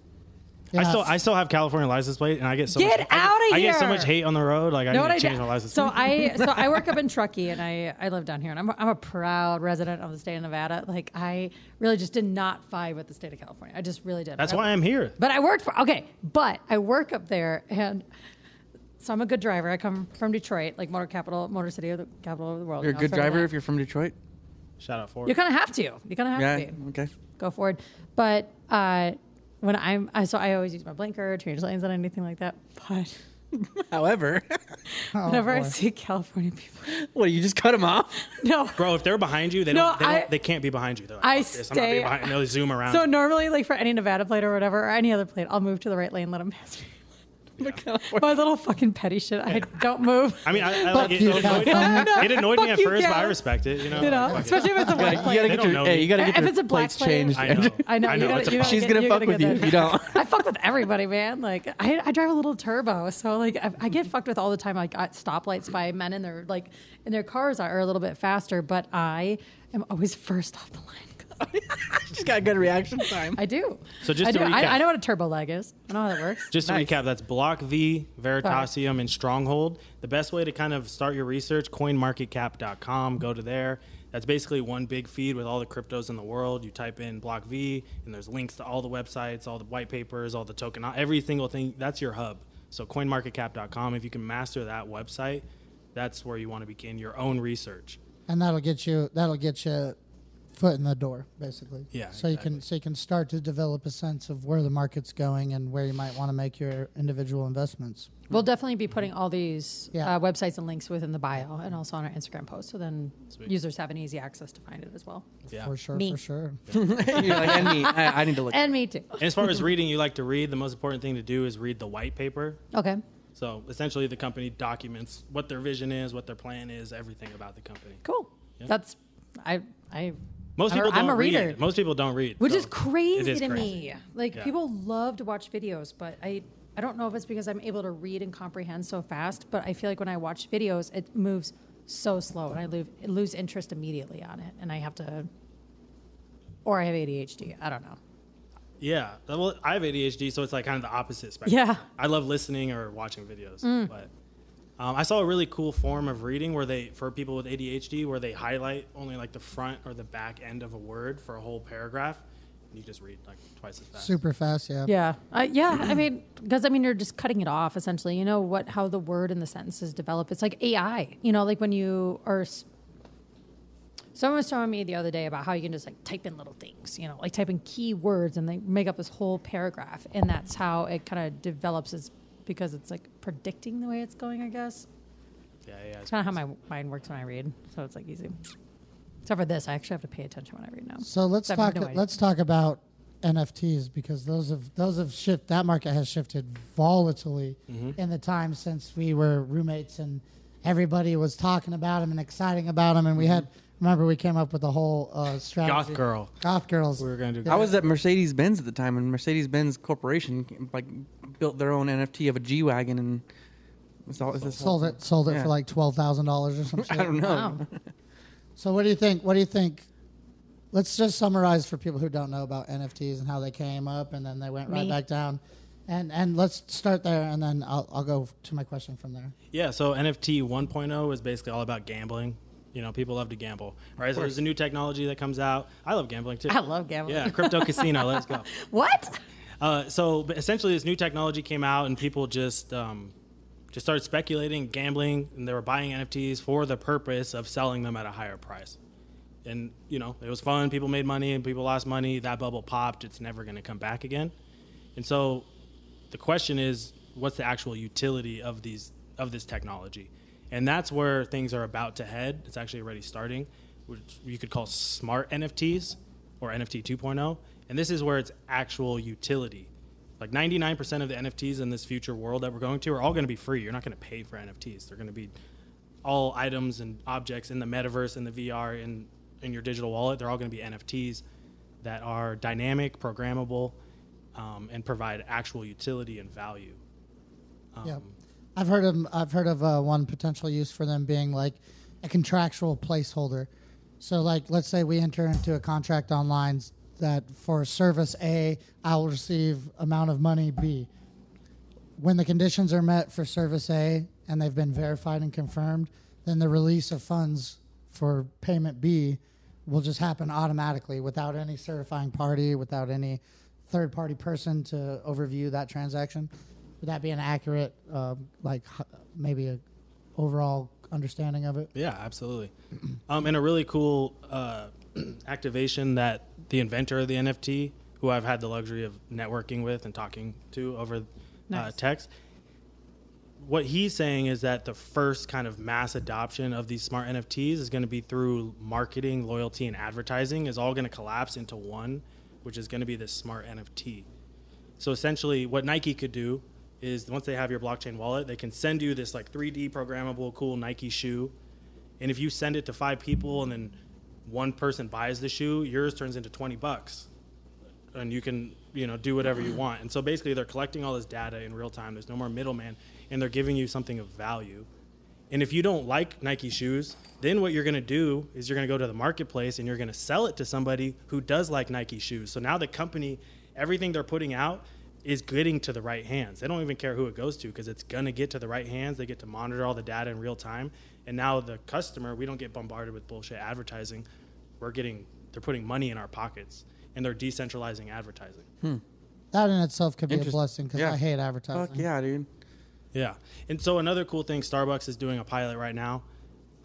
S1: itself. Yeah,
S4: I still I still have California license plate, and I get so
S3: Get
S4: much,
S3: outta
S4: I, I get so
S3: here!
S4: much hate on the road. Like I
S3: Know what
S4: need to
S3: I
S4: change
S3: did?
S4: my license.
S3: So
S4: plate.
S3: I so I work up in Truckee and I I live down here and I'm I'm a proud resident of the state of Nevada. Like I really just did not vibe with the state of California. I just really didn't.
S4: That's
S3: I-
S4: why I'm here.
S3: But I worked for okay, but I work up there and so I'm a good driver. I come from Detroit, like motor capital, motor city of the capital of the world.
S2: you're a
S3: you know,
S2: good
S3: sort of
S2: driver
S3: that.
S2: if you're from Detroit.
S4: Shout out for
S3: You kind of have to. You kind of have
S2: Yeah.
S3: to. Be.
S2: Okay.
S3: go forward. But uh, when I'm, I, so I always use my blinker, change lanes, and anything like that. But
S2: However,
S1: Oh,
S4: Oh,
S3: whenever I see California people,
S2: what you just cut him off?
S3: no.
S4: Bro, if they're behind you, they
S3: No,
S4: don't, they,
S3: I-
S4: don't, they can't be behind you. They're like,
S3: I
S4: "Fuck this, I'm not
S3: stay-
S4: being behind. And they'll zoom around.
S3: So normally, like for any Nevada plate or whatever, or any other plate, I'll move to the right lane, let them pass me. But my little fucking petty shit. I don't move.
S4: I mean, I, I like it,
S1: you,
S4: it annoyed,
S1: California.
S3: No,
S4: it annoyed me
S3: fuck
S4: at
S3: you,
S4: first, but I
S3: Cal.
S4: respect it. You know,
S3: You know,
S4: Like, fuck
S3: especially
S4: it.
S3: if it's a
S2: You
S3: white
S2: gotta,
S3: plate.
S2: you gotta
S4: They
S2: get your
S4: don't know
S2: hey,
S4: me.
S2: you gotta get
S3: If
S2: your
S3: it's a black
S2: plates
S3: plate-
S2: changed.
S4: I know.
S3: I know.
S4: I
S3: you
S4: know.
S3: gotta-
S4: It's a-
S3: you gotta
S2: She's
S3: get-
S2: gonna
S3: you
S2: fuck with you
S3: get
S2: if
S3: that.
S2: you don't.
S3: I fucked with everybody, man. Like I, I drive a little turbo, so like I, I get fucked with all the time. Like at stoplights by men and they're like, and their cars are a little bit faster, but I am always first off the line.
S2: She's got good reaction time.
S3: I do.
S4: So just
S3: I,
S4: to
S3: do. I,
S4: recap.
S3: I know what a turbo lag is. I know how that works.
S4: Just to recap, that's Block V, Veritasium, and Stronghold. The best way to kind of start your research, coinmarketcap.com, go to there. That's basically one big feed with all the cryptos in the world. You type in Block V, and there's links to all the websites, all the white papers, all the token, every single thing. That's your hub. So, coinmarketcap.com, if you can master that website, that's where you want to begin your own research.
S1: and that'll get you that'll get you foot in the door basically.
S4: Yeah,
S1: So you can so you can start to develop a sense of where the market's going and where you might want to make your individual investments.
S3: We'll definitely be putting all these
S1: Yeah.
S3: uh, websites and links within the bio and also on our Instagram post. So then users have an easy access to find it as well.
S4: Yeah.
S1: For sure,
S3: Me.
S1: for sure.
S2: You're like, and me. I, I need to look.
S3: And me too.
S4: And as far as reading, you like to read, the most important thing to do is read the white paper.
S3: Okay.
S4: So essentially, the company documents what their vision is, what their plan is, everything about the company.
S3: Cool. That's I I
S4: Most
S3: I'm a-
S4: people
S3: I'm
S4: don't
S3: a reader.
S4: read. Most people don't read,
S3: which
S4: so
S3: is crazy
S4: it is
S3: to
S4: crazy.
S3: me. Like
S4: Yeah.
S3: people love to watch videos, but I I don't know if it's because I'm able to read and comprehend so fast, but I feel like when I watch videos, it moves so slow and I lose lose interest immediately on it, and I have to, or I have ADHD. I don't know.
S4: Yeah. Well, I have ADHD, so it's like kind of the opposite spectrum.
S3: Yeah. Mm.
S4: I love listening or watching videos, but. Um, I saw a really cool form of reading where they, for people with ADHD, where they highlight only like the front or the back end of a word for a whole paragraph. And you just read like twice as fast.
S1: Super fast, yeah.
S3: Yeah, uh, yeah. I mean, because I mean, you're just cutting it off essentially. You know what? How the word and the sentences develop. It's like AI. You know, like when you are. s- Someone was showing me the other day about how you can just like type in little things. You know, like type in keywords and they make up this whole paragraph, and that's how it kind of develops. Is because it's like predicting the way it's going. I guess
S4: Yeah, yeah. it's
S3: it's kind of how my mind works when I read, so it's like easy. Except for this, I actually have to pay attention when I read now.
S1: So let's
S3: I have
S1: talk.
S3: no idea.
S1: let's talk about NFTs because those have those have shift. That market has shifted volatilely
S4: Mm-hmm.
S1: in the time since we were roommates and everybody was talking about them and exciting about them. And we had remember we came up with the whole uh, strategy.
S4: Mm-hmm. Goth girl.
S1: Goth girls.
S4: We were gonna do.
S2: I was at Mercedes Benz at the time, and Mercedes Benz Corporation like built their own NFT of a G wagon, and it's all it's this whole-
S1: sold it. Sold it
S2: Yeah.
S1: for like twelve thousand dollars or something.
S2: I don't know.
S3: Wow.
S1: So what do you think? What do you think? let's just summarize for people who don't know about NFTs and how they came up and then they went right
S3: Me.
S1: back down. And and let's start there and then I'll, I'll go to my question from there.
S4: Yeah, so NFT 1.0 is basically all about gambling. You know, people love to gamble, right? So there's a new technology that comes out. I love gambling too.
S3: I love gambling.
S4: Yeah, crypto casino. Let's go.
S3: What?
S4: Uh, so but essentially, this new technology came out, and people just um, just started speculating, gambling, and they were buying NFTs for the purpose of selling them at a higher price. And you know, it was fun. People made money, and people lost money. That bubble popped. It's never going to come back again. And so, the question is, what's the actual utility of these of this technology? And that's where things are about to head. It's actually already starting, which you could call smart NFTs or NFT 2.0. oh. And this is where it's actual utility. Like 99% of the NFTs in this future world that we're going to are all going to be free. You're not going to pay for NFTs. They're going to be all items and objects in the metaverse and the VR and in your digital wallet. They're all going to be NFTs that are dynamic, programmable, um, and provide actual utility and value.
S1: yeah. I've heard of I've heard of uh, one potential use for them being like a contractual placeholder. So like let's say we enter into a contract online that for service A I'll receive amount of money B. When the conditions are met for service A and they've been verified and confirmed, then the release of funds for payment B will just happen automatically without any certifying party, without any third party person to overview that transaction. Would that be an accurate, um, like h- maybe a overall understanding of it?
S4: Yeah, absolutely. um, and a really cool uh, activation that the inventor of the NFT, who I've had the luxury of networking with and talking to over uh,
S3: Nice.
S4: text, what he's saying is that the first kind of mass adoption of these smart NFTs is going to be through marketing, loyalty, and advertising, is all going to collapse into one, which is going to be this smart NFT. So essentially, what Nike could do is once they have your blockchain wallet, they can send you this like 3D programmable, cool Nike shoe. And if you send it to five people and then one person buys the shoe, yours turns into 20 bucks. And you can, you know, do whatever you want. And so basically, they're collecting all this data in real time. There's no more middleman, and they're giving you something of value. And if you don't like Nike shoes, then what you're going to do is you're going to go to the marketplace and you're going to sell it to somebody who does like Nike shoes. So now the company, everything they're putting out is getting to the right hands. They don't even care who it goes to because it's going to get to the right hands. They get to monitor all the data in real time. And now the customer, we don't get bombarded with bullshit advertising. We're getting, they're putting money in our pockets and they're decentralizing advertising.
S1: That in itself could be a
S2: Interest-
S1: blessing because
S2: yeah.
S1: I hate
S2: Fuck
S1: advertising.
S2: yeah, dude.
S4: Yeah. And so another cool thing, Starbucks is doing a pilot right now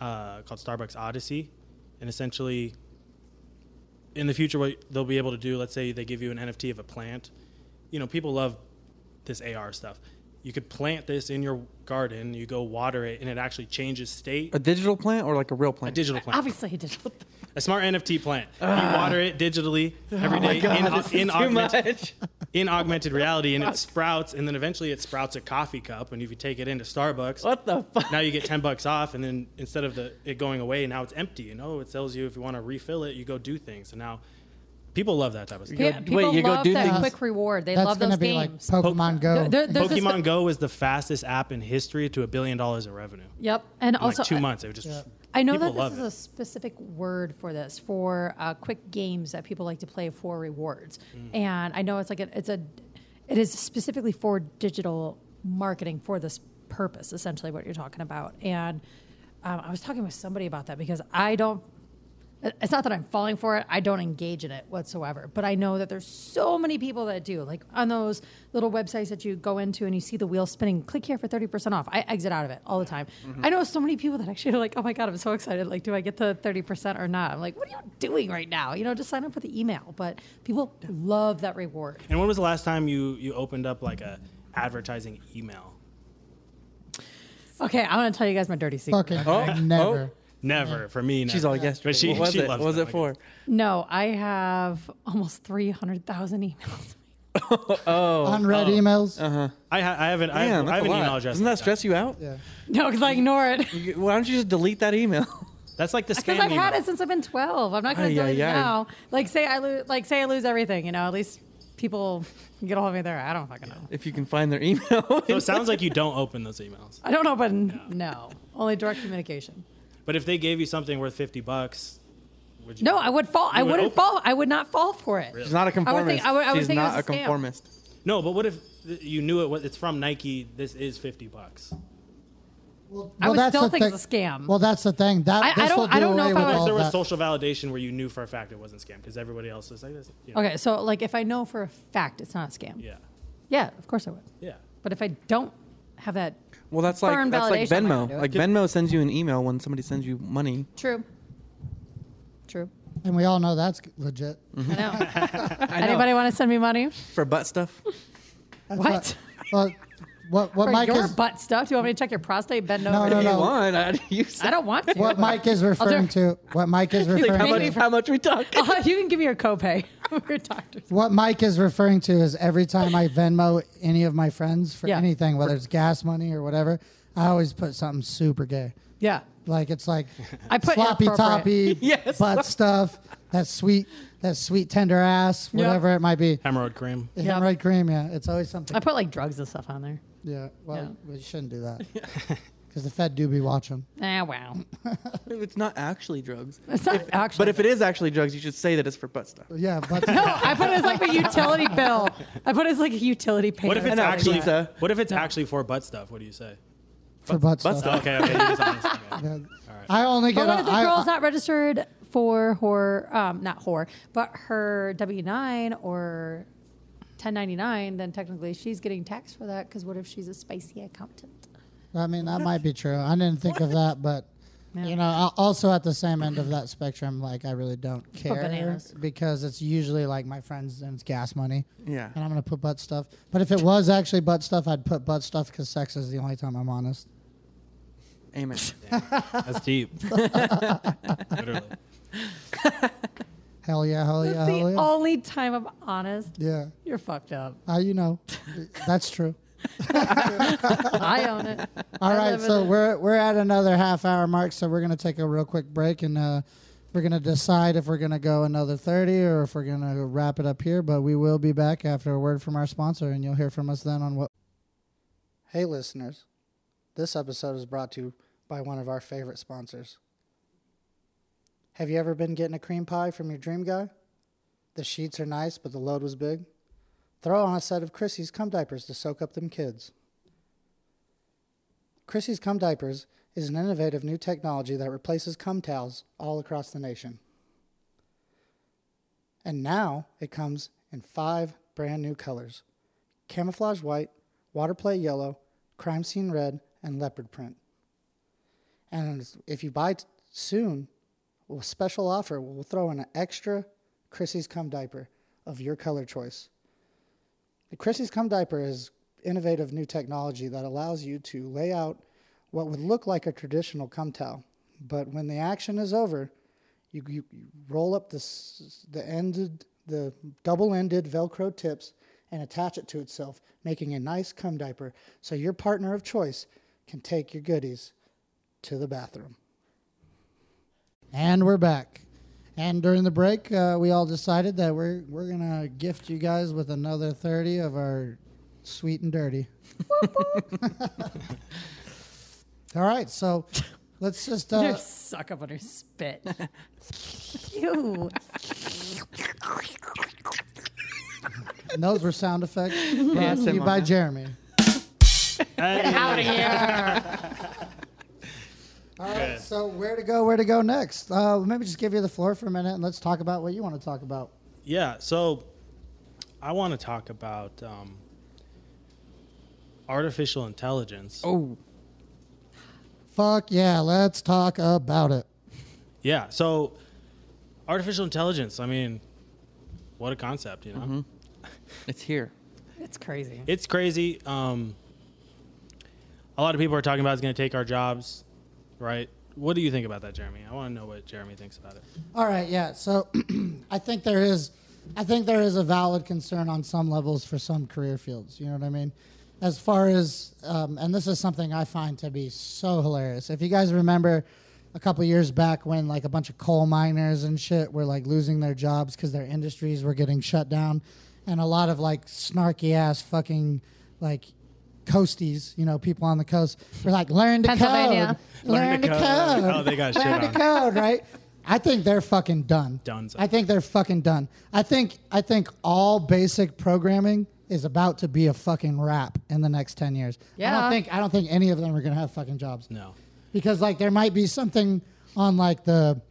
S4: uh, called Starbucks Odyssey. And essentially, in the future, what they'll be able to do, let's say they give you an NFT of a plant. You know, people love this AR stuff. You could plant this in your garden, you go water it, and it actually changes state.
S2: A digital plant or like a real
S4: A
S2: plant?
S4: digital plant.
S3: Obviously, he did. What the
S4: A smart NFT plant.
S2: Ah.
S4: you water it digitally
S2: Oh
S4: every day in, in, augment, in augmented reality, and it sprouts, and then eventually it sprouts a coffee cup. And if you take it into Starbucks,
S2: What the fuck?
S4: now you get 10 bucks off and then instead of the it going away now it's empty you know it tells you if you want to refill it you go do things and now people love that type of stuff
S2: Yeah,
S3: Yeah,
S2: wait,
S3: people
S2: you go
S3: love
S2: do
S3: that
S2: things-
S3: quick reward. They
S1: That's
S3: love
S1: gonna
S3: those
S1: be
S3: games.
S1: like Pokemon Go.
S3: There- there's this-
S4: pokemon go is the fastest app in history to a billion dollars in revenue in
S3: yep, and
S4: like
S3: also
S4: two
S3: I-
S4: months it was just
S3: I know
S4: people
S3: that this
S4: love
S3: is
S4: it.
S3: a specific word for this for uh, quick games that people like to play for rewards,
S4: Mm.
S3: and I know it's like a, it's a it is specifically for digital marketing for this purpose. Essentially, what you're talking about, and um, I was talking with somebody about that because I don't it's not that I'm falling for it. I don't engage in it whatsoever. But I know that there's so many people that do. Like on those little websites that you go into and you see the wheel spinning, click here for 30% off. I exit out of it all the time. I know so many people that actually are like, oh my God, I'm so excited. Like, do I get the 30% or not? I'm like, what are you doing right now? You know, just sign up for the email. But people love that reward.
S4: and when was the last time you you opened up like a advertising email
S3: Okay, I'm going to tell you guys my dirty secret.
S1: Fucking
S2: Oh,
S1: never.
S4: never for me
S2: She's
S4: never.
S2: all yesterday.
S4: but she,
S2: what was
S4: she
S2: it? What
S4: loves
S2: was
S4: them,
S2: it
S4: I
S2: for?
S4: guess.
S3: No, I have almost 300,000 emails.
S2: oh,
S1: Unread
S2: Uh-huh.
S1: emails.
S4: I, ha- I haven't I
S2: Damn,
S4: have, I
S2: that's
S4: have
S2: a
S4: an
S2: lot.
S4: email address
S2: Doesn't that stress you out?
S1: Yeah.
S3: No, because I ignore it.
S2: You- Why don't you just delete that email?
S4: that's like the spam
S3: Because I've had
S4: email.
S3: it since I've been 12. I'm not going
S2: Ay,
S3: to delete it
S2: ay, ay.
S3: now. Like say I lose, like say I lose everything. You know, at least people can get a hold of me there. I don't fucking know.
S2: if you can find their email.
S4: so it sounds like you don't open those emails
S3: I don't know, but no, only direct communication.
S4: But if they gave you something worth fifty bucks, Would you-
S3: No, I would fall. I
S4: would
S3: wouldn't
S4: open-
S3: fall. I would not fall for it.
S2: She's not a
S3: I would
S2: conformist.
S3: think- I would- I would
S2: She's
S3: think it
S2: not
S3: was
S2: a
S3: a scam.
S2: conformist.
S4: No, but what if th- you knew it? was It's from Nike. This is fifty bucks.
S3: I would
S1: that's
S3: still
S1: the
S3: think
S1: thing-
S3: it's a scam.
S1: Well, that's the thing. That
S3: I- I
S1: this
S3: don't-
S1: will
S3: I
S1: do
S3: don't know
S1: away
S3: if I
S1: with
S3: would-
S4: But
S1: all
S4: if there was
S1: that.
S4: social validation where you knew for a fact it wasn't scam because everybody else was like this. You know.
S3: Okay, so like if I know for a fact it's not a scam, yeah,
S4: Yeah.
S3: of course I would.
S4: Yeah.
S3: But if I don't have that,
S2: Well, that's like
S3: Firm
S2: that's like
S3: validation, I'm not gonna
S2: Venmo.
S3: do it.
S2: Like Venmo sends you an email when somebody sends you money.
S3: true, true.
S1: and we all know that's legit.
S3: I know.
S2: I know,
S3: Anybody want to send me money?
S2: for butt stuff?
S1: That's
S3: What?
S1: Well, what what
S3: For
S1: Mike
S3: your
S1: is
S3: butt stuff? Do you want me to check your prostate? Bend
S1: No,
S3: over.
S1: no,
S2: if you
S1: no.
S2: want, I, you
S3: I don't want to.
S1: what Mike is referring to what Mike is
S2: Like, how,
S1: referring
S2: much,
S1: to
S2: how much we talking?
S3: Oh, you can give me your copay. We're doctors.
S1: what Mike is referring to is every time I Venmo any of my friends for
S3: Yeah.
S1: anything, whether it's gas money or whatever, I always put something super gay.
S3: Yeah.
S1: Like it's like
S3: I put
S1: sloppy toppy,
S3: inappropriate.
S2: Yes.
S1: butt stuff, that sweet, that sweet tender ass,
S3: Yeah.
S1: whatever it might be.
S4: Hemorrhoid cream.
S1: Yeah. Hemorrhoid cream, yeah. It's always something.
S3: I put like drugs and stuff on there.
S1: yeah. Well,
S3: Yeah.
S1: we shouldn't do that because the Fed do be watching.
S3: Ah, wow.
S2: It's not actually drugs.
S3: It's not actually.
S2: Oh. But if it is actually drugs, you should say that it's for butt stuff.
S1: Yeah, but
S3: I put it as like a utility bill. I put it as like a utility payment.
S4: What if
S2: I
S4: it's
S2: know,
S4: actually?
S2: pizza.
S4: What if it's actually for butt stuff? What do you say?
S1: for butt
S2: butt
S1: stuff.
S2: stuff.
S4: Okay. Okay. you're just honest, okay.
S1: Yeah. I only get.
S3: But what if
S1: a-
S3: the
S1: I-
S3: girl's not registered for her, um, not whore, but her W nine or ten ninety nine? Then technically she's getting taxed for that because what if she's a spicy accountant?
S1: I mean, that might be true. I didn't think of that, but you know, al- also at the same end of that spectrum, like I really don't care
S3: bananas.
S1: because it's usually like my friends and it's gas money,
S2: Yeah.
S1: and I'm gonna put butt stuff. But if it was actually butt stuff, I'd put butt stuff because sex is the only time I'm honest.
S2: Amen.
S4: That's deep. Literally.
S1: Hell yeah, hell Oh, yeah,
S3: That's the
S1: hell yeah.
S3: only time I'm honest.
S1: yeah,
S3: You're fucked up.
S1: uh, you know, that's true.
S3: I own it.
S1: All
S3: I
S1: right,
S3: live in
S1: so
S3: it.
S1: we're we're at another half hour mark, so we're gonna take a real quick break and uh, we're gonna decide if we're gonna go another thirty or if we're gonna wrap it up here. But we will be back after a word from our sponsor, and you'll hear from us then on what. Hey, listeners, this episode is brought to you by one of our favorite sponsors. Have you ever been getting a cream pie from your dream guy? The sheets are nice, but the load was big. Throw on a set of Chrissy's cum diapers to soak up them kids. Chrissy's Cum Diapers is an innovative new technology that replaces cum towels all across the nation. And now it comes in five brand new colors camouflage white, water play yellow, crime scene red, and leopard print. And if you buy t- soon, a special offer will throw in an extra Chrissy's Cum Diaper of your color choice. The Chrissy's Cum Diaper is innovative new technology that allows you to lay out what would look like a traditional cum towel, but when the action is over, you, you, you roll up the s- the ended the double-ended Velcro tips and attach it to itself, making a nice cum diaper, so your partner of choice can take your goodies to the bathroom. And we're back. And during the break, uh, we all decided that we're we're gonna gift you guys with another thirty of our sweet and dirty. all right, so let's just
S3: You
S1: uh,
S3: suck up on her spit. you.
S1: and those were sound effects brought to you
S2: ASMR.
S1: by Jeremy.
S3: Out of here.
S1: All right, so where to go? Where to go next? Uh, let me just give you the floor for a minute and let's talk about what you want to talk about.
S4: Yeah. So I want to talk about um, artificial intelligence.
S2: Oh,
S1: Fuck yeah, let's talk about it.
S4: Yeah. So artificial intelligence. I mean, what a concept, you know?
S1: Mm-hmm.
S2: it's here.
S3: It's crazy.
S4: It's crazy. Um, a lot of people are talking about it's going to take our jobs, right? What do you think about that, Jeremy? I want to know what Jeremy thinks about it.
S1: All right, yeah. So I think there is I think there is a valid concern on some levels for some career fields. You know what I mean? As far as um, and this is something I find to be so hilarious. If you guys remember a couple years back when like a bunch of coal miners and shit were like losing their jobs because their industries were getting shut down and a lot of like snarky ass fucking like coasties, you know, people on the coast were like learn to
S3: Pennsylvania.
S1: code. Learn, to code.
S4: Oh, they got shit
S1: Learn to
S4: on.
S1: code, right? I think they're fucking done.
S4: Donezo.
S1: I think they're fucking done. I think I think all basic programming is about to be a fucking wrap in the next ten years. I
S3: Yeah.
S1: don't think I don't think any of them are gonna have fucking jobs.
S4: No.
S1: Because like there might be something on like the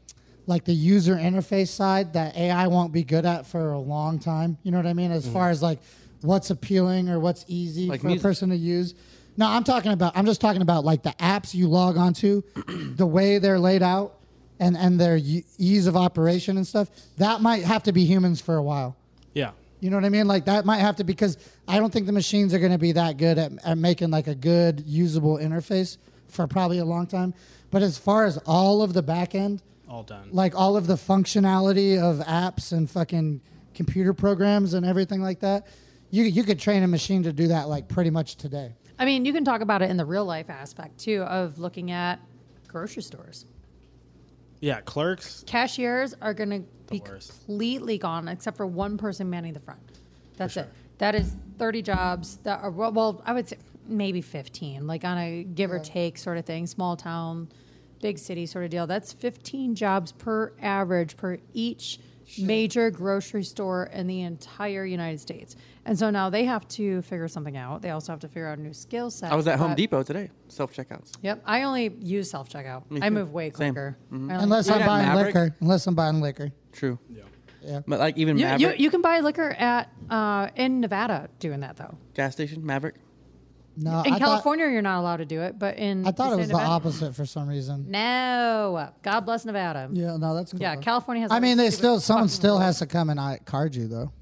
S1: like the user interface side that AI won't be good at for a long time. You know what I mean? As far as like what's appealing or what's easy
S2: Mm-hmm. Like
S1: for
S2: music.
S1: a person to use. No, I'm talking about I'm just talking about like the apps you log onto, the way they're laid out and and their e- ease of operation and stuff. That might have to be humans for a while.
S4: Yeah.
S1: You know what I mean? Like that might have to because I don't think the machines are going to be that good at, at making like a good usable interface for probably a long time. But as far as all of the back end,
S4: All done.
S1: like all of the functionality of apps and fucking computer programs and everything like that, you you could train a machine to do that like pretty much today.
S3: I mean, you can talk about it in the real life aspect too of looking at grocery stores.
S4: yeah. Clerks.
S3: Cashiers are going to be
S4: worst.
S3: completely gone, except for one person manning the front. That's it. That is 30 jobs that are, well, well, I would say maybe 15, like on a give or take sort of thing, small town, big city sort of deal. That's 15 jobs per average per each major grocery store in the entire United States. And so now they have to figure something out. They also have to figure out a new skill set.
S2: I was at Home
S3: but-
S2: Depot today, self checkouts.
S3: Yep. I only use self checkout. I
S2: too.
S3: move way
S2: Same. Mm-hmm.
S3: quicker. I only-
S1: Unless
S2: Dude,
S1: I'm
S2: at
S1: buying
S2: Maverick-
S1: liquor, unless I'm buying liquor.
S2: True.
S4: Yeah.
S2: But like even
S3: you, you,
S2: Maverick
S3: you can buy liquor at uh, in Nevada doing that though.
S2: gas station, Maverick.
S1: No, Uh, I
S3: In
S1: thought-
S3: California, you're not allowed to do it, but in
S1: I thought it
S3: the state
S1: was
S3: of
S1: the
S3: Nevada-
S1: opposite for some reason.
S3: No, God bless Nevada. Yeah,
S1: Yeah, no, that's cool. though.
S3: California has.
S1: I
S3: all
S1: mean,
S3: these
S1: they
S3: stupid
S1: still someone
S3: fucking
S1: still
S3: rules.
S1: has to come and I card you though.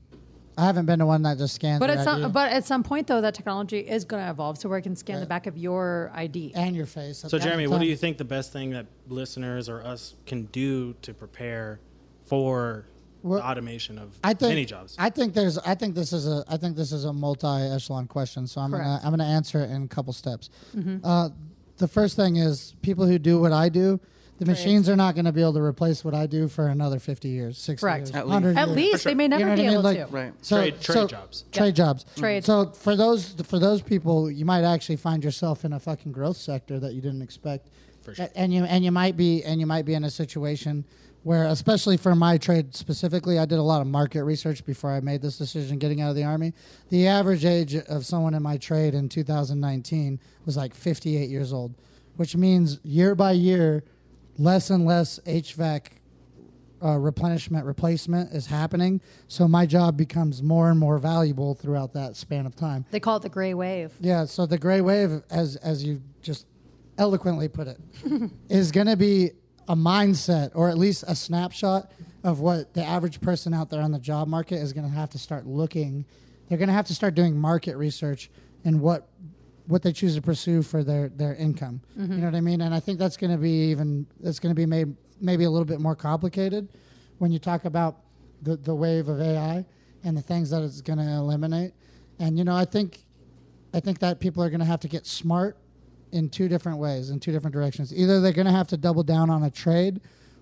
S1: I haven't been to one that just scans.
S3: But
S1: your
S3: at some
S1: ID.
S3: but at some point though, that technology is going to evolve, so where it can scan the
S1: Right.
S3: back of your ID.
S1: and your face. at
S4: So,
S1: the
S4: Jeremy,
S1: same
S4: what do
S1: time.
S4: you think the best thing that listeners or us can do to prepare for
S1: Well,
S4: the automation of
S1: I think
S4: any jobs?
S1: I think there's. I think this is a. I think this is a multi-echelon question. So I'm gonna.
S3: Correct. Mm-hmm.
S1: I'm gonna answer it in a couple steps. Uh, the first thing is people who do what I do. The machines are not going to be able to replace what I do for another 50 years, 60
S3: Correct.
S1: years,
S3: At
S2: least.
S1: 100
S3: At
S1: years.
S3: least they may never
S1: You know what
S3: be
S1: I mean?
S3: able
S1: Like-
S3: to.
S2: Right.
S1: So
S4: Trade- trade
S1: so-
S4: jobs.
S1: Trade jobs.
S3: Trade.
S1: So for those for those people, you might actually find yourself in a fucking growth sector that you didn't expect.
S4: For sure.
S1: A- And you and you might be and you might be in a situation where, especially for my trade specifically, I did a lot of market research before I made this decision getting out of the army. The average age of someone in my trade in 2019 was like 58 years old, which means year by year, less and less HVAC uh, replenishment replacement is happening. So my job becomes more and more valuable throughout that span of time.
S3: They call it the gray wave.
S1: Yeah. So the gray wave, as as you just eloquently put it, is going to be a mindset or at least a snapshot of what the average person out there on the job market is going to have to start looking. They're going to have to start doing market research and what what they choose to pursue for their their income. You know what I mean? And I think that's going to be even that's going to be made maybe a little bit more complicated when you talk about the, the wave of AI and the things that it's going to eliminate. And you know, I think I think that people are going to have to get smart in two different ways, in two different directions. Either they're going to have to double down on a trade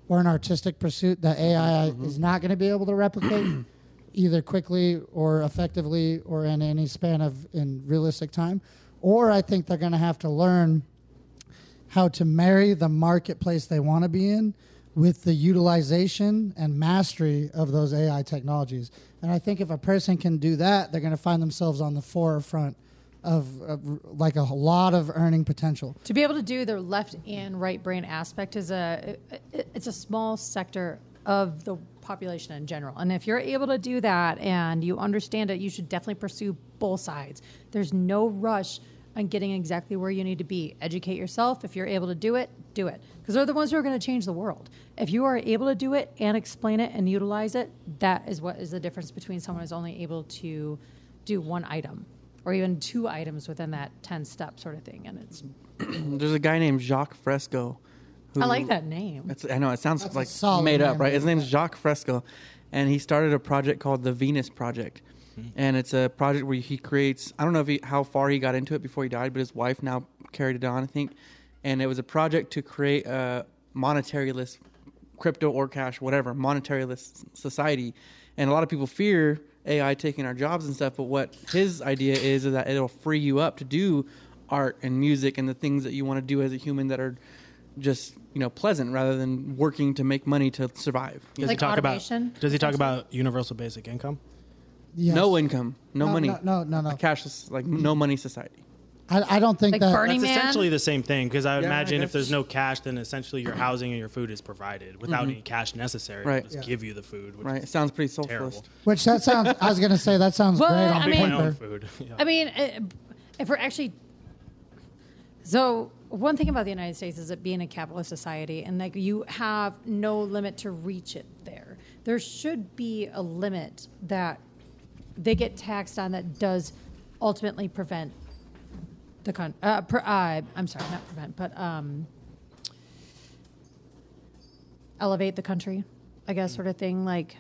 S1: or an artistic pursuit that AI is not going to be able to replicate, either quickly or effectively or in any span of in realistic time. Or I think they're going to have to learn how to marry the marketplace they want to be in with the utilization and mastery of those AI technologies. And I think if a person can do that, they're going to find themselves on the forefront of, of like a lot of earning potential.
S3: To be able to do their left and right brain aspect is a it- it's a small sector of the population in general. And if you're able to do that and you understand it, you should definitely pursue both sides. There's no rush on getting exactly where you need to be. Educate yourself. If you're able to do it, do it. Because they're the ones who are going to change the world. If you are able to do it and explain it and utilize it, that is what is the difference between someone who's only able to do one item or even two items within that 10 step sort of thing. And it's
S2: There's a guy named Jacques Fresco. Who,
S3: I like that name.
S2: That's, I know it sounds
S1: That's a
S2: like
S1: solid
S2: made up,
S1: name,
S2: right? His
S1: dude.
S2: name's Jacques Fresco, and he started a project called the Venus Project, and it's a project where he creates. I don't know if he, how far he got into it before he died, but his wife now carried it on, I think. And it was a project to create a monetary-less crypto or cash, whatever, monetary-less society. And a lot of people fear AI taking our jobs and stuff, but what his idea is is that it'll free you up to do art and music and the things that you want to do as a human that are just you know pleasant rather than working to make money to survive.
S4: Does
S3: Like
S4: he talk
S3: automation?
S4: about? Does he talk about universal basic income?
S1: Yes.
S2: No income, no,
S1: No,
S2: money.
S1: no, no, no, no.
S2: A cashless, like no money society.
S1: I, I don't think
S3: Like
S1: that.
S3: Burning
S4: That's
S3: Man?
S4: essentially the same thing because I would
S2: Yeah, I
S4: imagine if
S2: guess.
S4: there's no cash, then essentially your housing and your food is provided without any cash necessary. They'll
S2: Right.
S4: Just
S2: Yeah.
S4: give you the food. Which
S2: Right? It
S4: Is
S2: sounds pretty
S4: terrible.
S2: socialist.
S1: Which that sounds. I was gonna say that sounds
S3: Well,
S1: great
S3: I
S1: on
S4: Make my own
S1: paper.
S4: food. Yeah.
S3: I mean, uh, if we're actually so one thing about the United States is it being a capitalist society, and like you have no limit to reach it there. There should be a limit that they get taxed on that does ultimately prevent the con. Uh, per, uh, I'm sorry, not prevent, but um, elevate the country, I guess, sort of thing. Like,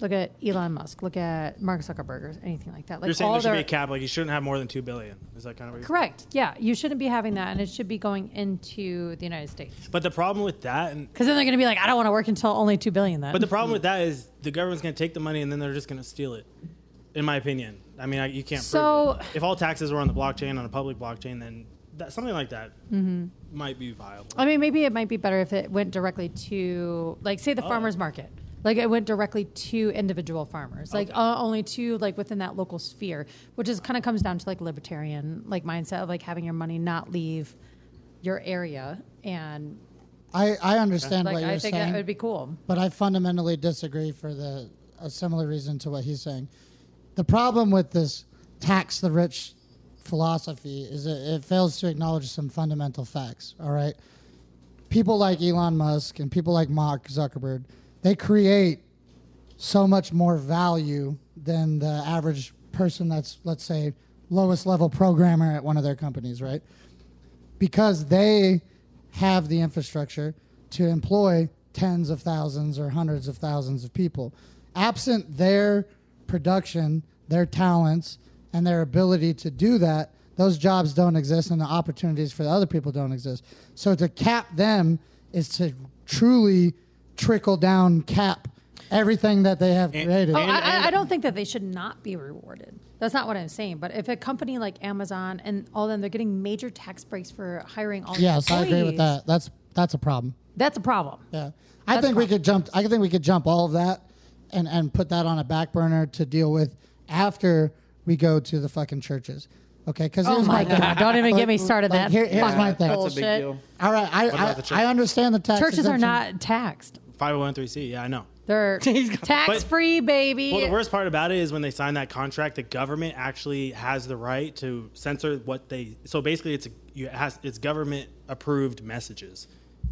S3: look at Elon Musk, look at Mark Zuckerberg, or anything like that. Like
S4: You're saying there should be
S3: their-
S4: a cap. Like you shouldn't have more than two billion. Is that kind of what you're
S3: Correct. Yeah, you shouldn't be having that, and it should be going into the United States.
S4: But the problem with that, and
S3: Because then they're going to be like, I don't want to work until only two billion. Then,
S4: but the problem with that is the government's going to take the money and then they're just going to steal it. In my opinion, I mean, I, you can't.
S3: So-
S4: prove it. if all taxes were on the blockchain on a public blockchain, then that, something like that might be viable.
S3: I mean, maybe it might be better if it went directly to, like, say, the
S4: Oh.
S3: farmers market. Like it went directly to individual farmers, like uh, only to like within that local sphere, which is kind of comes down to like libertarian like mindset of like having your money not leave your area, and
S1: I, I understand
S3: like
S1: what you're
S3: I think
S1: saying.
S3: that would be cool.
S1: but I fundamentally disagree for the a similar reason to what he's saying. The problem with this tax the rich philosophy is it, it fails to acknowledge some fundamental facts. All right, people like Elon Musk and people like Mark Zuckerberg, they create so much more value than the average person that's let's say lowest level programmer at one of their companies, right? because they have the infrastructure to employ tens of thousands or hundreds of thousands of people. Absent their production, their talents, and their ability to do that, those jobs don't exist and the opportunities for the other people don't exist. So to cap them is to truly trickle down cap everything that they have created.
S3: Oh, I, I- I don't think that they should not be rewarded. That's not what I'm saying. But if a company like Amazon and all them, they're getting major tax breaks for hiring all.
S1: yes, I agree with
S3: employees,
S1: that. That's that's a problem.
S3: That's a problem.
S1: Yeah, I
S3: That's
S1: think we
S3: fine.
S1: could jump. I think we could jump all of that, and and put that on a back burner to deal with after we go to the fucking churches. Okay, because
S3: Oh my god! Don't even get me started.
S1: Like,
S3: that
S1: here- here's
S3: fucking
S1: my thing. That's
S2: It's a big
S3: bullshit.
S2: deal.
S1: All right, I
S4: about
S1: I,
S4: the church?
S1: I understand the tax
S3: Churches are
S1: exemption.
S3: not taxed.
S4: Five hundred one three C. Yeah, I know.
S3: They're
S2: He's got-
S3: tax free, baby.
S4: Well, the worst part about it is when they sign that contract, the government actually has the right to censor what they. So basically, it's a, you it has it's government approved messages.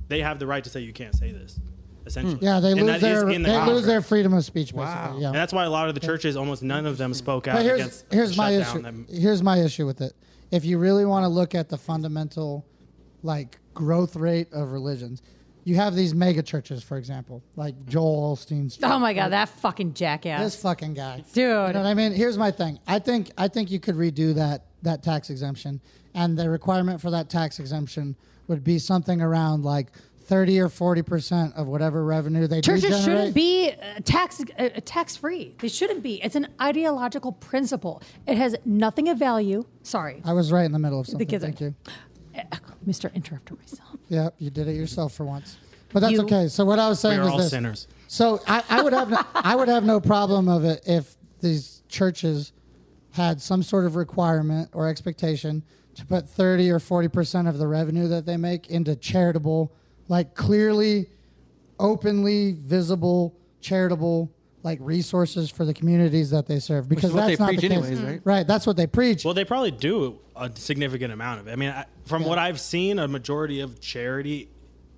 S4: They have the right to say you can't say this. Essentially,
S1: Hmm. Yeah, they
S4: And
S1: lose
S4: that is
S1: their
S4: in the
S1: they lose
S4: contract.
S1: their freedom of speech. Basically.
S2: Wow.
S1: Yeah.
S4: And that's why a lot of the churches, almost none of them spoke out
S1: But here's
S4: against
S1: here's my
S4: shutdown.
S1: issue.
S4: Them-
S1: Here's my issue with it. If you really want to look at the fundamental, like growth rate of religions, you have these mega churches, for example, like Joel Olstein's.
S3: oh my god! That fucking jackass.
S1: This fucking guy,
S3: Dude.
S1: You know what I mean? Here's my thing. I think I think you could redo that that tax exemption, and the requirement for that tax exemption would be something around like thirty or forty percent of whatever revenue they do
S3: Churches
S1: generate.
S3: shouldn't be uh, tax uh, tax free. They shouldn't be. It's an ideological principle. It has nothing of value. Sorry,
S1: I was right in the middle of something.
S3: kids are-
S1: Thank you.
S3: Uh, Mr. Interrupter myself.
S1: Yeah, you did it yourself for once. But that's
S3: You-
S1: okay. So what I was saying
S4: We are
S1: is
S4: all
S1: this.
S4: sinners.
S1: So I, I would have no, I would have no problem of it if these churches had some sort of requirement or expectation to put thirty or forty percent of the revenue that they make into charitable, like clearly, openly visible charitable like resources for the communities that they serve because
S2: what
S1: that's
S2: they
S1: not
S2: preach
S1: the case.
S2: anyways, right?
S1: Right, that's what they preach.
S4: Well, they probably do a significant amount of it. I mean, I, from what I've seen, a majority of charity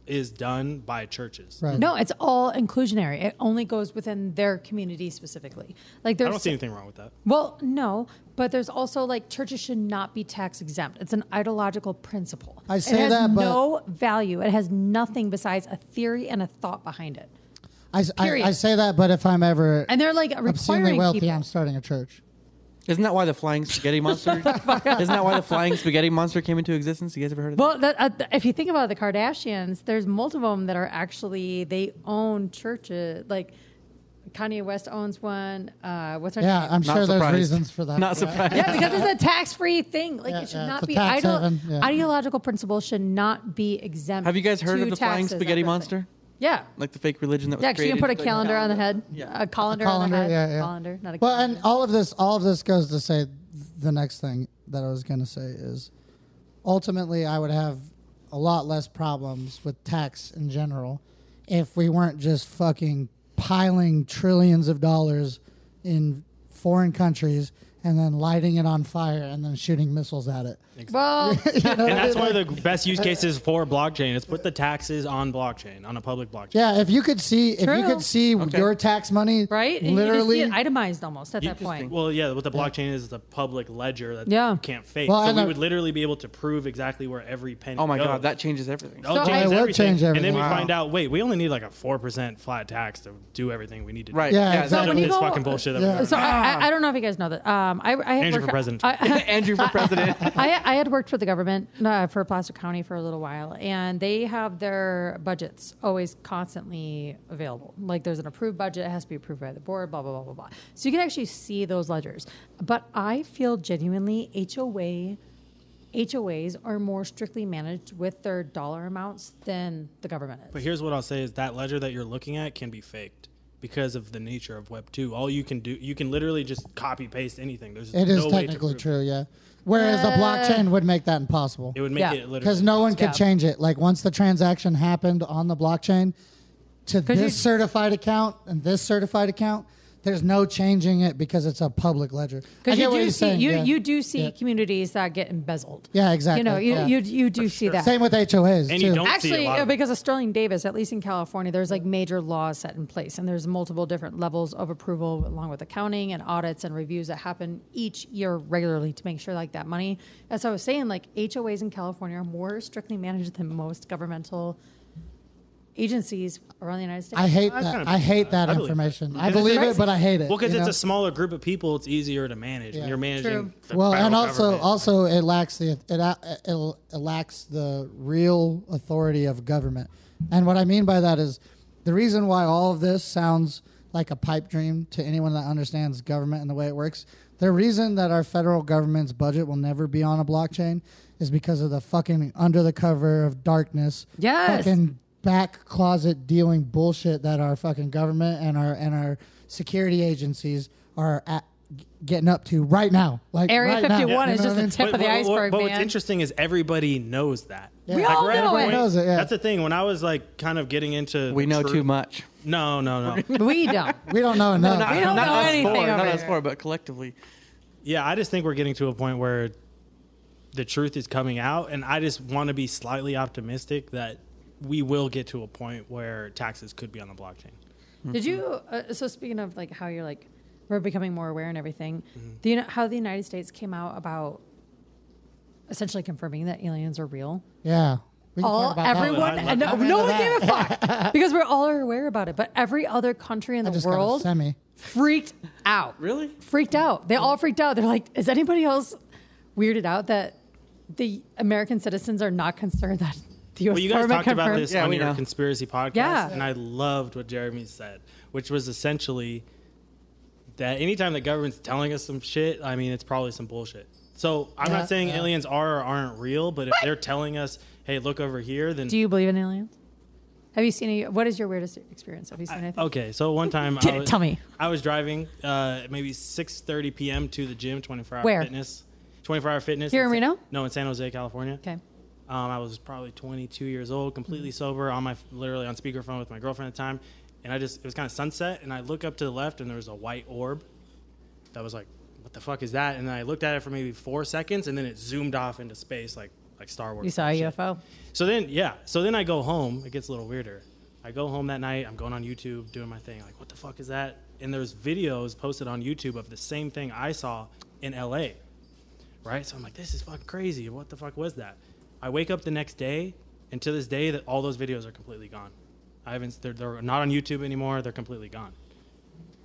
S4: is done by churches.
S1: right.
S3: No, it's all inclusionary. It only goes within their community specifically. Like
S4: I
S3: there's
S4: don't see anything wrong with that.
S3: well, no, but there's also like churches should not be tax exempt. It's an ideological principle.
S1: I
S3: it
S1: say
S3: has
S1: that, but-
S3: no value. It has nothing besides a theory and a thought behind it.
S1: I, I, I
S3: period.
S1: say that, but if I'm ever
S3: And they're like
S1: obscenely
S3: requiring
S1: wealthy,
S3: people.
S1: I'm starting a church.
S2: Isn't that why the flying spaghetti monster? isn't that why the flying spaghetti monster came into existence? You guys ever heard of that?
S3: Well, that, uh, th- if you think about the Kardashians, there's multiple of them that are actually they own churches, like Kanye West owns one. Uh, what's her
S1: Yeah,
S3: name?
S1: I'm
S2: Not
S1: sure there's
S2: surprised.
S1: reasons for that.
S2: Not
S1: yeah.
S2: surprised.
S3: yeah, because it's a tax-free thing. Like
S1: Yeah,
S3: it should
S1: yeah, it's a
S3: not be
S1: tax
S3: ideo-
S1: haven, yeah.
S3: ideological principles should not be exempt.
S2: Have you guys heard
S3: to
S2: of the flying
S3: taxes, that
S2: spaghetti
S3: kind of thing.
S2: monster?
S3: Yeah.
S2: Like the fake religion that was
S3: Yeah, 'cause you can
S2: created-
S3: put a
S2: like-
S3: calendar on the head.
S2: Yeah.
S3: A colander,
S1: Colander,
S3: on the head.
S1: yeah, yeah.
S3: Colander, not a
S1: Well,
S3: calendar.
S1: and all of this, all of this goes to say the next thing that I was going to say is, ultimately, I would have a lot less problems with tax in general if we weren't just fucking piling trillions of dollars in foreign countries and then lighting it on fire and then shooting missiles at it.
S3: well,
S4: and that's one of the best use cases for blockchain is put the taxes on blockchain on a public blockchain
S1: Yeah, if you could see, if you
S3: True.
S1: could see
S2: Okay.
S1: your tax money,
S3: right? And
S1: Literally,
S3: you can see it itemized almost at that
S2: Interesting.
S3: point.
S4: well yeah what the blockchain is is a public ledger that
S3: Yeah.
S4: you can't fake
S1: Well,
S4: so
S1: and
S4: we
S1: I-
S4: would literally be able to prove exactly where every penny
S2: Oh my
S4: goes.
S2: god, that changes everything.
S4: That'll
S3: So I-
S4: change
S1: It would
S4: everything.
S1: change
S4: and then we
S1: everything.
S4: find out wait we only need like a 4% flat tax to do everything we need to do.
S2: Right.
S1: Yeah,
S2: Yeah.
S1: exactly.
S4: None
S3: when
S4: of
S3: you
S4: this
S3: go-
S4: fucking bullshit that
S1: Yeah.
S4: we're doing.
S3: So I, I, I don't know if you guys know that. Um, I, I had
S4: Andrew
S3: worked-
S4: for president.
S3: I-
S2: Andrew for president.
S3: I, I had worked for the government uh, for Placer County for a little while, and they have their budgets always constantly available. Like there's an approved budget, it has to be approved by the board, blah, blah, blah, blah, blah. So you can actually see those ledgers. But I feel genuinely HOA, HOAs are more strictly managed with their dollar amounts than the government is.
S4: But here's what I'll say is that ledger that you're looking at can be faked because of the nature of web 2. All you can do you can literally just copy paste anything. There's
S1: it is
S4: no way to
S1: technically
S4: prove.
S1: true. Yeah, whereas the blockchain would make that impossible.
S4: It would make
S3: Yeah.
S4: it literally
S1: because no one could
S3: Eh. Yeah.
S1: change it. Like once the transaction happened on the blockchain to this
S3: you-
S1: certified account and this certified account, there's no changing it because it's a public ledger. I
S3: Because
S1: get
S3: you
S1: what
S3: do
S1: you're
S3: see
S1: saying,
S3: you,
S1: yeah.
S3: you do see
S1: Yeah.
S3: communities that get embezzled.
S1: Yeah, exactly,
S3: You know, you
S1: yeah.
S3: you, you do see that.
S1: Same with HOAs
S4: And
S1: too.
S4: you don't see
S3: Actually,
S4: a lot
S3: uh,
S4: of
S3: because of Sterling Davis, at least in California, there's like major laws set in place, and there's multiple different levels of approval, along with accounting and audits and reviews that happen each year regularly to make sure like that money. As I was saying, like HOAs in California are more strictly managed than most governmental agencies around the United States.
S1: I hate
S4: I kinda
S1: that.
S4: believe
S1: I hate
S4: that.
S1: that
S4: I believe
S1: information.
S4: that.
S1: I
S4: Because it's
S1: believe it,
S4: crazy.
S1: but I hate it.
S4: Well, because
S1: you
S4: it's
S1: know?
S4: a smaller group of people, it's easier to manage.
S1: Yeah.
S4: When you're managing
S3: True.
S4: the
S1: well, and
S4: federal
S1: also
S4: government.
S1: also it lacks the it, uh, it, it lacks the real authority of government. And what I mean by that is the reason why all of this sounds like a pipe dream to anyone that understands government and the way it works. The reason that our federal government's budget will never be on a blockchain is because of the fucking under the cover of darkness,
S3: Yes.
S1: fucking back closet dealing bullshit that our fucking government and our and our security agencies are at, getting up to right now. Like
S3: Area
S1: right now.
S3: 51
S1: You
S3: is
S1: know
S3: just
S1: what I
S3: a
S1: mean?
S3: tip of the
S4: what-
S3: iceberg,
S4: But what's
S3: man.
S4: interesting is everybody knows that.
S1: We all
S4: we're at a
S3: know it.
S4: point-
S1: Knows it, yeah.
S4: That's the thing. When I was like kind of getting into,
S2: we
S4: the
S2: know
S4: truth-
S2: too much.
S4: No, no, no.
S3: we don't.
S1: We don't know enough.
S2: Not,
S3: We don't
S2: not
S3: know
S2: us
S3: anything
S2: four,
S3: over
S2: not us
S3: here.
S2: four, but collectively.
S4: yeah, I just think we're getting to a point where the truth is coming out, and I just want to be slightly optimistic that we will get to a point where taxes could be on the blockchain.
S3: Did you? Uh, so speaking of like how you're like we're becoming more aware and everything,
S4: Mm-hmm.
S3: do you know how the United States came out about essentially confirming that aliens are real?
S1: yeah. We can
S3: All
S1: talk about that.
S3: everyone,
S4: Oh, I love
S3: no,
S1: that.
S3: no one
S1: Remember
S3: gave a fuck because we're all aware about it. But every other country in
S1: I
S3: the
S1: just
S3: world
S1: got a semi.
S3: freaked out.
S2: Really?
S3: Freaked out. They all freaked out. They're like, is anybody else weirded out that the American citizens are not concerned that the U.S.
S4: Well, you guys
S3: government
S4: talked about
S3: confirmed-
S4: this
S2: Yeah,
S4: on
S2: we
S4: your
S2: know.
S4: conspiracy podcast,
S3: Yeah.
S4: and I loved what Jeremy said, which was essentially that anytime the government's telling us some shit, I mean, it's probably some bullshit. So I'm
S1: Yeah,
S4: not saying
S1: yeah.
S4: aliens are or aren't real, but if they're telling us, "Hey, look over here," then
S3: Do you believe in aliens? Have you seen any? What is your weirdest experience? Have you seen anything?
S4: Okay, so one time,
S3: Get
S4: I
S3: it,
S4: was,
S3: tell me.
S4: I was driving, uh, maybe six thirty p.m. to the gym, twenty four hour
S3: Where?
S4: fitness, twenty four hour fitness
S3: Here in
S4: Sa-
S3: Reno?
S4: No, in San Jose, California.
S3: okay. Mm.
S4: Um, I was probably twenty two years old, completely sober, on my literally on speakerphone with my girlfriend at the time, and I just it was kind of sunset, and I look up to the left, and there was a white orb that was like, "What the fuck is that?" And then I looked at it for maybe four seconds, and then it zoomed off into space, like like Star Wars.
S3: You saw a
S4: shit.
S3: UFO.
S4: So then, yeah. So then I go home. It gets a little weirder. I go home that night. I'm going on YouTube, doing my thing. Like, what the fuck is that? And there's videos posted on YouTube of the same thing I saw in LA. Right? So I'm like, this is fucking crazy. What the fuck was that? I wake up the next day, and to this day, that all those videos are completely gone. I haven't. They're, they're not on YouTube anymore. They're completely gone.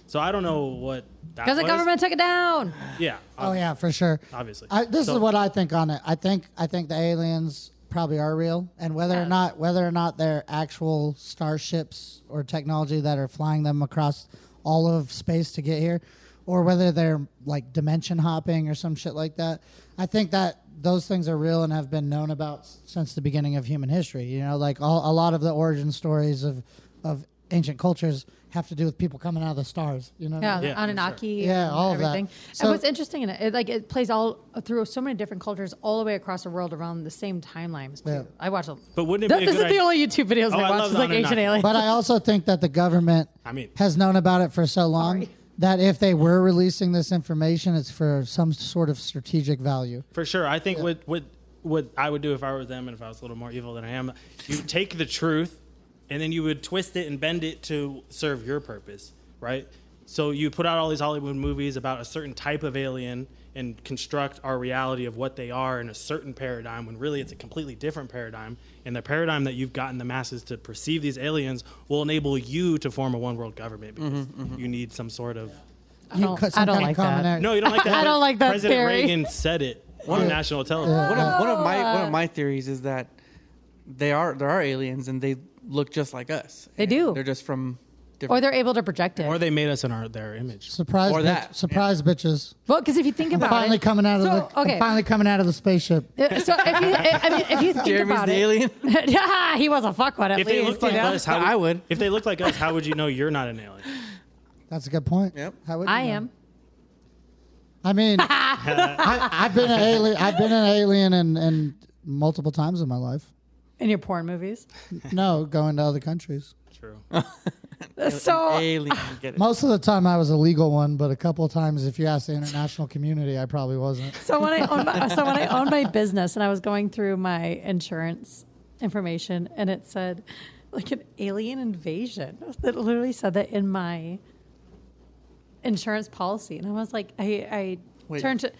S4: So I don't know what that
S3: Because the
S4: was.
S3: government took it down.
S4: Yeah.
S1: Oh yeah, for sure.
S4: Obviously.
S1: I, this
S4: So-
S1: is what I think on it. I think I think the aliens probably are real, and whether or not whether or not they're actual starships or technology that are flying them across all of space to get here, or whether they're like dimension hopping or some shit like that. I think that those things are real and have been known about s- since the beginning of human history. You know, like all, a lot of the origin stories of of ancient cultures have to do with people coming out of the stars. You know, what I
S3: Yeah,
S1: mean?
S3: the
S4: Yeah, for sure.
S3: Anunnaki.
S1: Yeah,
S3: and
S1: all of that.
S3: everything.
S1: So-
S3: and what's interesting in it, it, like it plays all through so many different cultures, all the way across the world, around the same timelines. Too.
S1: Yeah.
S3: I watch a.
S4: But wouldn't it
S3: Th-
S4: be a
S3: this is
S4: good
S3: the
S4: idea?
S3: only YouTube videos
S4: Oh, I
S3: I watch.
S4: love
S3: It's like
S4: the
S3: ancient
S4: Anunnaki.
S3: aliens.
S1: But I also think that the government
S4: I mean-
S1: has known about it for so long
S3: Sorry.
S1: that if they were releasing this information, it's for some sort of strategic value.
S4: For sure. I think what what what I would do if I were them and if I was a little more evil than I am, you take the truth and then you would twist it and bend it to serve your purpose, right? So you put out all these Hollywood movies about a certain type of alien and construct our reality of what they are in a certain paradigm when really it's a completely different paradigm and the paradigm that you've gotten the masses to perceive these aliens will enable you to form a one world government because you need some sort of
S3: I don't,
S1: co-
S3: I
S1: some
S3: don't
S1: kind of
S3: like
S1: common
S3: that.
S1: area.
S4: No, you don't like that.
S3: I don't like that
S4: President
S3: theory.
S4: Reagan said it on national television.
S2: One of, one of my
S3: Ah.
S2: one of my theories is that they are there are aliens and they look just like us.
S3: They
S2: And
S3: do.
S2: They're just from
S3: Or
S2: different.
S3: they're able to project it.
S4: Or they made us in our their image.
S1: Surprise,
S2: Or
S1: bitch-
S2: that, yeah.
S1: surprise bitches.
S3: well, because if you think about
S1: finally
S3: it,
S1: coming out of
S3: so,
S1: the
S3: okay.
S1: finally coming out of the spaceship.
S3: Uh, so if you, I mean, if you think
S2: Jeremy's
S3: about
S2: the
S3: it,
S2: alien?
S3: yeah, he was a fuck one at
S4: If
S3: least.
S4: they looked
S3: you
S4: like
S3: know?
S4: us, how
S2: I would.
S4: If they looked like us, how would you know you're not an alien?
S1: That's a good point.
S2: Yep.
S1: How would you
S3: I
S1: know?
S3: am.
S1: I mean, I, I've been an alien. I've been an alien and and multiple times in my life.
S3: In your porn movies,
S1: No, going to other countries.
S4: True.
S3: so
S2: alien. Get it.
S1: Most of the time, I was a legal one, but a couple of times, if you ask the international community, I probably wasn't.
S3: so when I owned my, so when I owned my business and I was going through my insurance information and it said like an alien invasion. It literally said that in my insurance policy, and I was like, I, I
S2: Wait.
S3: turned to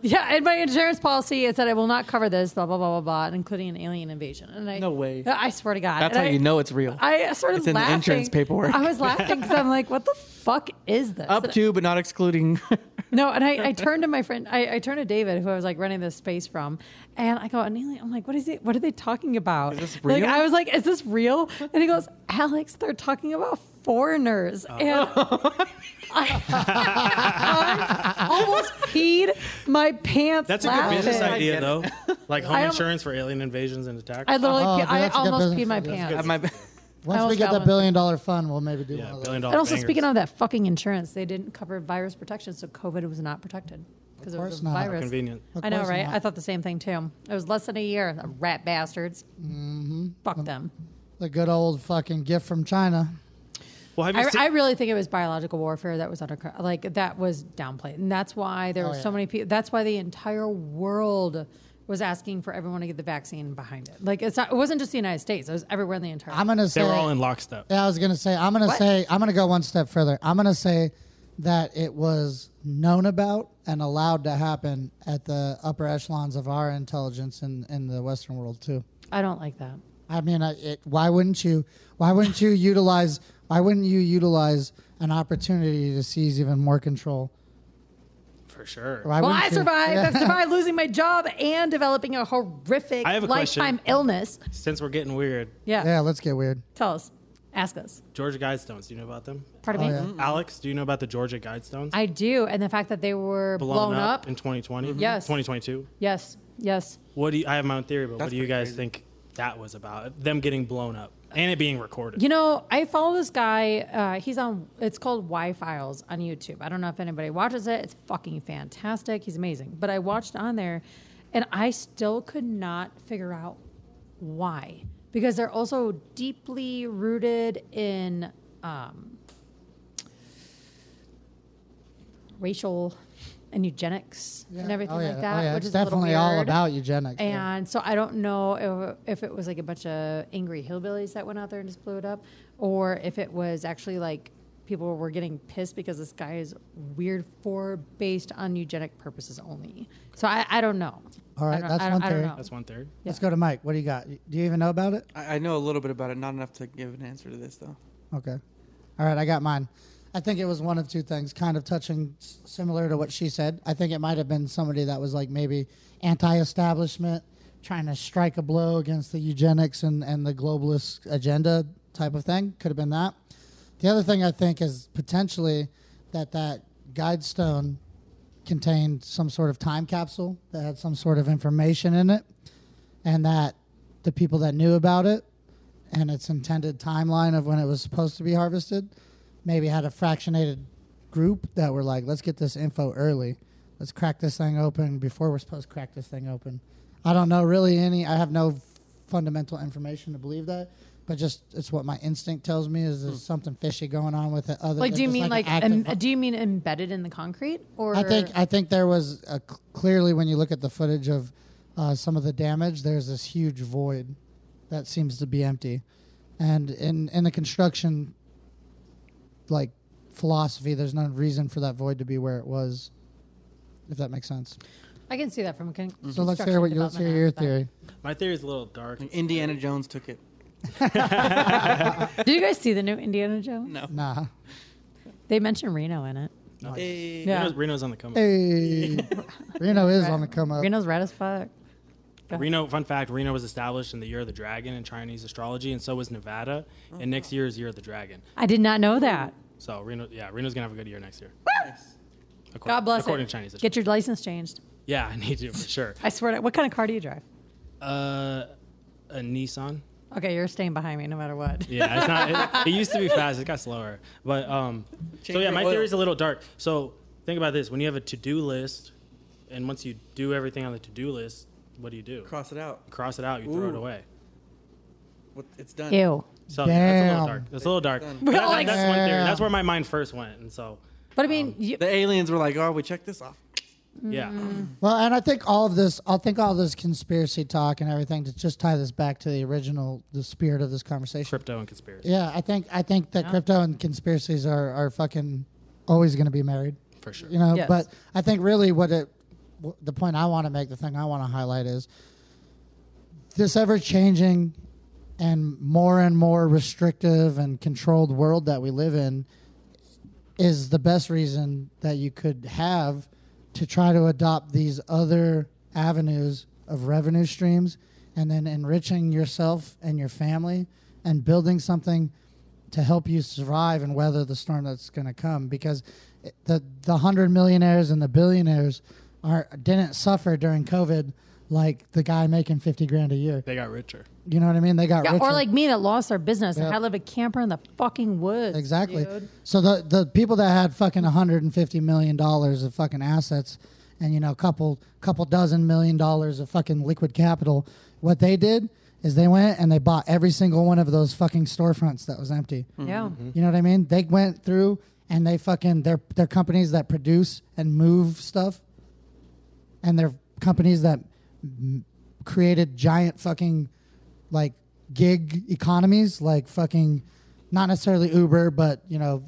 S3: yeah, in my insurance policy it said I will not cover this blah blah blah blah blah, including an alien invasion. And I
S2: No way.
S3: I swear to God,
S2: That's
S3: And
S2: how
S3: I-
S2: you know it's real.
S3: I started
S2: It's in the
S3: laughing.
S2: insurance paperwork.
S3: I was laughing because I'm like, what the fuck is this?
S2: Up
S3: And-
S2: to, but not excluding.
S3: no, and I, I turned to my friend, I, I turned to David, who I was like running this space from, and I go, Anelia, I'm like, what is it? What are they talking about?
S2: Is this
S3: Like,
S2: real?
S3: I was like, is this real? And he goes, Alex, they're talking about foreigners.
S4: Oh.
S3: And I, I almost peed my pants.
S4: That's a good business
S3: laughing.
S4: idea, though. Like home
S3: I am-
S4: insurance for alien invasions and attacks.
S3: I literally,
S1: Oh,
S3: pe-
S1: dude,
S3: I
S1: that's a good
S3: almost
S1: business
S3: peed my
S1: idea.
S3: pants.
S2: I might-
S1: Once we
S3: almost
S1: get
S3: got
S1: that
S3: one.
S1: billion dollar fund, we'll maybe do
S4: yeah,
S1: one of those.
S4: billion dollar.
S3: And also,
S4: bangers.
S3: speaking of that fucking insurance, they didn't cover virus protection, so COVID was not protected because it was
S1: course
S3: a
S1: not.
S3: virus.
S4: convenient.
S1: Of
S3: I know,
S1: course
S3: right?
S1: not.
S3: I thought the same thing too. It was less than a year. the Rat bastards.
S1: Mm-hmm. Um,
S3: Fuck them.
S1: The good old fucking gift from China.
S4: Well, have you
S3: I,
S4: seen,
S3: I really think it was biological warfare that was under like that was downplayed, and that's why there
S1: Oh,
S3: were
S1: yeah.
S3: so many people. That's why the entire world was asking for everyone to get the vaccine behind it. Like it's not, it wasn't just the United States; it was everywhere in the entire.
S1: I'm gonna say
S4: they were all in lockstep.
S1: Yeah, I was gonna say. I'm gonna say. I'm gonna go one step further. I'm gonna say that it was known about and allowed to happen at the upper echelons of our intelligence in in the Western world too.
S3: I don't like that.
S1: I mean, I, it, why wouldn't you? Why wouldn't you utilize? Why wouldn't you utilize an opportunity to seize even more control?
S4: For sure.
S1: Why
S3: well,
S1: wouldn't
S3: I
S1: you?
S3: survived. I survived losing my job and developing a horrific
S4: I have a question.
S3: lifetime illness.
S4: Since we're getting weird,
S3: Yeah.
S1: Yeah, let's get weird.
S3: Tell us. Ask us.
S4: Georgia Guidestones. Do you know about them?
S3: Pardon
S1: Oh,
S3: me.
S1: yeah.
S4: Alex, do you know about the Georgia Guidestones?
S3: I do, and the fact that they were blown,
S4: Blown,
S3: up. Mm-hmm.
S4: in 2020.
S3: Yes.
S4: 2022.
S3: yes. Yes.
S4: What do you, I have my own theory, but what
S2: That's
S4: do you
S2: pretty
S4: guys
S2: crazy.
S4: think that was about? Them getting blown up and it being recorded.
S3: You know, I follow this guy. Uh, he's on. It's called Y Files on YouTube. I don't know if anybody watches it. It's fucking fantastic. He's amazing. But I watched on there, and I still could not figure out why because they're also deeply rooted in um, racial and eugenics and everything
S1: Oh, yeah.
S3: like that,
S1: Oh, yeah.
S3: which
S1: it's
S3: is a little
S1: definitely all
S3: weird.
S1: about eugenics. yeah.
S3: And so I don't know if, if it was like a bunch of angry hillbillies that went out there and just blew it up, or if it was actually like people were getting pissed because this guy is weird for based on eugenic purposes only. So I, I don't know.
S1: All right,
S3: I don't,
S1: that's
S3: I don't-
S1: one
S3: I don't
S1: theory.
S3: know.
S4: That's one theory.
S1: Let's go to Mike. What do you got? Do you even know about it?
S2: I I know a little bit about it, not enough to give an answer to this though.
S1: Okay. All right, I got mine. I think it was one of two things, kind of touching s- similar to what she said. I think it might have been somebody that was like maybe anti establishment, trying to strike a blow against the eugenics and, and the globalist agenda type of thing. Could have been that. The other thing I think is potentially that that guidestone contained some sort of time capsule that had some sort of information in it, and that the people that knew about it and its intended timeline of when it was supposed to be harvested maybe had a fractionated group that were like, let's get this info early. Let's crack this thing open before we're supposed to crack this thing open. I don't know really any. I have no fundamental information to believe that, but just it's what my instinct tells me is there's something fishy going on with it. Other
S3: Like,
S1: than
S3: do you
S1: just
S3: mean like,
S1: an active
S3: em,
S1: vi-
S3: do you mean embedded in the concrete, or
S1: I think I think there was a, cl- clearly when you look at the footage of uh, some of the damage, there's this huge void that seems to be empty, and in in the construction like philosophy, there's no reason for that void to be where it was, if that makes sense.
S3: I can see that from a con-
S1: So let's hear what you let's hear your theory.
S4: My theory is a little dark.
S2: Indiana Jones took it.
S3: Do you guys see the new Indiana Jones?
S2: No.
S1: Nah.
S3: They mentioned Reno in it.
S2: Hey.
S3: Yeah.
S4: Reno's, Reno's on the come. up.
S1: Hey, Reno is on the come up.
S3: Reno's red as fuck.
S4: Reno, fun fact: Reno was established in the year of the dragon in Chinese astrology, and so was Nevada. And next year is year of the dragon.
S3: I did not know that.
S4: So Reno, yeah, Reno's gonna have a good year next year. According,
S3: God bless
S4: According
S3: it.
S4: to Chinese astrology.
S3: Get your license changed.
S4: yeah, I need to for sure.
S3: I swear to. What kind of car do you drive?
S4: Uh, a Nissan.
S3: Okay, you're staying behind me no matter what.
S4: Yeah, it's not. It, it used to be fast. It got slower. But um, so
S2: Change
S4: yeah,
S2: your
S4: my
S2: oil.
S4: theory is a little dark. So think about this: when you have a to-do list, and once you do everything on the to-do list, what do you do?
S2: Cross it out.
S4: Cross it out. You throw it
S2: Ooh.
S4: away.
S2: What- It's done.
S3: Ew.
S4: So that's a little
S1: Damn.
S4: dark. That's a little dark.
S2: Done.
S4: But that-
S3: We're all like-
S4: that's one theory.
S1: Yeah.
S4: That's where my mind first went, and so
S3: But I
S1: Um,
S3: mean, you,
S2: The aliens were like, "Oh, we checked this off."
S4: yeah.
S3: Mm.
S1: Well, and I think all of this, I think all this conspiracy talk and everything to just tie this back to the original, the spirit of this conversation.
S4: Crypto and conspiracy
S1: Yeah, I think I think that crypto and conspiracies are, are fucking always going to be married,
S4: for sure.
S1: you know.
S3: Yes.
S1: But I think really what it, w- the point I want to make, the thing I want to highlight is this ever changing and more and more restrictive and controlled world that we live in is the best reason that you could have to try to adopt these other avenues of revenue streams and then enriching yourself and your family and building something to help you survive and weather the storm that's going to come because it- the the 100 millionaires and the billionaires are didn't suffer during covid like the guy making 50 grand a year
S4: They got richer.
S1: you know what i mean they got
S3: Yeah,
S1: richer.
S3: or like me that lost our business and
S1: Yeah.
S3: I live a camper in the fucking woods.
S1: Exactly.
S3: dude.
S1: So the the people that had fucking 150 million dollars of fucking assets and you know a couple couple dozen million dollars of fucking liquid capital, what they did is they went and they bought every single one of those fucking storefronts that was empty.
S3: Yeah.
S1: You know what I mean? They went through and they fucking they're they're companies that produce and move stuff, and they're companies that m- created giant fucking like gig economies, like fucking not necessarily Uber, but you know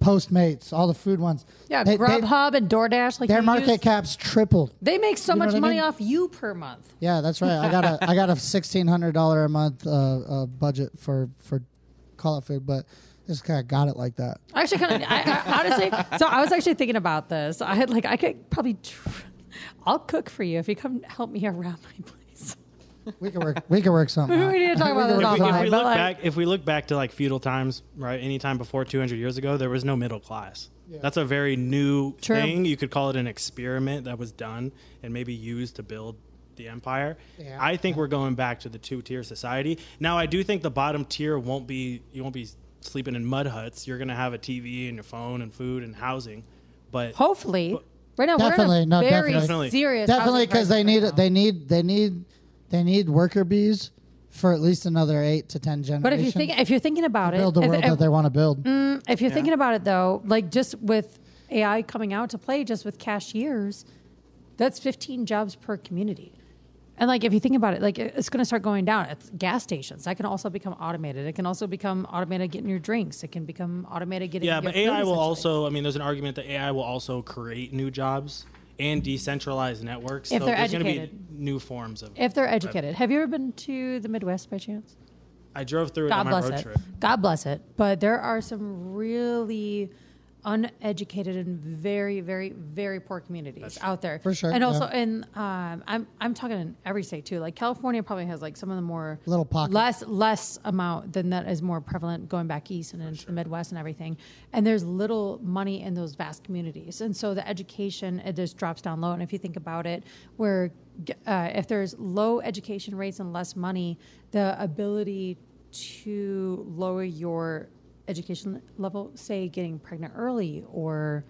S1: Postmates, all the food ones.
S3: Yeah.
S1: They- they-
S3: Grubhub and DoorDash, like
S1: their
S3: you
S1: market
S3: use-
S1: caps tripled.
S3: they make so
S1: You know
S3: much
S1: what I
S3: money
S1: mean?
S3: off you per month.
S1: Yeah, that's right. I got a I got a sixteen hundred dollar a month uh, uh, budget for for call out food, but just kind of got it like that.
S3: I actually kind of, I, I, honestly, so I was actually thinking about this. I had like, I could probably, tr- I'll cook for you if you come help me around my place.
S1: We could work. We could work something.
S3: We
S1: out.
S3: need to talk about
S1: could
S3: this
S1: work
S4: If we,
S1: something
S4: if
S1: out.
S3: offline.
S4: we
S3: but
S4: look
S3: like-
S4: back, if we look back to like feudal times, right? Any time before 200 years ago, there was no middle class. That's a very new
S3: True.
S4: thing. You could call it an experiment that was done and maybe used to build the empire.
S1: Yeah.
S4: I think we're going back to the two-tier society. Now, I do think the bottom tier won't be you won't be sleeping in mud huts. You're going to have a TV and your phone and food and housing. But
S3: Hopefully. Right now, we're
S1: Definitely,
S3: in
S1: no,
S3: a very
S1: definitely.
S3: serious
S1: Definitely
S3: housing
S1: because they
S3: crisis
S1: need
S3: right now.
S1: they need they need they need worker bees for at least another eight to ten generations.
S3: But if you think if you're thinking about
S1: to
S3: it, Mm.
S1: build the
S3: if-
S1: world
S3: if-
S1: that they want to build,
S3: If you're thinking about it though, like just with AI coming out to play, just with cashiers, that's 15 jobs per community. And like if you think about it, like it- it's going to start going down. It's gas stations that can also become automated. It can also become automated getting your drinks. It can become automated getting
S4: Yeah,
S3: your
S4: but
S3: food,
S4: AI will
S3: essentially.
S4: also. I mean, there's an argument that AI will also create new jobs and decentralized networks.
S3: If they're
S4: there's gonna
S3: educated.
S4: be new forms of.
S3: if they're educated. Have you ever been to the Midwest by chance?
S4: I drove through it
S3: God
S4: on my
S3: bless
S4: road
S3: it.
S4: trip.
S3: God bless it. But there are some really uneducated and very, very, very poor communities out there
S1: For sure,
S3: And also,
S1: yeah.
S3: in um, I'm I'm talking in every state too. Like California probably has like some of the more
S1: Little pockets.
S3: less less amount than that is more prevalent going back east and into the Midwest and everything. And there's little money in those vast communities, and so the education it just drops down low. And if you think about it, where uh, if there's low education rates and less money, the ability to lower your education level, say getting pregnant early or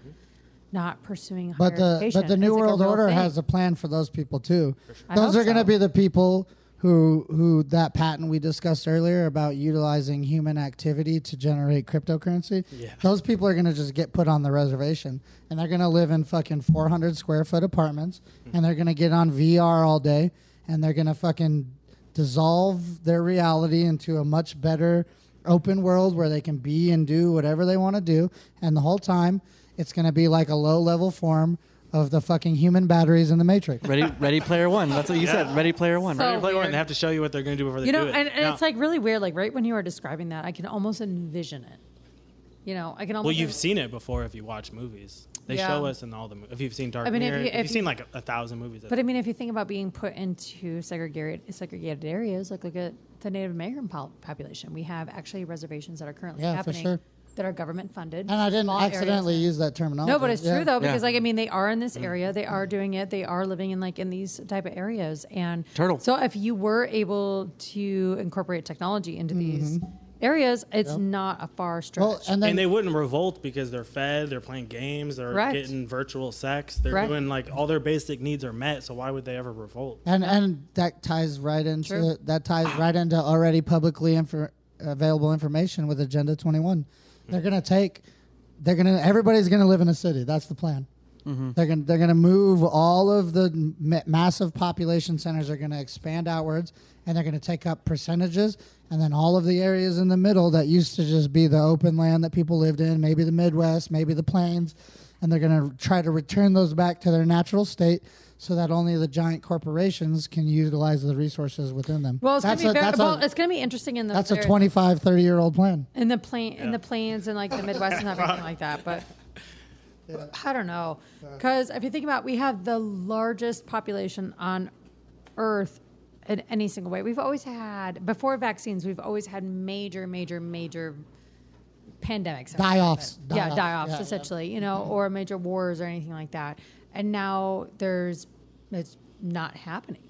S3: not pursuing higher
S1: But the
S3: education,
S1: but the
S3: is,
S1: New
S3: like, a
S1: World
S3: real
S1: Order
S3: thing.
S1: has a plan for those people too.
S3: I
S1: Those
S3: hope
S1: are going to
S3: so.
S1: be the people who who that patent we discussed earlier about utilizing human activity to generate cryptocurrency.
S4: Yeah.
S1: Those people are going to just get put on the reservation and they're going to live in fucking 400 square foot apartments and they're going to get on VR all day and they're going to fucking dissolve their reality into a much better open world where they can be and do whatever they want to do and the whole time it's going to be like a low level form of the fucking human batteries in the matrix.
S2: Ready, Ready Player One. That's what you said. Ready Player One.
S3: So-
S2: right?
S4: They play one,
S3: Oh, weird.
S4: they have to show you what they're going to do before they
S3: you know,
S4: do it.
S3: and, and
S4: Yeah.
S3: it's like really weird. Like right when you were describing that, I can almost envision it. You know, I can almost.
S4: well, you've seen it before if you watch movies. They
S3: Yeah.
S4: show us in all the movies. If you've seen Dark
S3: I mean, if
S4: Mirror,
S3: you-
S4: if,
S3: if
S4: you've
S3: you-
S4: seen like a, a thousand movies.
S3: But I mean, if you think about being put into segregated segregated areas, like look at the Native American pol- population, we have actually reservations that are currently
S1: Yeah, for
S3: happening
S1: sure.
S3: that are government funded.
S1: And I didn't
S3: small areas.
S1: accidentally use that terminology.
S3: No, but it's
S1: Yeah.
S3: true though because
S2: Yeah.
S3: like I mean they are in this
S4: Mm.
S3: area, they are doing it, they are living in like in these type of areas and
S2: Turtle.
S3: So if you were able to incorporate technology into these areas, it's not a far stretch.
S1: Mm-hmm. Well, and then
S4: and they wouldn't revolt because they're fed, they're playing games, they're
S3: Correct.
S4: getting virtual sex, they're
S3: Correct.
S4: doing like all their basic needs are met. So why would they ever revolt?
S1: And and that ties right into
S3: True.
S1: that ties right into already publicly infor- available information with Agenda 21. They're gonna take, they're gonna everybody's gonna live in a city. That's the plan. They're gonna they're gonna move all of the ma- massive population centers are gonna expand outwards, and they're gonna take up percentages, and then all of the areas in the middle that used to just be the open land that people lived in, maybe the Midwest, maybe the plains, and they're going to try to return those back to their natural state so that only the giant corporations can utilize the resources within them.
S3: Well, it's
S1: that's
S3: gonna
S1: a,
S3: be very,
S1: that's
S3: well,
S1: a,
S3: it's gonna be interesting in the
S1: that's a
S3: there-
S1: 25, 30 year old plan.
S3: in the plain in the plains and like the Midwest and everything like that, but. I don't know, because if you think about, it, we have the largest population on Earth in any single way. We've always had before vaccines. We've always had major, major, major pandemics,
S1: Die-offs,
S3: yeah,
S1: die-offs,
S3: die-offs
S1: yeah, yeah.
S3: essentially, you know, or major wars or anything like that. And now there's it's not happening.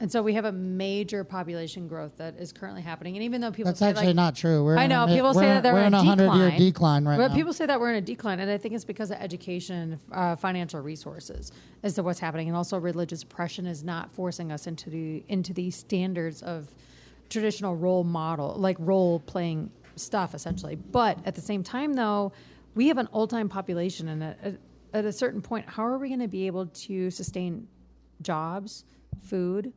S3: And so we have a major population growth that is currently happening. And even though people
S1: That's
S3: say,
S1: actually
S3: like,
S1: not true. We're
S3: I know
S1: in a, mi-
S3: people
S1: we're,
S3: say that they're
S1: we're
S3: in a
S1: hundred year
S3: decline,
S1: decline right
S3: but
S1: now.
S3: people say that we're in a decline, and I think it's because of education, uh, financial resources, as to what's happening, and also religious oppression is not forcing us into the into the standards of traditional role model, like role playing stuff, essentially. But at the same time, though, we have an old time population, and at, at a certain point, how are we going to be able to sustain jobs, food?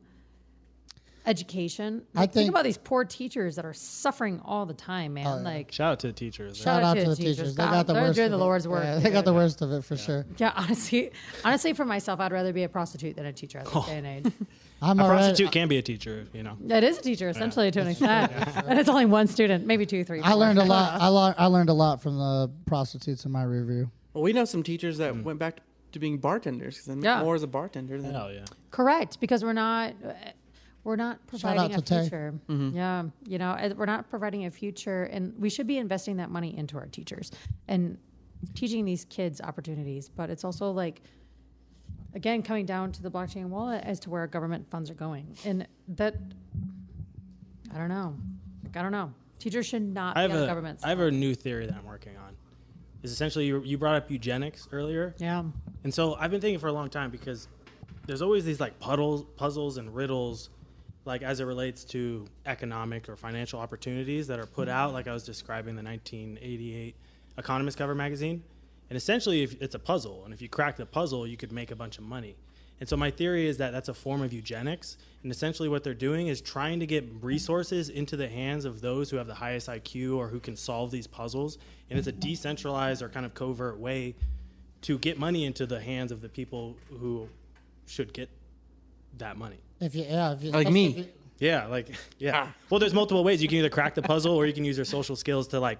S3: Education.
S1: I
S3: Like,
S1: think-
S3: about these poor teachers that are suffering all the time, man.
S1: Oh,
S3: Like
S4: Shout out to the teachers.
S3: Shout out to the teachers.
S1: They
S3: God,
S1: got the
S3: they're
S1: worst.
S3: doing
S1: of
S3: the
S1: it.
S3: Lord's work.
S1: Yeah,
S3: They're
S1: they got the
S3: doing it.
S1: worst of it for sure.
S3: Yeah, honestly, honestly, for myself, I'd rather be a prostitute than a teacher at this day and age.
S1: I'm
S4: a
S1: already,
S4: prostitute can be a teacher, you know.
S3: That is a teacher, essentially, to an extent, and it's only one student, maybe two, three.
S1: I learned a lot. I, lear- I learned a lot from the prostitutes in my review.
S2: Well, we know some teachers that went back to being bartenders because I
S3: Yeah.
S2: met more as a bartender than
S4: Hell Mm. yeah.
S3: Correct, because we're not uh, we're not
S1: out
S3: providing a
S1: to Tay.
S3: future.
S4: Mm-hmm.
S3: Yeah, you know, and we're not providing a future, and we should be investing that money into our teachers and teaching these kids opportunities. But it's also like, again, coming down to the blockchain wallet as to where our government funds are going, and that I don't know. Like, I don't know. Teachers should not
S4: I have
S3: be on
S4: a
S3: governments.
S4: I have a new theory that I'm working on. Is essentially you, you brought up eugenics earlier,
S3: yeah,
S4: and so I've been thinking for a long time because there's always these like puddles, puzzles, and riddles, like as it relates to economic or financial opportunities that are put out. Like I was describing the 1988 Economist cover magazine, and essentially if it's a puzzle, and if you crack the puzzle, you could make a bunch of money. And so my theory is that that's a form of eugenics, and essentially what they're doing is trying to get resources into the hands of those who have the highest IQ or who can solve these puzzles, and it's a decentralized or kind of covert way to get money into the hands of the people who should get that money.
S1: If you, yeah, if you,
S2: Like me.
S1: if you-
S2: Ah.
S4: Yeah, like yeah. Well, there's multiple ways you can either crack the puzzle or you can use your social skills to like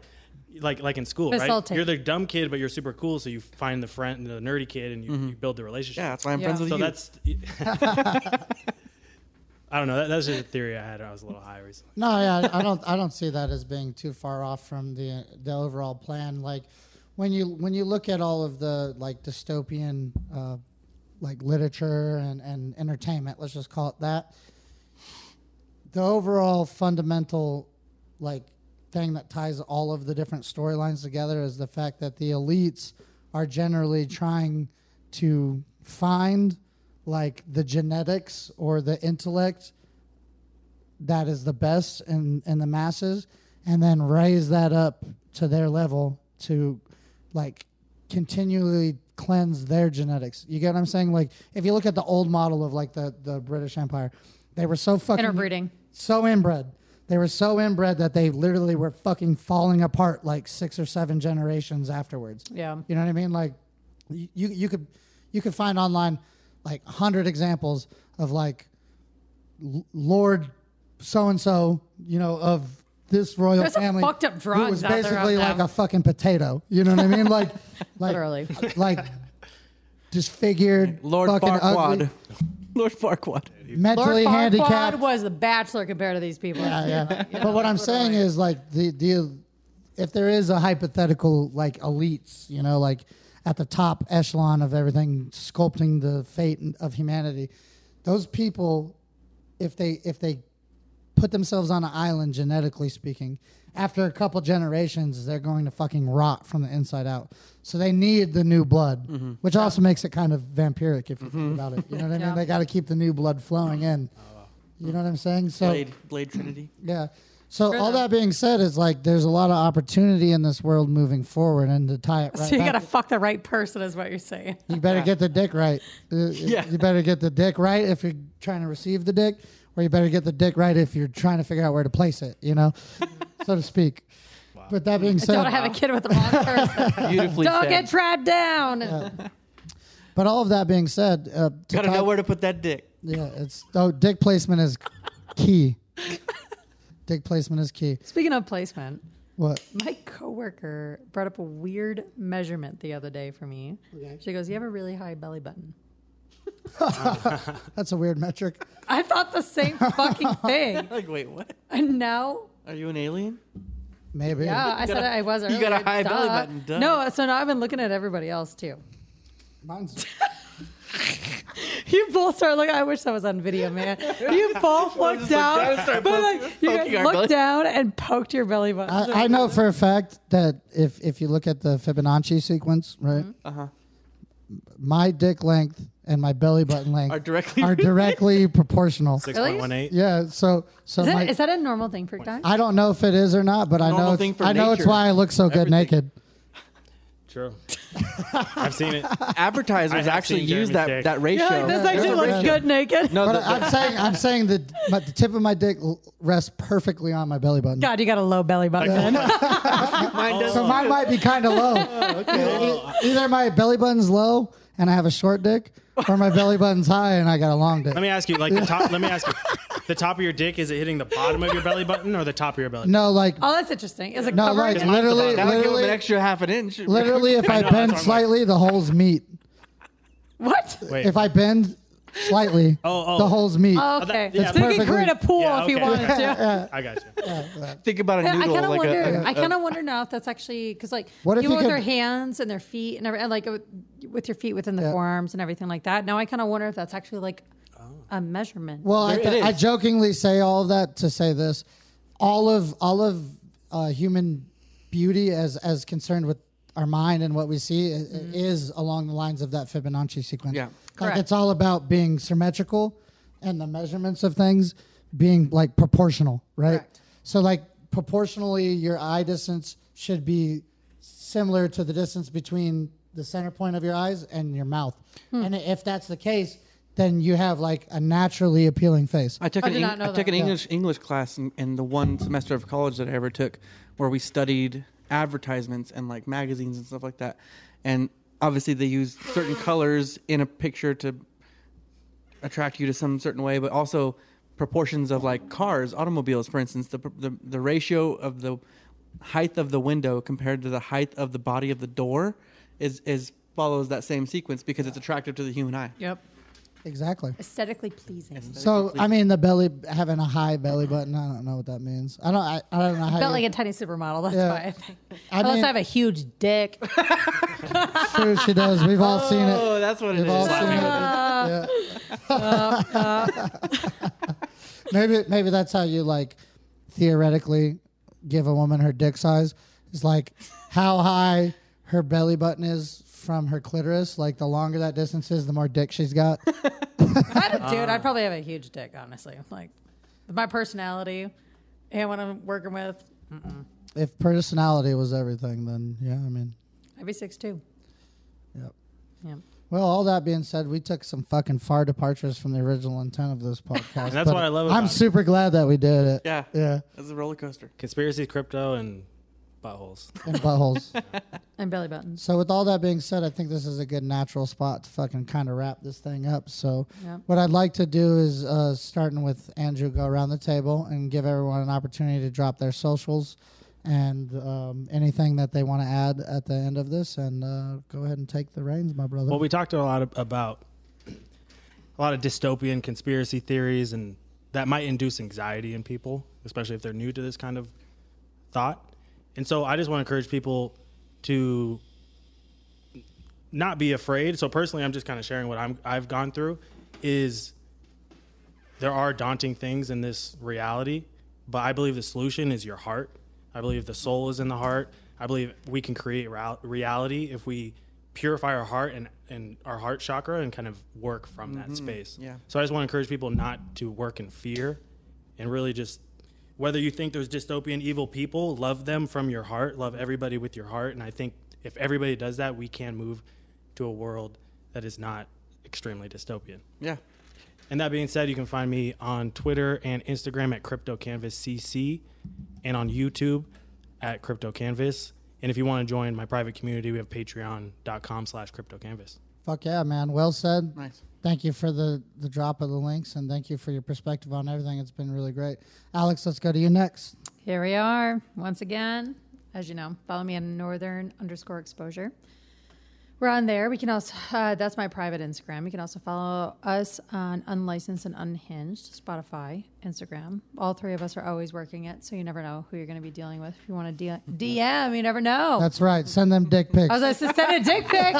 S4: like like in school, right?
S3: Facilitate.
S4: You're the dumb kid, but you're super cool, so you find the friend, the nerdy kid, and you, you build the relationship.
S2: Mm-hmm. Yeah, that's why I'm
S3: Yeah.
S2: friends with
S4: so
S2: you.
S4: that's. I don't know. That, that's just a theory I had. when I was a little high recently.
S1: No, yeah, I don't. I don't see that as being too far off from the the overall plan. Like when you when you look at all of the like dystopian, uh, like literature and and entertainment. Let's just call it that. The overall fundamental, like thing that ties all of the different storylines together is the fact that the elites are generally trying to find like the genetics or the intellect that is the best in, in the masses and then raise that up to their level to like continually cleanse their genetics. You get what I'm saying? Like if you look at the old model of like the, the British Empire, they were so fucking
S3: Interbreeding.
S1: so inbred. They were so inbred that they literally were fucking falling apart like six or seven generations afterwards.
S3: Yeah.
S1: You know what I mean? Like you you, you could you could find online like 100 examples of like L- Lord so and so, you know, of this royal
S3: There's some
S1: family
S3: fucked up drugs
S1: who was
S3: out there
S1: basically
S3: out
S1: like
S3: there.
S1: a fucking potato. You know what I mean? Like like
S3: Literally.
S1: like disfigured
S2: Lord
S1: fucking
S2: Farquaad.
S1: ugly,
S2: Lord Farquaad.
S1: mentally
S3: Lord
S1: handicapped
S3: Farquaad was the bachelor compared to these people.
S1: yeah, yeah. But what I'm saying
S3: literally.
S1: is like the the if there is a hypothetical like elites, you know, like at the top echelon of everything, sculpting the fate of humanity, those people, if they if they put themselves on an island genetically speaking after a couple generations they're going to fucking rot from the inside out so they need the new blood which also makes it kind of vampiric if you think about it you know what i mean
S3: Yeah.
S1: they got to keep the new blood flowing in you know what i'm saying so
S2: Blade, Blade Trinity.
S1: yeah. So
S3: Sure
S1: all
S3: though.
S1: that being said is like there's a lot of opportunity in this world moving forward, and to tie it right,
S3: So you
S1: back-
S3: gotta fuck the right person, is what you're saying.
S1: you better get the dick right. Uh,
S2: Yeah.
S1: You better get the dick right if you're trying to receive the dick, or you better get the dick right if you're trying to figure out where to place it. You know, so to speak. But that being said,
S3: Don't have a kid with the wrong person.
S2: Beautifully
S3: Don't
S2: said.
S3: get trapped down.
S1: but all of that being said, uh, to
S2: Gotta
S1: tie-
S2: know where to put that dick.
S1: Yeah, it's oh, dick placement is key. dick placement is key.
S3: Speaking of placement,
S1: What?
S3: my coworker brought up a weird measurement the other day for me. She goes, "You have a really high belly button."
S1: That's a weird metric.
S3: I thought the same fucking thing,
S2: Like, wait, what?
S3: and now
S2: Are you an alien?
S1: Maybe.
S3: yeah, I said I was.
S2: you got a
S3: earlier,
S2: high belly
S3: duh.
S2: button, duh.
S3: No, so now I've been looking at everybody else too.
S1: Mine's
S3: You both start looking. I wish that was on video, man. You both looked
S2: down
S3: down,
S2: and started
S3: but
S2: poking-
S3: like you guys
S2: poking our
S3: looked
S2: belly.
S3: down and poked your belly button.
S1: I, I know for a fact that if if you look at the Fibonacci sequence, right? Uh
S2: Uh-huh.
S1: My dick length and my belly button length
S2: Are directly-
S1: are directly proportional.
S4: Six point one eight.
S1: Yeah. So so
S3: is, that,
S1: my,
S3: is that a normal thing for guys?
S1: I don't know if it is or not, but I
S2: Normal
S1: know
S2: thing
S1: it's,
S2: for
S1: I know it's
S2: nature.
S1: why I look so good
S4: Everything.
S1: naked.
S4: True. I've seen it. I
S2: Advertisers
S4: have
S2: actually
S4: seen
S2: use
S4: Jeremy's
S2: that,
S4: dick.
S2: that ratio.
S3: Yeah, like, this actually
S2: There's a
S3: looks
S2: ratio.
S3: good naked.
S2: No,
S1: But
S2: the-
S1: I'm saying I'm saying that my, the tip of my dick l- rests perfectly on my belly button.
S3: God, you got a low belly button.
S2: mine does.
S1: So mine might be kind of low. E- Either my belly button's low and I have a short dick, or my belly button's high and I got a long dick.
S4: Let me ask you, like the top. let me ask you, the top of your dick is it hitting the bottom of your belly button or the top of your belly?
S1: no, like
S3: oh, that's interesting. Is it
S1: No,
S3: covered?
S1: like
S4: It's not the
S1: literally,
S4: bottom.
S2: that would give him an
S1: literally,
S2: extra half an inch.
S1: literally. If I
S4: know, that's what I'm
S1: bend
S4: like.
S1: slightly, the holes meet.
S3: what?
S4: Wait.
S1: If I bend slightly,
S4: Oh, oh.
S1: the holes meet.
S3: Okay,
S4: yeah,
S3: so you could
S1: perfectly-
S3: create a pool
S4: Yeah,
S3: if you
S4: okay.
S3: wanted to.
S4: I got you.
S2: Think about a
S3: Yeah,
S2: noodle.
S3: I kind of
S2: like
S3: wonder.
S2: A,
S3: I kind of wonder now if that's actually because, like,
S1: What if
S3: people
S1: you
S3: with
S1: could-
S3: their hands and their feet and, every, and like uh, with your feet within the
S1: Yeah.
S3: forearms and everything like that. Now I kind of wonder if that's actually like
S1: Oh.
S3: a measurement.
S1: Well, I,
S2: There it
S1: I
S2: is.
S1: jokingly say all of that to say this: all of all of uh, human beauty, as as concerned with our mind and what we see, i- is along the lines of that Fibonacci sequence.
S2: Yeah.
S1: like
S3: Correct.
S1: it's all about being symmetrical, and the measurements of things being like proportional, right?
S3: Correct.
S1: So, like proportionally, your eye distance should be similar to the distance between the center point of your eyes and your mouth. And if that's the case, then you have like a naturally appealing face.
S2: I took
S3: I
S2: an
S3: did
S2: Eng-
S3: not know
S2: I took
S3: that.
S2: an English English class in, in the one semester of college that I ever took, where we studied advertisements and like magazines and stuff like that, and obviously they use certain colors in a picture to attract you to some certain way, but also proportions of like cars, automobiles, for instance, the the, the ratio of the height of the window compared to the height of the body of the door is is follows that same sequence because it's attractive to the human eye.
S3: Yep.
S1: Exactly.
S3: Aesthetically pleasing.
S1: So I mean, the belly having a high belly button. I don't know what that means. I don't. I, I don't know how.
S3: Felt like
S1: you,
S3: a tiny supermodel. That's
S1: Yeah.
S3: why I think.
S1: I
S3: Unless
S1: mean-
S3: I have a huge dick.
S1: sure she does. We've all seen it.
S2: Oh, that's what it
S1: We've
S2: is.
S1: all seen it. Yeah. maybe maybe that's how you like theoretically give a woman her dick size. It's like how high her belly button is from her clitoris. Like the longer that distance is, the more dick she's got.
S3: I'd, dude,
S1: Um,
S3: I'd probably have a huge dick, honestly. Like, my personality and what I'm working with,
S1: if personality was everything, then yeah, I mean,
S3: I'd be 6'2.
S1: yep.
S3: Yeah.
S1: Well, all that being said, we took some fucking far departures from the original intent of this podcast.
S4: That's
S1: but
S4: what I love
S1: I'm
S4: about it.
S1: super glad that we did it.
S2: Yeah.
S1: Yeah.
S2: That's a roller coaster.
S4: Conspiracy, crypto, and buttholes.
S1: And buttholes.
S3: And belly buttons.
S1: So with all that being said, I think this is a good natural spot to fucking kind of wrap this thing up. So
S3: Yeah.
S1: what I'd like to do is uh, starting with Andrew, go around the table and give everyone an opportunity to drop their socials and um, anything that they want to add at the end of this. And uh, go ahead and take the reins, my brother.
S4: Well, we talked a lot ab- about a lot of dystopian conspiracy theories, and that might induce anxiety in people, especially if they're new to this kind of thought. And so, I just want to encourage people to not be afraid. So, personally, I'm just kind of sharing what I'm, I've gone through. Is there are daunting things in this reality, but I believe the solution is your heart. I believe the soul is in the heart. I believe we can create rea- reality if we purify our heart and, and our heart chakra and kind of work from that space.
S2: yeah.
S4: So I just want to encourage people not to work in fear and really just whether you think there's dystopian evil people, love them from your heart, love everybody with your heart. And I think if everybody does that, we can move to a world that is not extremely dystopian.
S2: Yeah.
S4: And that being said, you can find me on Twitter and Instagram at Crypto Canvas CC and on YouTube at Crypto Canvas. And if you want to join my private community, we have patreon.com slash crypto canvas.
S1: Fuck yeah, man. Well said.
S2: Nice.
S1: Thank you for the, the drop of the links and thank you for your perspective on everything. It's been really great. Alex, let's go to you next.
S3: Here we are once again. As you know, follow me on Northern underscore Exposure. We're on there. We can also uh, that's my private Instagram. You can also follow us on Unlicensed and Unhinged, Spotify, Instagram. All three of us are always working it, so you never know who you're going to be dealing with. If you want to D- DM, you never know.
S1: Mm-hmm. That's right. Send them dick pics.
S3: I was like, send a dick pic.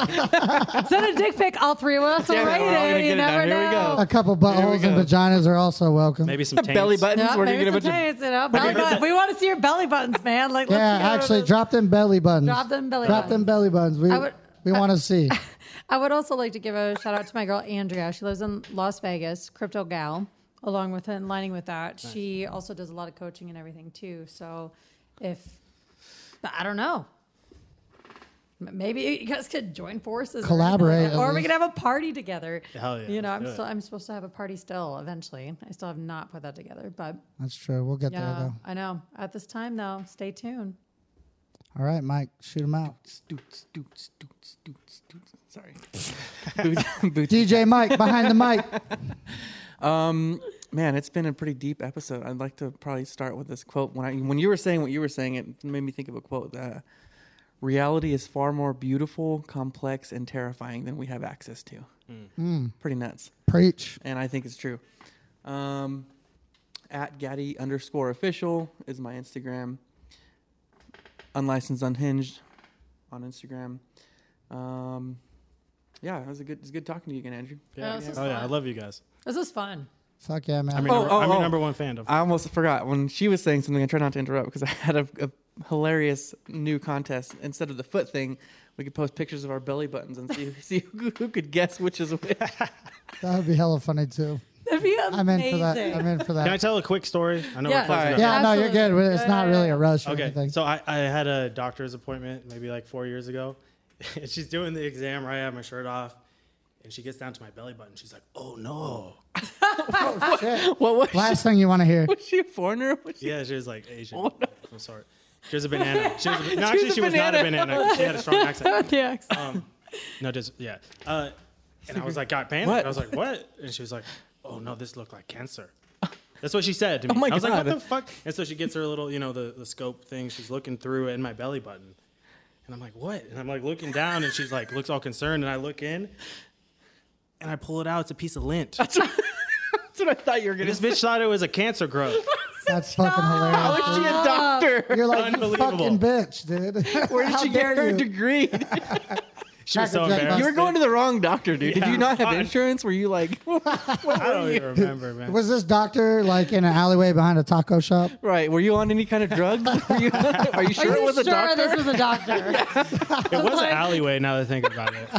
S3: send a dick pic. All three of us will
S2: Damn it,
S3: write
S2: we're all gonna
S3: it. You
S2: get it now.
S3: never
S2: Here we go.
S3: know.
S1: a couple buttholes and
S2: go.
S1: vaginas are also welcome.
S4: Maybe some taints.
S2: Belly buttons.
S3: Yeah,
S2: We're gonna
S3: maybe
S2: get a bunch
S3: some
S2: of
S3: tits, you know, belly button. We want to see your belly buttons, man. Like, let's see
S1: yeah,
S3: how
S1: actually,
S3: it is.
S1: drop them belly buttons.
S3: Drop them belly
S1: Drop
S3: buttons.
S1: them belly buttons. We,
S3: I would-
S1: we want to see.
S3: I would also like to give a shout out to my girl Andrea. She lives in Las Vegas, crypto gal. Along with and lining with that, she also does a lot of coaching and everything too. So, if but I don't know, M- maybe you guys could join forces, or something like
S1: Collaborate,
S3: that.
S1: at
S3: or we
S1: least.
S3: could have a party together.
S4: Hell yeah,
S3: You know,
S4: let's
S3: I'm
S4: do it.
S3: still I'm supposed to have a party still eventually. I still have not put that together, but
S1: That's true. We'll get
S3: yeah,
S1: there,
S3: I know. At this time though, stay tuned.
S1: though. All right, Mike, shoot them out.
S2: Stoots, stoots, stoots, stoots, stoots. Sorry. Boot- boot-
S1: DJ Mike behind the mic.
S2: Um, man, it's been a pretty deep episode. I'd like to probably start with this quote. When I when you were saying what you were saying, it made me think of a quote. Uh, Reality is far more beautiful, complex, and terrifying than we have access to. Pretty nuts,
S1: Preach.
S2: and I think it's true. Um, at Gaddy underscore official is my Instagram. Unlicensed Unhinged on Instagram. Um, yeah, it was a good. It was good talking to you again, Andrew.
S3: Oh,
S4: Yeah.
S3: this is
S4: Oh, yeah.
S3: fun.
S4: I love you guys.
S3: This was fun.
S1: Fuck yeah, man.
S4: I'm your,
S2: Oh,
S4: number,
S2: oh,
S4: I'm your
S2: oh.
S4: number one fan. Of,
S2: I almost forgot when she was saying something. I tried not to interrupt because I had a, a hilarious new contest. Instead of the foot thing, we could post pictures of our belly buttons and see see who, who could guess which is which.
S1: that would be hella funny, too.
S3: That'd be amazing.
S1: I'm in for that. I'm in for
S4: can I
S1: that.
S4: tell a quick story? I know
S3: Yeah.
S4: we're closing up.
S1: Yeah, no, you're
S3: Absolutely.
S1: good. It's
S3: Yeah,
S1: not
S3: yeah,
S1: really
S3: yeah.
S1: a rush or
S4: Okay.
S1: anything.
S4: So I, I had a doctor's appointment maybe like four years ago. And she's doing the exam, right? I have my shirt off. And she gets down to my belly button. She's like, oh no.
S2: what was
S1: Last thing you want to hear.
S2: she? Was she a foreigner? Was she,
S4: Yeah, she was like Asian.
S2: Oh,
S4: I'm sorry. She was a banana. She was a, no, actually,
S2: a
S4: she was not a banana. She had a strong accent.
S3: the accent.
S4: Um, no, just yeah. Uh, and I was like, got panicked.
S2: What?
S4: I was like, what? And she was like, oh no, this looked like cancer. That's what she said to me.
S2: Oh my
S4: I was like,
S2: God.
S4: what the fuck? And so she gets her little, you know, the, the scope thing. She's looking through it in my belly button. And I'm like, what? And I'm like looking down and she's like, looks all concerned. And I look in and I pull it out. It's a piece of lint.
S2: That's what I thought you were gonna.
S4: this bitch thought it was a cancer growth.
S1: That's fucking
S2: How
S1: hilarious.
S2: is she a doctor?
S1: You're like you
S4: Unbelievable.
S1: fucking bitch, dude.
S2: Where did
S1: How
S2: she get
S1: dare
S2: her
S1: you?
S2: degree?
S4: She was so
S1: Dr. Jekyll.
S4: embarrassed.
S2: you were going to the wrong doctor, dude. Did
S4: Yeah.
S2: you not have
S4: God.
S2: insurance? Were you like,
S4: I don't even remember, man.
S1: Was this doctor like in an alleyway behind a taco shop?
S2: right? Were you on any kind of drugs? Were you, are you
S3: Are
S2: sure
S3: you
S2: it was
S3: sure
S2: a doctor?
S3: this was a doctor?
S4: It was an alleyway now that I think about it.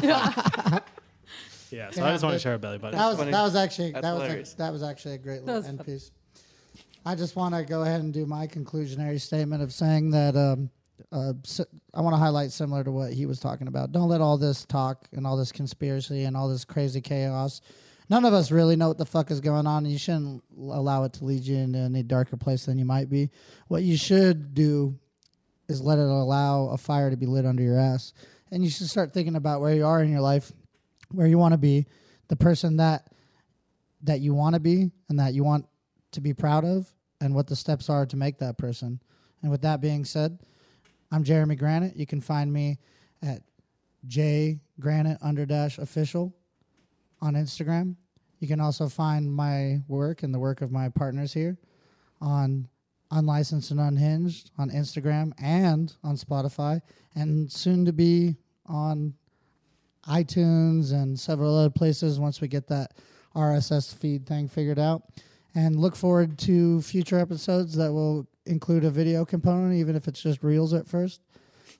S4: yeah, so I just want to share a belly button.
S1: That was
S2: funny.
S1: that was actually
S2: That's
S1: that was
S2: hilarious.
S1: a, that was actually a great
S3: was
S1: little end
S3: funny.
S1: piece. I just want to go ahead and do my conclusionary statement of saying that um, uh, si- I want to highlight similar to what he was talking about. Don't let all this talk and all this conspiracy and all this crazy chaos. None of us really know what the fuck is going on, and you shouldn't allow it to lead you into any darker place than you might be. What you should do is let it allow a fire to be lit under your ass. And you should start thinking about where you are in your life, where you want to be, the person that that you want to be and that you want to be proud of and what the steps are to make that person. And with that being said, I'm Jeremy Granite. You can find me at J Granite under dash official on Instagram. You can also find my work and the work of my partners here on Unlicensed and Unhinged on Instagram and on Spotify, and soon to be on iTunes and several other places once we get that RSS feed thing figured out. And look forward to future episodes that will include a video component, even if it's just reels at first,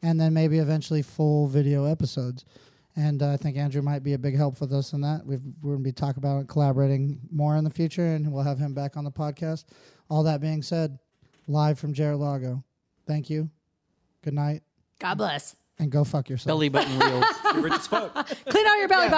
S1: and then maybe eventually full video episodes. And uh, I think Andrew might be a big help with us in that. We've, we're going to be talking about it, collaborating more in the future, and we'll have him back on the podcast. All that being said, live from Jared Lago. Thank you. Good night,
S3: God bless.
S1: and go fuck yourself.
S2: Belly button reels.
S4: Rich as fuck.
S3: Clean out your belly button.